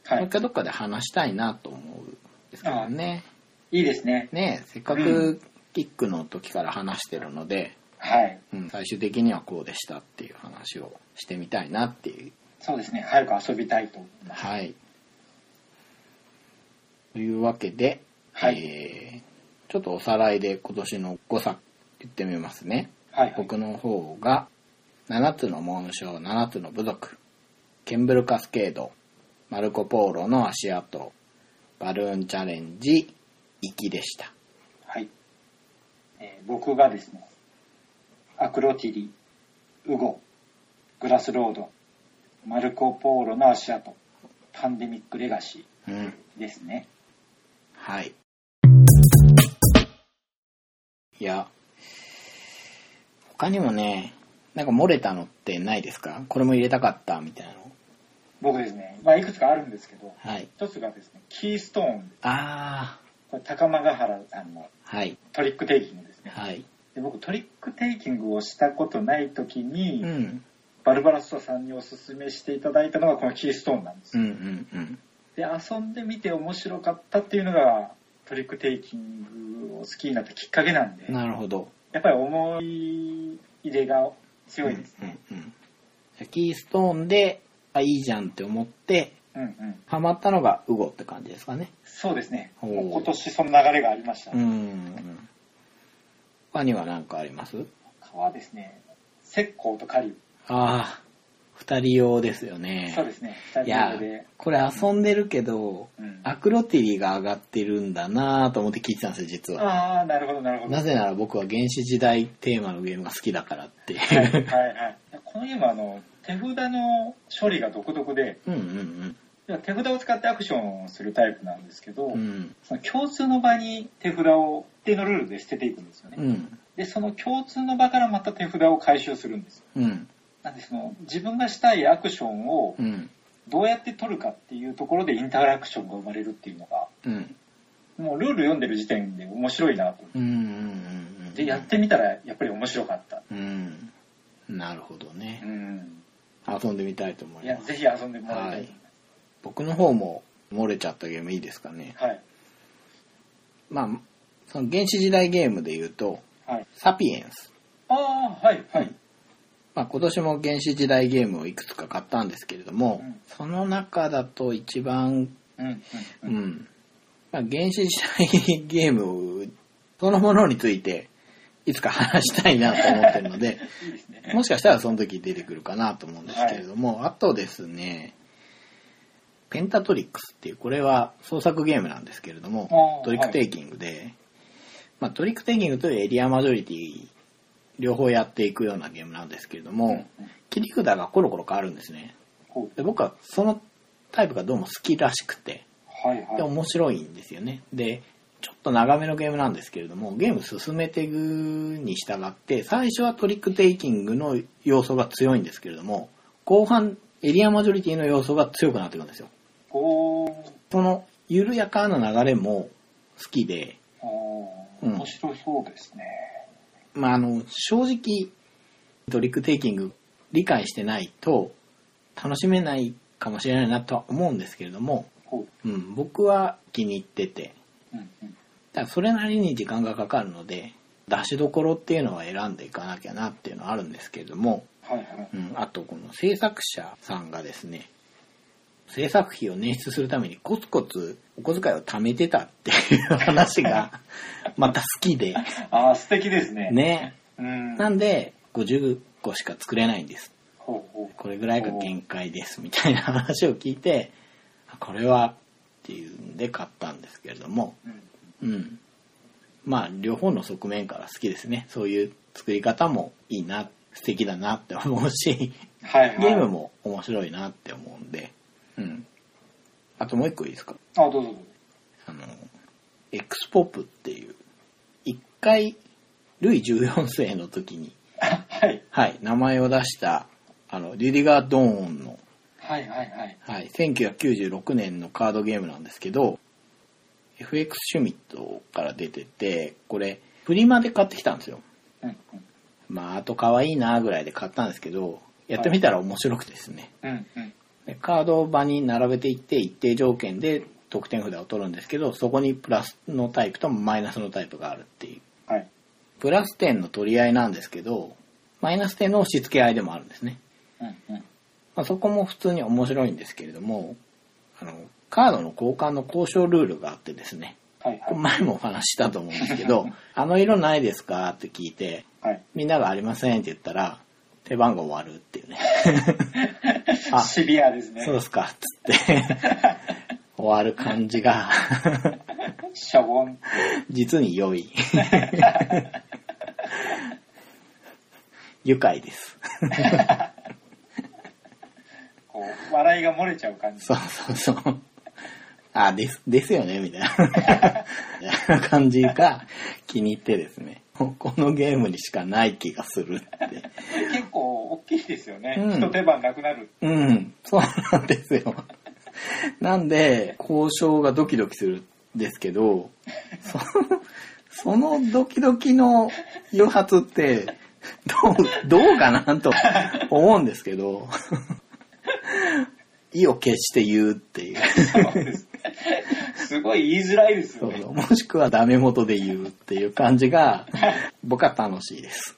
Speaker 2: は
Speaker 1: もう一
Speaker 2: い。
Speaker 1: 回どっかで話したいなと思うんですけどね。
Speaker 2: いいですね。
Speaker 1: ねえせっか
Speaker 2: う
Speaker 1: くキックの時から話してるので、
Speaker 2: はい。
Speaker 1: うん、最終的にはこうでしたっていう話をしてみたいなっていう。
Speaker 2: そうですね。早く遊びたいと思います。
Speaker 1: はい。というわけで、
Speaker 2: はい。
Speaker 1: えーちょっとおさらいで今年の5作言ってみますね。
Speaker 2: はい。はい。
Speaker 1: 僕の方が「7つの紋章7つの部族」「ケンブルカスケード」「マルコ・ポーロの足跡」「バルーンチャレンジ」「きでした。
Speaker 2: はい。えー僕がですね、アクロティリ、ウゴ、グラスロード、マルコ・ポーロの足跡、パンデミック・レガシ
Speaker 1: うん、
Speaker 2: ーですね。
Speaker 1: はい。いや、他にもね、なんか漏れたのってないですかこれも入れたかったみたいなの。
Speaker 2: 僕ですね、まあ、いくつかあるんですけど、
Speaker 1: はい。
Speaker 2: 一つがですね、キーストーン、
Speaker 1: あ
Speaker 2: これ高間ヶ原さんの
Speaker 1: ー、はい、
Speaker 2: トリックテイキングですね。
Speaker 1: はい。
Speaker 2: で僕、トリックテイキングをしたことない時に、
Speaker 1: うん、
Speaker 2: バルバラッサさんにおすすめしていただいたのがこのキーストーンなんです
Speaker 1: うん、う
Speaker 2: よ。
Speaker 1: ん、うん。
Speaker 2: で遊んでみて面白かったっていうのがトリックテイキングを好きになったきっかけなんで
Speaker 1: なるほど。
Speaker 2: やっぱり思い入れが強いですね、
Speaker 1: うんうんうん、キーストーンであいいじゃんって思って
Speaker 2: うんうん
Speaker 1: ハマったのがウゴって感じですかね
Speaker 2: そうですね
Speaker 1: おー
Speaker 2: 今年その流れがありました、
Speaker 1: うんうん他には何かあります
Speaker 2: 他はですね石膏と狩
Speaker 1: ああ二人用ですよ
Speaker 2: リ
Speaker 1: ね
Speaker 2: そうですね2
Speaker 1: い
Speaker 2: 人
Speaker 1: や
Speaker 2: 目で、
Speaker 1: これ遊んでるけど、
Speaker 2: うん、
Speaker 1: アクロティリが上がってるんだなぁと思って聞いてたんですよ実は
Speaker 2: ああなるほどなるほど
Speaker 1: なぜなら僕は原始時代テーマのゲームが好きだから って
Speaker 2: はいはいいうはいこのゲームはあの手札の処理が独特で
Speaker 1: うんうん
Speaker 2: いや手札を使ってアクションをするタイプなんですけど、
Speaker 1: うんうん
Speaker 2: その共通の場に手札を一定のルールで捨てていくんですよね、
Speaker 1: うん
Speaker 2: でその共通の場からまた手札を回収するんですよ
Speaker 1: うん
Speaker 2: なんでその自分がしたいアクションを
Speaker 1: うん
Speaker 2: どうやって取るかっていうところでインタラクションが生まれるっていうのが
Speaker 1: うん
Speaker 2: もうルール読んでる時点で面白いなと思っ
Speaker 1: うんうんうんうん
Speaker 2: てでやってみたらやっぱり面白かった
Speaker 1: うん。なるほど
Speaker 2: う
Speaker 1: ね。
Speaker 2: ん
Speaker 1: 遊んでみたいと思
Speaker 2: い
Speaker 1: い
Speaker 2: や
Speaker 1: ます。
Speaker 2: ぜひ遊んでもらいたい
Speaker 1: 僕の方も漏れちゃったゲームいいですかね。
Speaker 2: はい
Speaker 1: まあ、その原始時代ゲームで言うと、
Speaker 2: はい
Speaker 1: サピエンス。
Speaker 2: ああはいはい
Speaker 1: まあ今年も原始時代ゲームをいくつか買ったんですけれども、
Speaker 2: うん
Speaker 1: その中だと一番、
Speaker 2: うんうん
Speaker 1: う
Speaker 2: うん
Speaker 1: ん、まあ原始時代ゲームそのものについて、いつか話したいなと思ってるので、
Speaker 2: いいですね
Speaker 1: もしかしたらその時出てくるかなと思うんですけれども、あとですね、ペンタトリックスっていう、これは創作ゲームなんですけれども
Speaker 2: あ、ー
Speaker 1: トリックテイキングで、まあ、トリックテイキングとエリアマジョリティ両方やっていくようなゲームなんですけれども、
Speaker 2: うん
Speaker 1: 切り札がコロコロ変わるんですね。
Speaker 2: ほ
Speaker 1: で僕はそのタイプがどうも好きらしくて、
Speaker 2: うはい
Speaker 1: で
Speaker 2: はい
Speaker 1: 面白いんですよね。で、ちょっと長めのゲームなんですけれども、ゲーム進めていくに従って、最初はトリックテイキングの要素が強いんですけれども、後半、エリアマジョリティの要素が強くなっていくんですよ。
Speaker 2: おー
Speaker 1: この緩やかな流れも好きで、
Speaker 2: あー
Speaker 1: うん
Speaker 2: 面白そうですね
Speaker 1: まあ、あの、正直、トリックテイキング理解してないと楽しめないかもしれないなとは思うんですけれども、
Speaker 2: ほう
Speaker 1: うん、僕は気に入ってて、
Speaker 2: うんうん
Speaker 1: ただそれなりに時間がかかるので出しどころっていうのは選んでいかなきゃなっていうのはあるんですけれども、
Speaker 2: はいはい
Speaker 1: うん、あとこの制作者さんがですね制作費を捻出するためにコツコツお小遣いを貯めてたっていう話がまた好きで
Speaker 2: ああ、素敵ですね。。
Speaker 1: ね
Speaker 2: うん。
Speaker 1: なんで50個しか作れないんです
Speaker 2: ほうほう。
Speaker 1: これぐらいが限界ですみたいな話を聞いてあこれはっていうんで買ったんですけれども
Speaker 2: うん。
Speaker 1: うん。まあ、両方の側面から好きですね。そういう作り方もいいなっ素敵だなって思うし、
Speaker 2: はいはい。
Speaker 1: ゲームも面白いなって思うんで、うん。あともう一個いいですか
Speaker 2: あ、どうぞどうぞ。
Speaker 1: あの、X ポップっていう、一回、ルイ14世の時に、
Speaker 2: はい。
Speaker 1: はい、名前を出した、あの、リュディガー・ドーンの、
Speaker 2: はいはいはい。
Speaker 1: はい、1996年のカードゲームなんですけど、FX シュミットから出てて、これ、フリマで買ってきたんですよ。
Speaker 2: うん
Speaker 1: まあ、あと可愛いなぐらいで買ったんですけど、やってみたら面白くてですね。
Speaker 2: うん。うんうん。
Speaker 1: でカードを場に並べていって一定条件で得点札を取るんですけどそこにプラスのタイプとマイナスのタイプがあるっていう
Speaker 2: はい。
Speaker 1: プラス点の取り合いなんですけどマイナス点の押し付け合いでもあるんですね、
Speaker 2: うんうん。
Speaker 1: まあ、そこも普通に面白いんですけれどもあのカードの交換の交渉ルールがあってですね
Speaker 2: はい
Speaker 1: これ
Speaker 2: は
Speaker 1: 前もお話ししたと思うんですけど「あの色ないですか?」って聞いて
Speaker 2: い。はい。
Speaker 1: みんながありませんって言ったら手番が終わるっていうねあ
Speaker 2: シビアですね。
Speaker 1: そうですか、つって、終わる感じが、
Speaker 2: シャボン。
Speaker 1: 実に良い。愉快です。
Speaker 2: こう、笑いが漏れちゃう感じ。
Speaker 1: そうそうそう。あ、です、ですよね、みたいな。みたいな 感じが気に入ってですね。このゲームにしかない気がするって。
Speaker 2: 結構大きいですよね。
Speaker 1: うん
Speaker 2: 一手間なくなる。
Speaker 1: うん、そうなんですよ。なんで、交渉がドキドキするんですけど、その、そのドキドキの誘発って、どう、どうかなと思うんですけど、意を決して言うっていう。
Speaker 2: そうですすごい言いづらいです
Speaker 1: そ
Speaker 2: よ
Speaker 1: う
Speaker 2: ね。
Speaker 1: そうも しくはダメ元で言うっていう感じが、僕は楽しいです。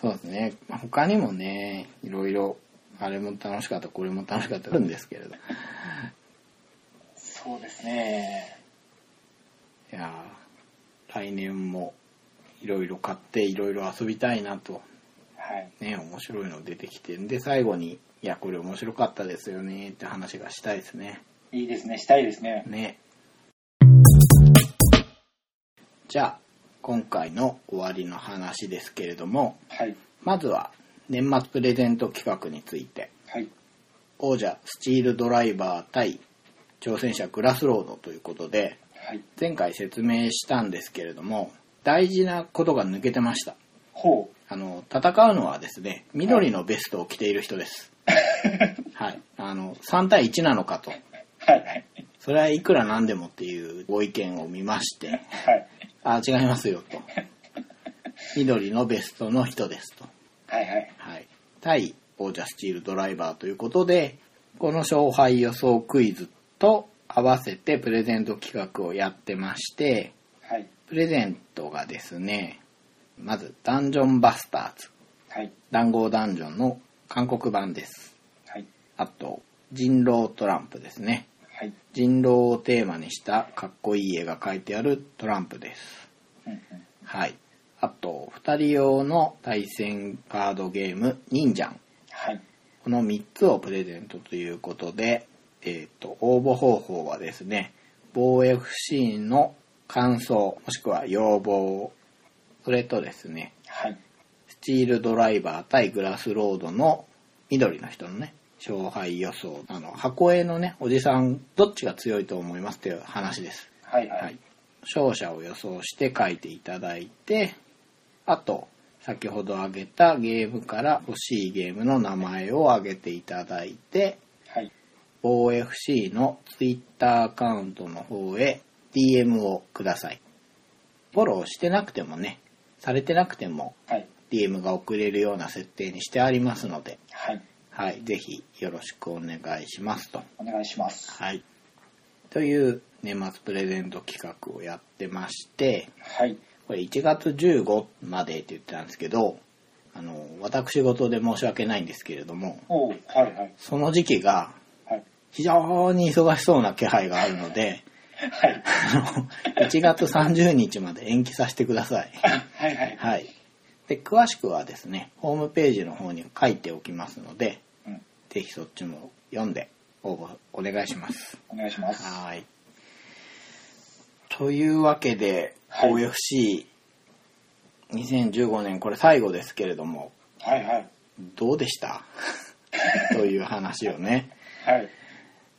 Speaker 1: そうですね。他にもね、いろいろ、あれも楽しかった、これも楽しかったんですけれど。い
Speaker 2: そうですね。
Speaker 1: やー来年もいろいろ買っていろいろ遊びたいなと、
Speaker 2: はい。
Speaker 1: ね、面白いの出てきてんで、最後に、いや、これ面白かったですよねって話がしたいですね。
Speaker 2: いいですね。したいですね。
Speaker 1: ね。じゃあ、今回の終わりの話ですけれども、
Speaker 2: はい。
Speaker 1: まずは年末プレゼント企画について、
Speaker 2: はい。
Speaker 1: 王者スチールドライバー対挑戦者グラスロードということで、
Speaker 2: はい。
Speaker 1: 前回説明したんですけれども、大事なことが抜けてました。
Speaker 2: ほう。
Speaker 1: あの、戦うのはですね、緑のベストを着ている人です。はい。あの、3対1なのかと。
Speaker 2: はい。はい。
Speaker 1: それはいくらなんでもっていうご意見を見まして、
Speaker 2: はい。
Speaker 1: あ、違いますよと。緑のベストの人ですと。
Speaker 2: はい。はい。
Speaker 1: はい。対王者スチールドライバーということで、この勝敗予想クイズと合わせてプレゼント企画をやってまして、
Speaker 2: はい。
Speaker 1: プレゼントがですね、まずダンジョンバスターズ、
Speaker 2: はい。
Speaker 1: 談合ダンジョンの韓国版です。
Speaker 2: はい。
Speaker 1: あと、人狼トランプですね。
Speaker 2: はい。
Speaker 1: 人狼をテーマにしたかっこいい絵が描いてあるトランプです。
Speaker 2: うんうん。
Speaker 1: はい。あと、二人用の対戦カードゲーム、忍者。
Speaker 2: はい。
Speaker 1: この3つをプレゼントということで、えっ、と、応募方法はですね、防 FC の感想、もしくは要望、それとですね、
Speaker 2: はい。
Speaker 1: スチールドライバー対グラスロードの緑の人のね、勝敗予想、あの、箱絵のね、おじさん、どっちが強いと思いますっていう話です。
Speaker 2: はい。
Speaker 1: は
Speaker 2: はいい。、
Speaker 1: 勝者を予想して書いていただいてあと先ほど挙げたゲームから欲しいゲームの名前を挙げていただいて
Speaker 2: はい。
Speaker 1: OFC の Twitter アカウントの方へ DM をくださいフォローしてなくてもねされてなくても
Speaker 2: はい。
Speaker 1: DM が送れるような設定にしてありますので、
Speaker 2: はい。
Speaker 1: はい、ぜひよろしくお願いしますと
Speaker 2: お願いします。
Speaker 1: はい。という年末プレゼント企画をやってまして、
Speaker 2: はい。
Speaker 1: これ1月15までって言ってたんですけど、あの、私事で申し訳ないんですけれども、
Speaker 2: おう。はい。はい。
Speaker 1: その時期が
Speaker 2: はい。
Speaker 1: 非常に忙しそうな気配があるので、
Speaker 2: はい。
Speaker 1: あの、1月30日まで延期させてください。
Speaker 2: はい。はい。
Speaker 1: はい。で、詳しくはですね、ホームページの方に書いておきますので、
Speaker 2: うん。
Speaker 1: ぜひそっちも読んで応募お願いします。
Speaker 2: お願いします。
Speaker 1: はい。というわけで、
Speaker 2: はい
Speaker 1: OFC 2015年これ最後ですけれども
Speaker 2: はいはい。
Speaker 1: どうでしたという話をね
Speaker 2: はい。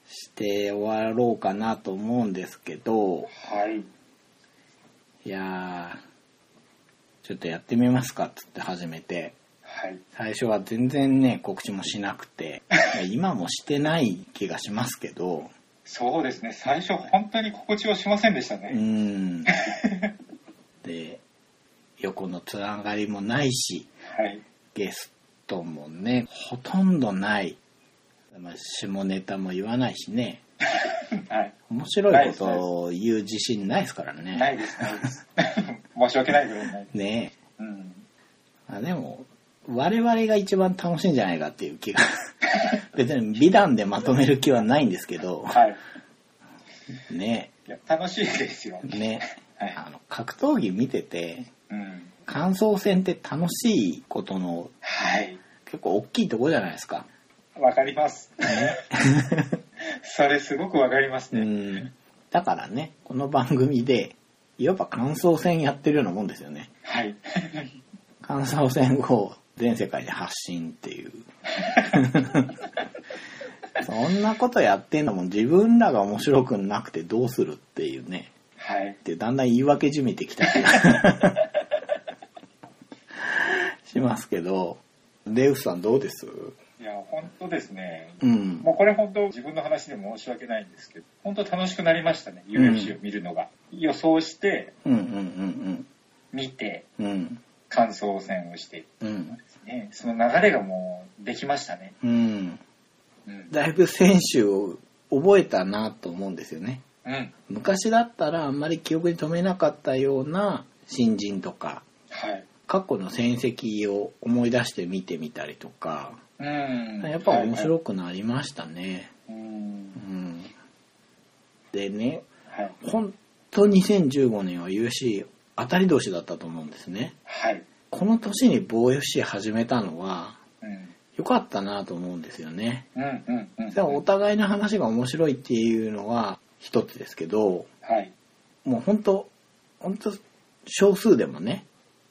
Speaker 1: して終わろうかなと思うんですけど
Speaker 2: はい。
Speaker 1: いやーちょっとやってみますかっつって始めて
Speaker 2: はい。
Speaker 1: 最初は全然ね告知もしなくてまあ今もしてない気がしますけど
Speaker 2: そうですね。最初、本当に心地をしませんでした
Speaker 1: う
Speaker 2: ね。
Speaker 1: ーんで横のつながりもないし
Speaker 2: はい。
Speaker 1: ゲストもねほとんどないまあ下ネタも言わないしね
Speaker 2: はい。
Speaker 1: 面白いことを言う自信ないですから
Speaker 2: な
Speaker 1: ね
Speaker 2: いです、ないです。 申し訳ないぐらいない。
Speaker 1: ねえ
Speaker 2: うん。
Speaker 1: あでも我々が一番楽しいんじゃないかっていう気が別に美談でまとめる気はないんですけど
Speaker 2: はい。
Speaker 1: ね
Speaker 2: いや、楽しいですよ。
Speaker 1: ね
Speaker 2: はい
Speaker 1: あの格闘技見てて
Speaker 2: うん。
Speaker 1: 感想戦って楽しいことの
Speaker 2: はい。
Speaker 1: 結構大きいとこじゃないですか。
Speaker 2: わかります。 それすごくわかります
Speaker 1: う
Speaker 2: ね。
Speaker 1: んだからねこの番組でいわば感想戦やってるようなもんですよね。
Speaker 2: はい。
Speaker 1: 感想戦を全世界で発信って いう。そんなことやってんのも自分らが面白くなくてどうするっていうね。
Speaker 2: はい。
Speaker 1: ってだんだん言い訳じみてきた気が しますけど、デウスさんどうです
Speaker 2: いや、本当ですね。
Speaker 1: うん。
Speaker 2: もうこれ本当自分の話でも申し訳ないんですけど、本当楽しくなりましたね。UFC を見るのが。予想して、
Speaker 1: うんうんうん
Speaker 2: 見て、
Speaker 1: うん。うん。
Speaker 2: 感想戦をして、
Speaker 1: うん。
Speaker 2: ね、その流れがもうできましたね。
Speaker 1: うん。
Speaker 2: うん。
Speaker 1: だいぶ選手を覚えたなと思うんですよね。
Speaker 2: うん。
Speaker 1: 昔だったらあんまり記憶に留めなかったような新人とか、
Speaker 2: はい。
Speaker 1: 過去の戦績を思い出して見てみたりとか、
Speaker 2: うん。
Speaker 1: やっぱ面
Speaker 2: は
Speaker 1: 白くなりましたね。
Speaker 2: いはい。うん。
Speaker 1: うん。でね、
Speaker 2: はい。
Speaker 1: 本当2015年は UFC 当たり年だったと思うんですね。
Speaker 2: はい。
Speaker 1: この年に棒 UFC 始めたのは
Speaker 2: うん。
Speaker 1: 良かったなと思うんですよね。
Speaker 2: うんうんうん。
Speaker 1: でもお互いの話が面白いっていうのは一つですけど
Speaker 2: はい。
Speaker 1: もう本当本当少数でもね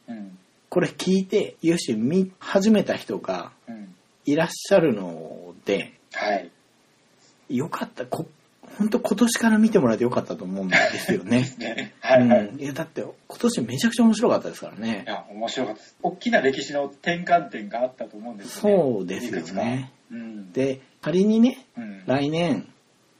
Speaker 2: うん。
Speaker 1: これ聞いてよし見始めた人が
Speaker 2: うん。
Speaker 1: いらっしゃるので
Speaker 2: はい。。
Speaker 1: よかったこ本当今年から見てもらえてよかったと思うんですよね
Speaker 2: ね。はいはい。
Speaker 1: うん、いやだって今年めちゃくちゃ面白かったですから
Speaker 2: い
Speaker 1: ね。
Speaker 2: や、面白かったです。大きな歴史の転換点があったと思うんですよね。
Speaker 1: そうですよ
Speaker 2: いくつか
Speaker 1: ね。
Speaker 2: うん。
Speaker 1: で仮にね
Speaker 2: うん、
Speaker 1: 来年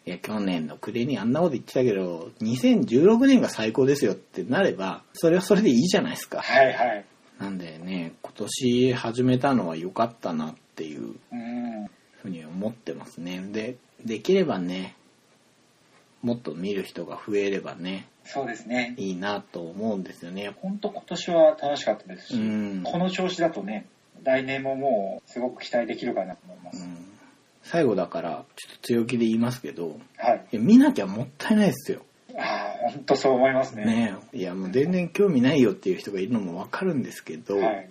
Speaker 1: いや去年の暮れにあんなこと言ってたけど2016年が最高ですよってなればそれはそれでいいじゃないですか
Speaker 2: はいはい。
Speaker 1: なんでね今年始めたのは良かったなっていう
Speaker 2: うん。
Speaker 1: ふうに思ってますねでできればねもっと見る人が増えればね
Speaker 2: そうですね。
Speaker 1: いいなと思うんですよね
Speaker 2: 本当今年は楽しかったですし、
Speaker 1: うん
Speaker 2: この調子だとね、来年ももうすごく期待できるかなと思いま
Speaker 1: う
Speaker 2: す。
Speaker 1: ん最後だからちょっと強気で言いますけど
Speaker 2: はい。
Speaker 1: いや見なきゃもったいないですよ
Speaker 2: ああ、本当そう思いますね。
Speaker 1: ねいやもう全然興味ないよっていう人がいるのもわかるんですけど、
Speaker 2: はい。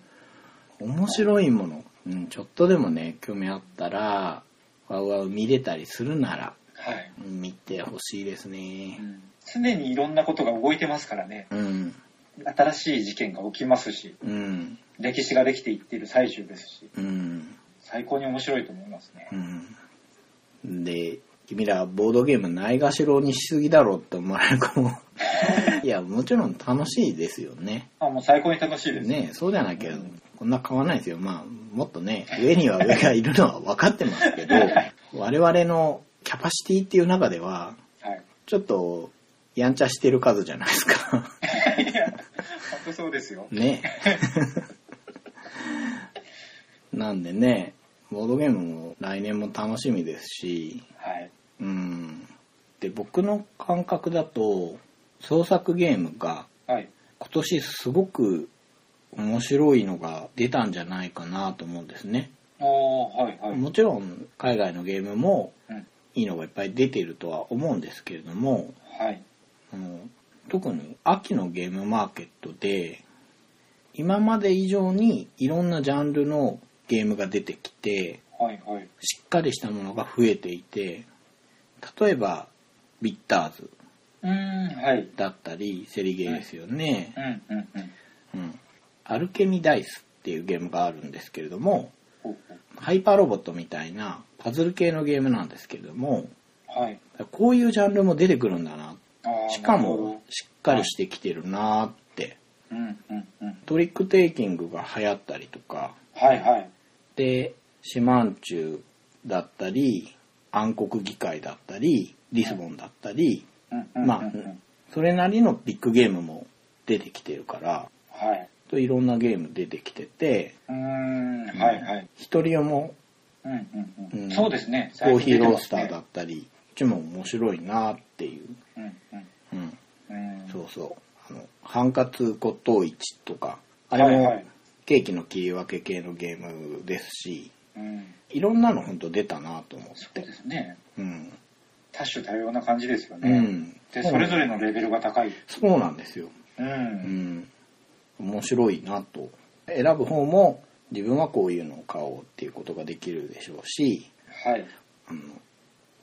Speaker 1: 面白いもの、うん、ちょっとでもね興味あったらワウワウ見れたりするなら
Speaker 2: はい。
Speaker 1: うん見てほしいですね
Speaker 2: うん常にいろんなことが動いてますからね。
Speaker 1: うん
Speaker 2: 新しい事件が起きますし、
Speaker 1: うん
Speaker 2: 歴史ができていっている最中ですし、
Speaker 1: うん
Speaker 2: 最高に面白いと思いますね。
Speaker 1: うんで君らボードゲームないがしろにしすぎだろって思われるか もいやもちろん楽しいですよね
Speaker 2: あ、もう最高に楽しいです。
Speaker 1: ねそうじゃなきゃこんな買わないですよまあもっとね上には上がいるのは分かってます けど我々のキャパシティっていう中では
Speaker 2: はい。
Speaker 1: ちょっと、やんちゃしてる数じゃないですか。
Speaker 2: いや、本当そうですよ。
Speaker 1: ね。なんでね、ボードゲームも来年も楽しみですし、
Speaker 2: はい。
Speaker 1: うん。で、僕の感覚だと、創作ゲームが
Speaker 2: はい。
Speaker 1: 今年すごく面白いのが出たんじゃないかなと思うんですね。
Speaker 2: おー、はい、はい。
Speaker 1: もちろん海外のゲームも
Speaker 2: うん。
Speaker 1: いいのがいっぱい出てるとは思うんですけれども、
Speaker 2: はい。
Speaker 1: あの特に秋のゲームマーケットで今まで以上にいろんなジャンルのゲームが出てきて
Speaker 2: はい、はい。
Speaker 1: しっかりしたものが増えていて例えばビッターズ
Speaker 2: うーん、はい。
Speaker 1: だったりセリゲーですよね
Speaker 2: う、ん、うん、うん。
Speaker 1: うんアルケミダイスっていうゲームがあるんですけれども、
Speaker 2: ほう
Speaker 1: ハイパーロボットみたいなパズル系のゲームなんですけれども、
Speaker 2: ほうはい。
Speaker 1: こういうジャンルも出てくるんだな。
Speaker 2: あー
Speaker 1: しか
Speaker 2: なるほど
Speaker 1: も、しっかりしてきてるなーって。
Speaker 2: うんうんうん。
Speaker 1: トリックテイキングが流行ったりとか、
Speaker 2: はいはい。
Speaker 1: で、シマンチュだったり、暗黒議会だったり、リスボンだったり、
Speaker 2: うんうんうんうん
Speaker 1: まあ、それなりのビッグゲームも出てきてるから、
Speaker 2: はい。
Speaker 1: といろんなゲーム出てきてて、
Speaker 2: うーん、はいはい。
Speaker 1: 一人用も
Speaker 2: うんうんうん。
Speaker 1: うん
Speaker 2: そうですね。
Speaker 1: コーヒーロースタ
Speaker 2: 最
Speaker 1: ー
Speaker 2: 近出て
Speaker 1: だ
Speaker 2: ま
Speaker 1: ったり、こっちも面白いなっていう。
Speaker 2: すね。
Speaker 1: うん、
Speaker 2: うんうん。うん。
Speaker 1: そうそう。あの、ハンカツ骨董市とか、あ
Speaker 2: は
Speaker 1: れ
Speaker 2: いは
Speaker 1: も
Speaker 2: い。
Speaker 1: ケーキの切り分け系のゲームですし、
Speaker 2: うん。
Speaker 1: いろんなの本当出たなと思
Speaker 2: そ
Speaker 1: っ
Speaker 2: う
Speaker 1: て
Speaker 2: で。すね。
Speaker 1: うん。
Speaker 2: 多種多様な感じですよ
Speaker 1: う
Speaker 2: ね。
Speaker 1: ん。
Speaker 2: で、それぞれのレベルが高い。
Speaker 1: そうなんですよ。
Speaker 2: う。
Speaker 1: うんん。面白いなと。選ぶ方も自分はこういうのを買おうっていうことができるでしょうし、
Speaker 2: はい。
Speaker 1: あの、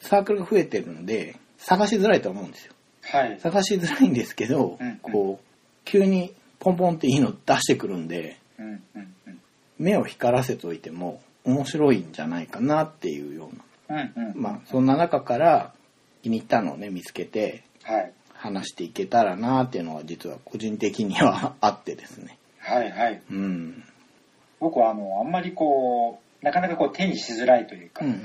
Speaker 1: サークルが増えてるので、探しづらいと思うんですよ。
Speaker 2: はい。
Speaker 1: 探しづらいんですけど、
Speaker 2: うんうん
Speaker 1: こう、急にポンポンっていいの出してくるんで、
Speaker 2: うんうんうん。
Speaker 1: 目を光らせといても面白いんじゃないかなっていうような。
Speaker 2: うんうん。
Speaker 1: まあ、そんな中から気に入ったのをね、見つけて、
Speaker 2: はい。
Speaker 1: 話していけたらなっていうのは実は個人的にはあってですね。
Speaker 2: はいはい。
Speaker 1: うん。
Speaker 2: 僕はあの、あんまりこう、なかなかこう手にしづらいというか、
Speaker 1: うんうん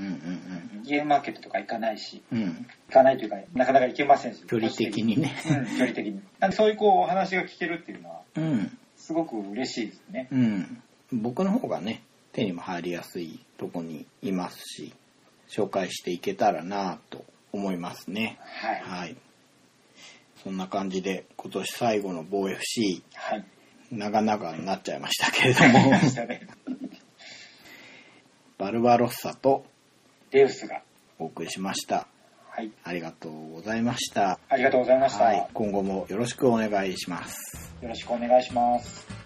Speaker 2: ゲームマーケットとか行かないし、
Speaker 1: うんうん。うん。
Speaker 2: 行かないというか、なかなか行けませんし。
Speaker 1: 距離的にね。
Speaker 2: うん。距離的に。なんでそういうこう、お話が聞けるっていうのは、
Speaker 1: うん。
Speaker 2: すごく嬉しいですね。
Speaker 1: うん。僕の方がね、手にも入りやすいとこにいますし、紹介していけたらなと思いますね。
Speaker 2: はい。
Speaker 1: はい。そんな感じで今年最後の防 FC
Speaker 2: はい。
Speaker 1: 長々になっちゃいましたけれど も
Speaker 2: ましたね。
Speaker 1: バルバロッサと
Speaker 2: デウスが。
Speaker 1: お送りしました
Speaker 2: はい。
Speaker 1: ありがとうございました
Speaker 2: ありがとうございました。
Speaker 1: はい今後もよろしくお願いします
Speaker 2: よろしくお願いします。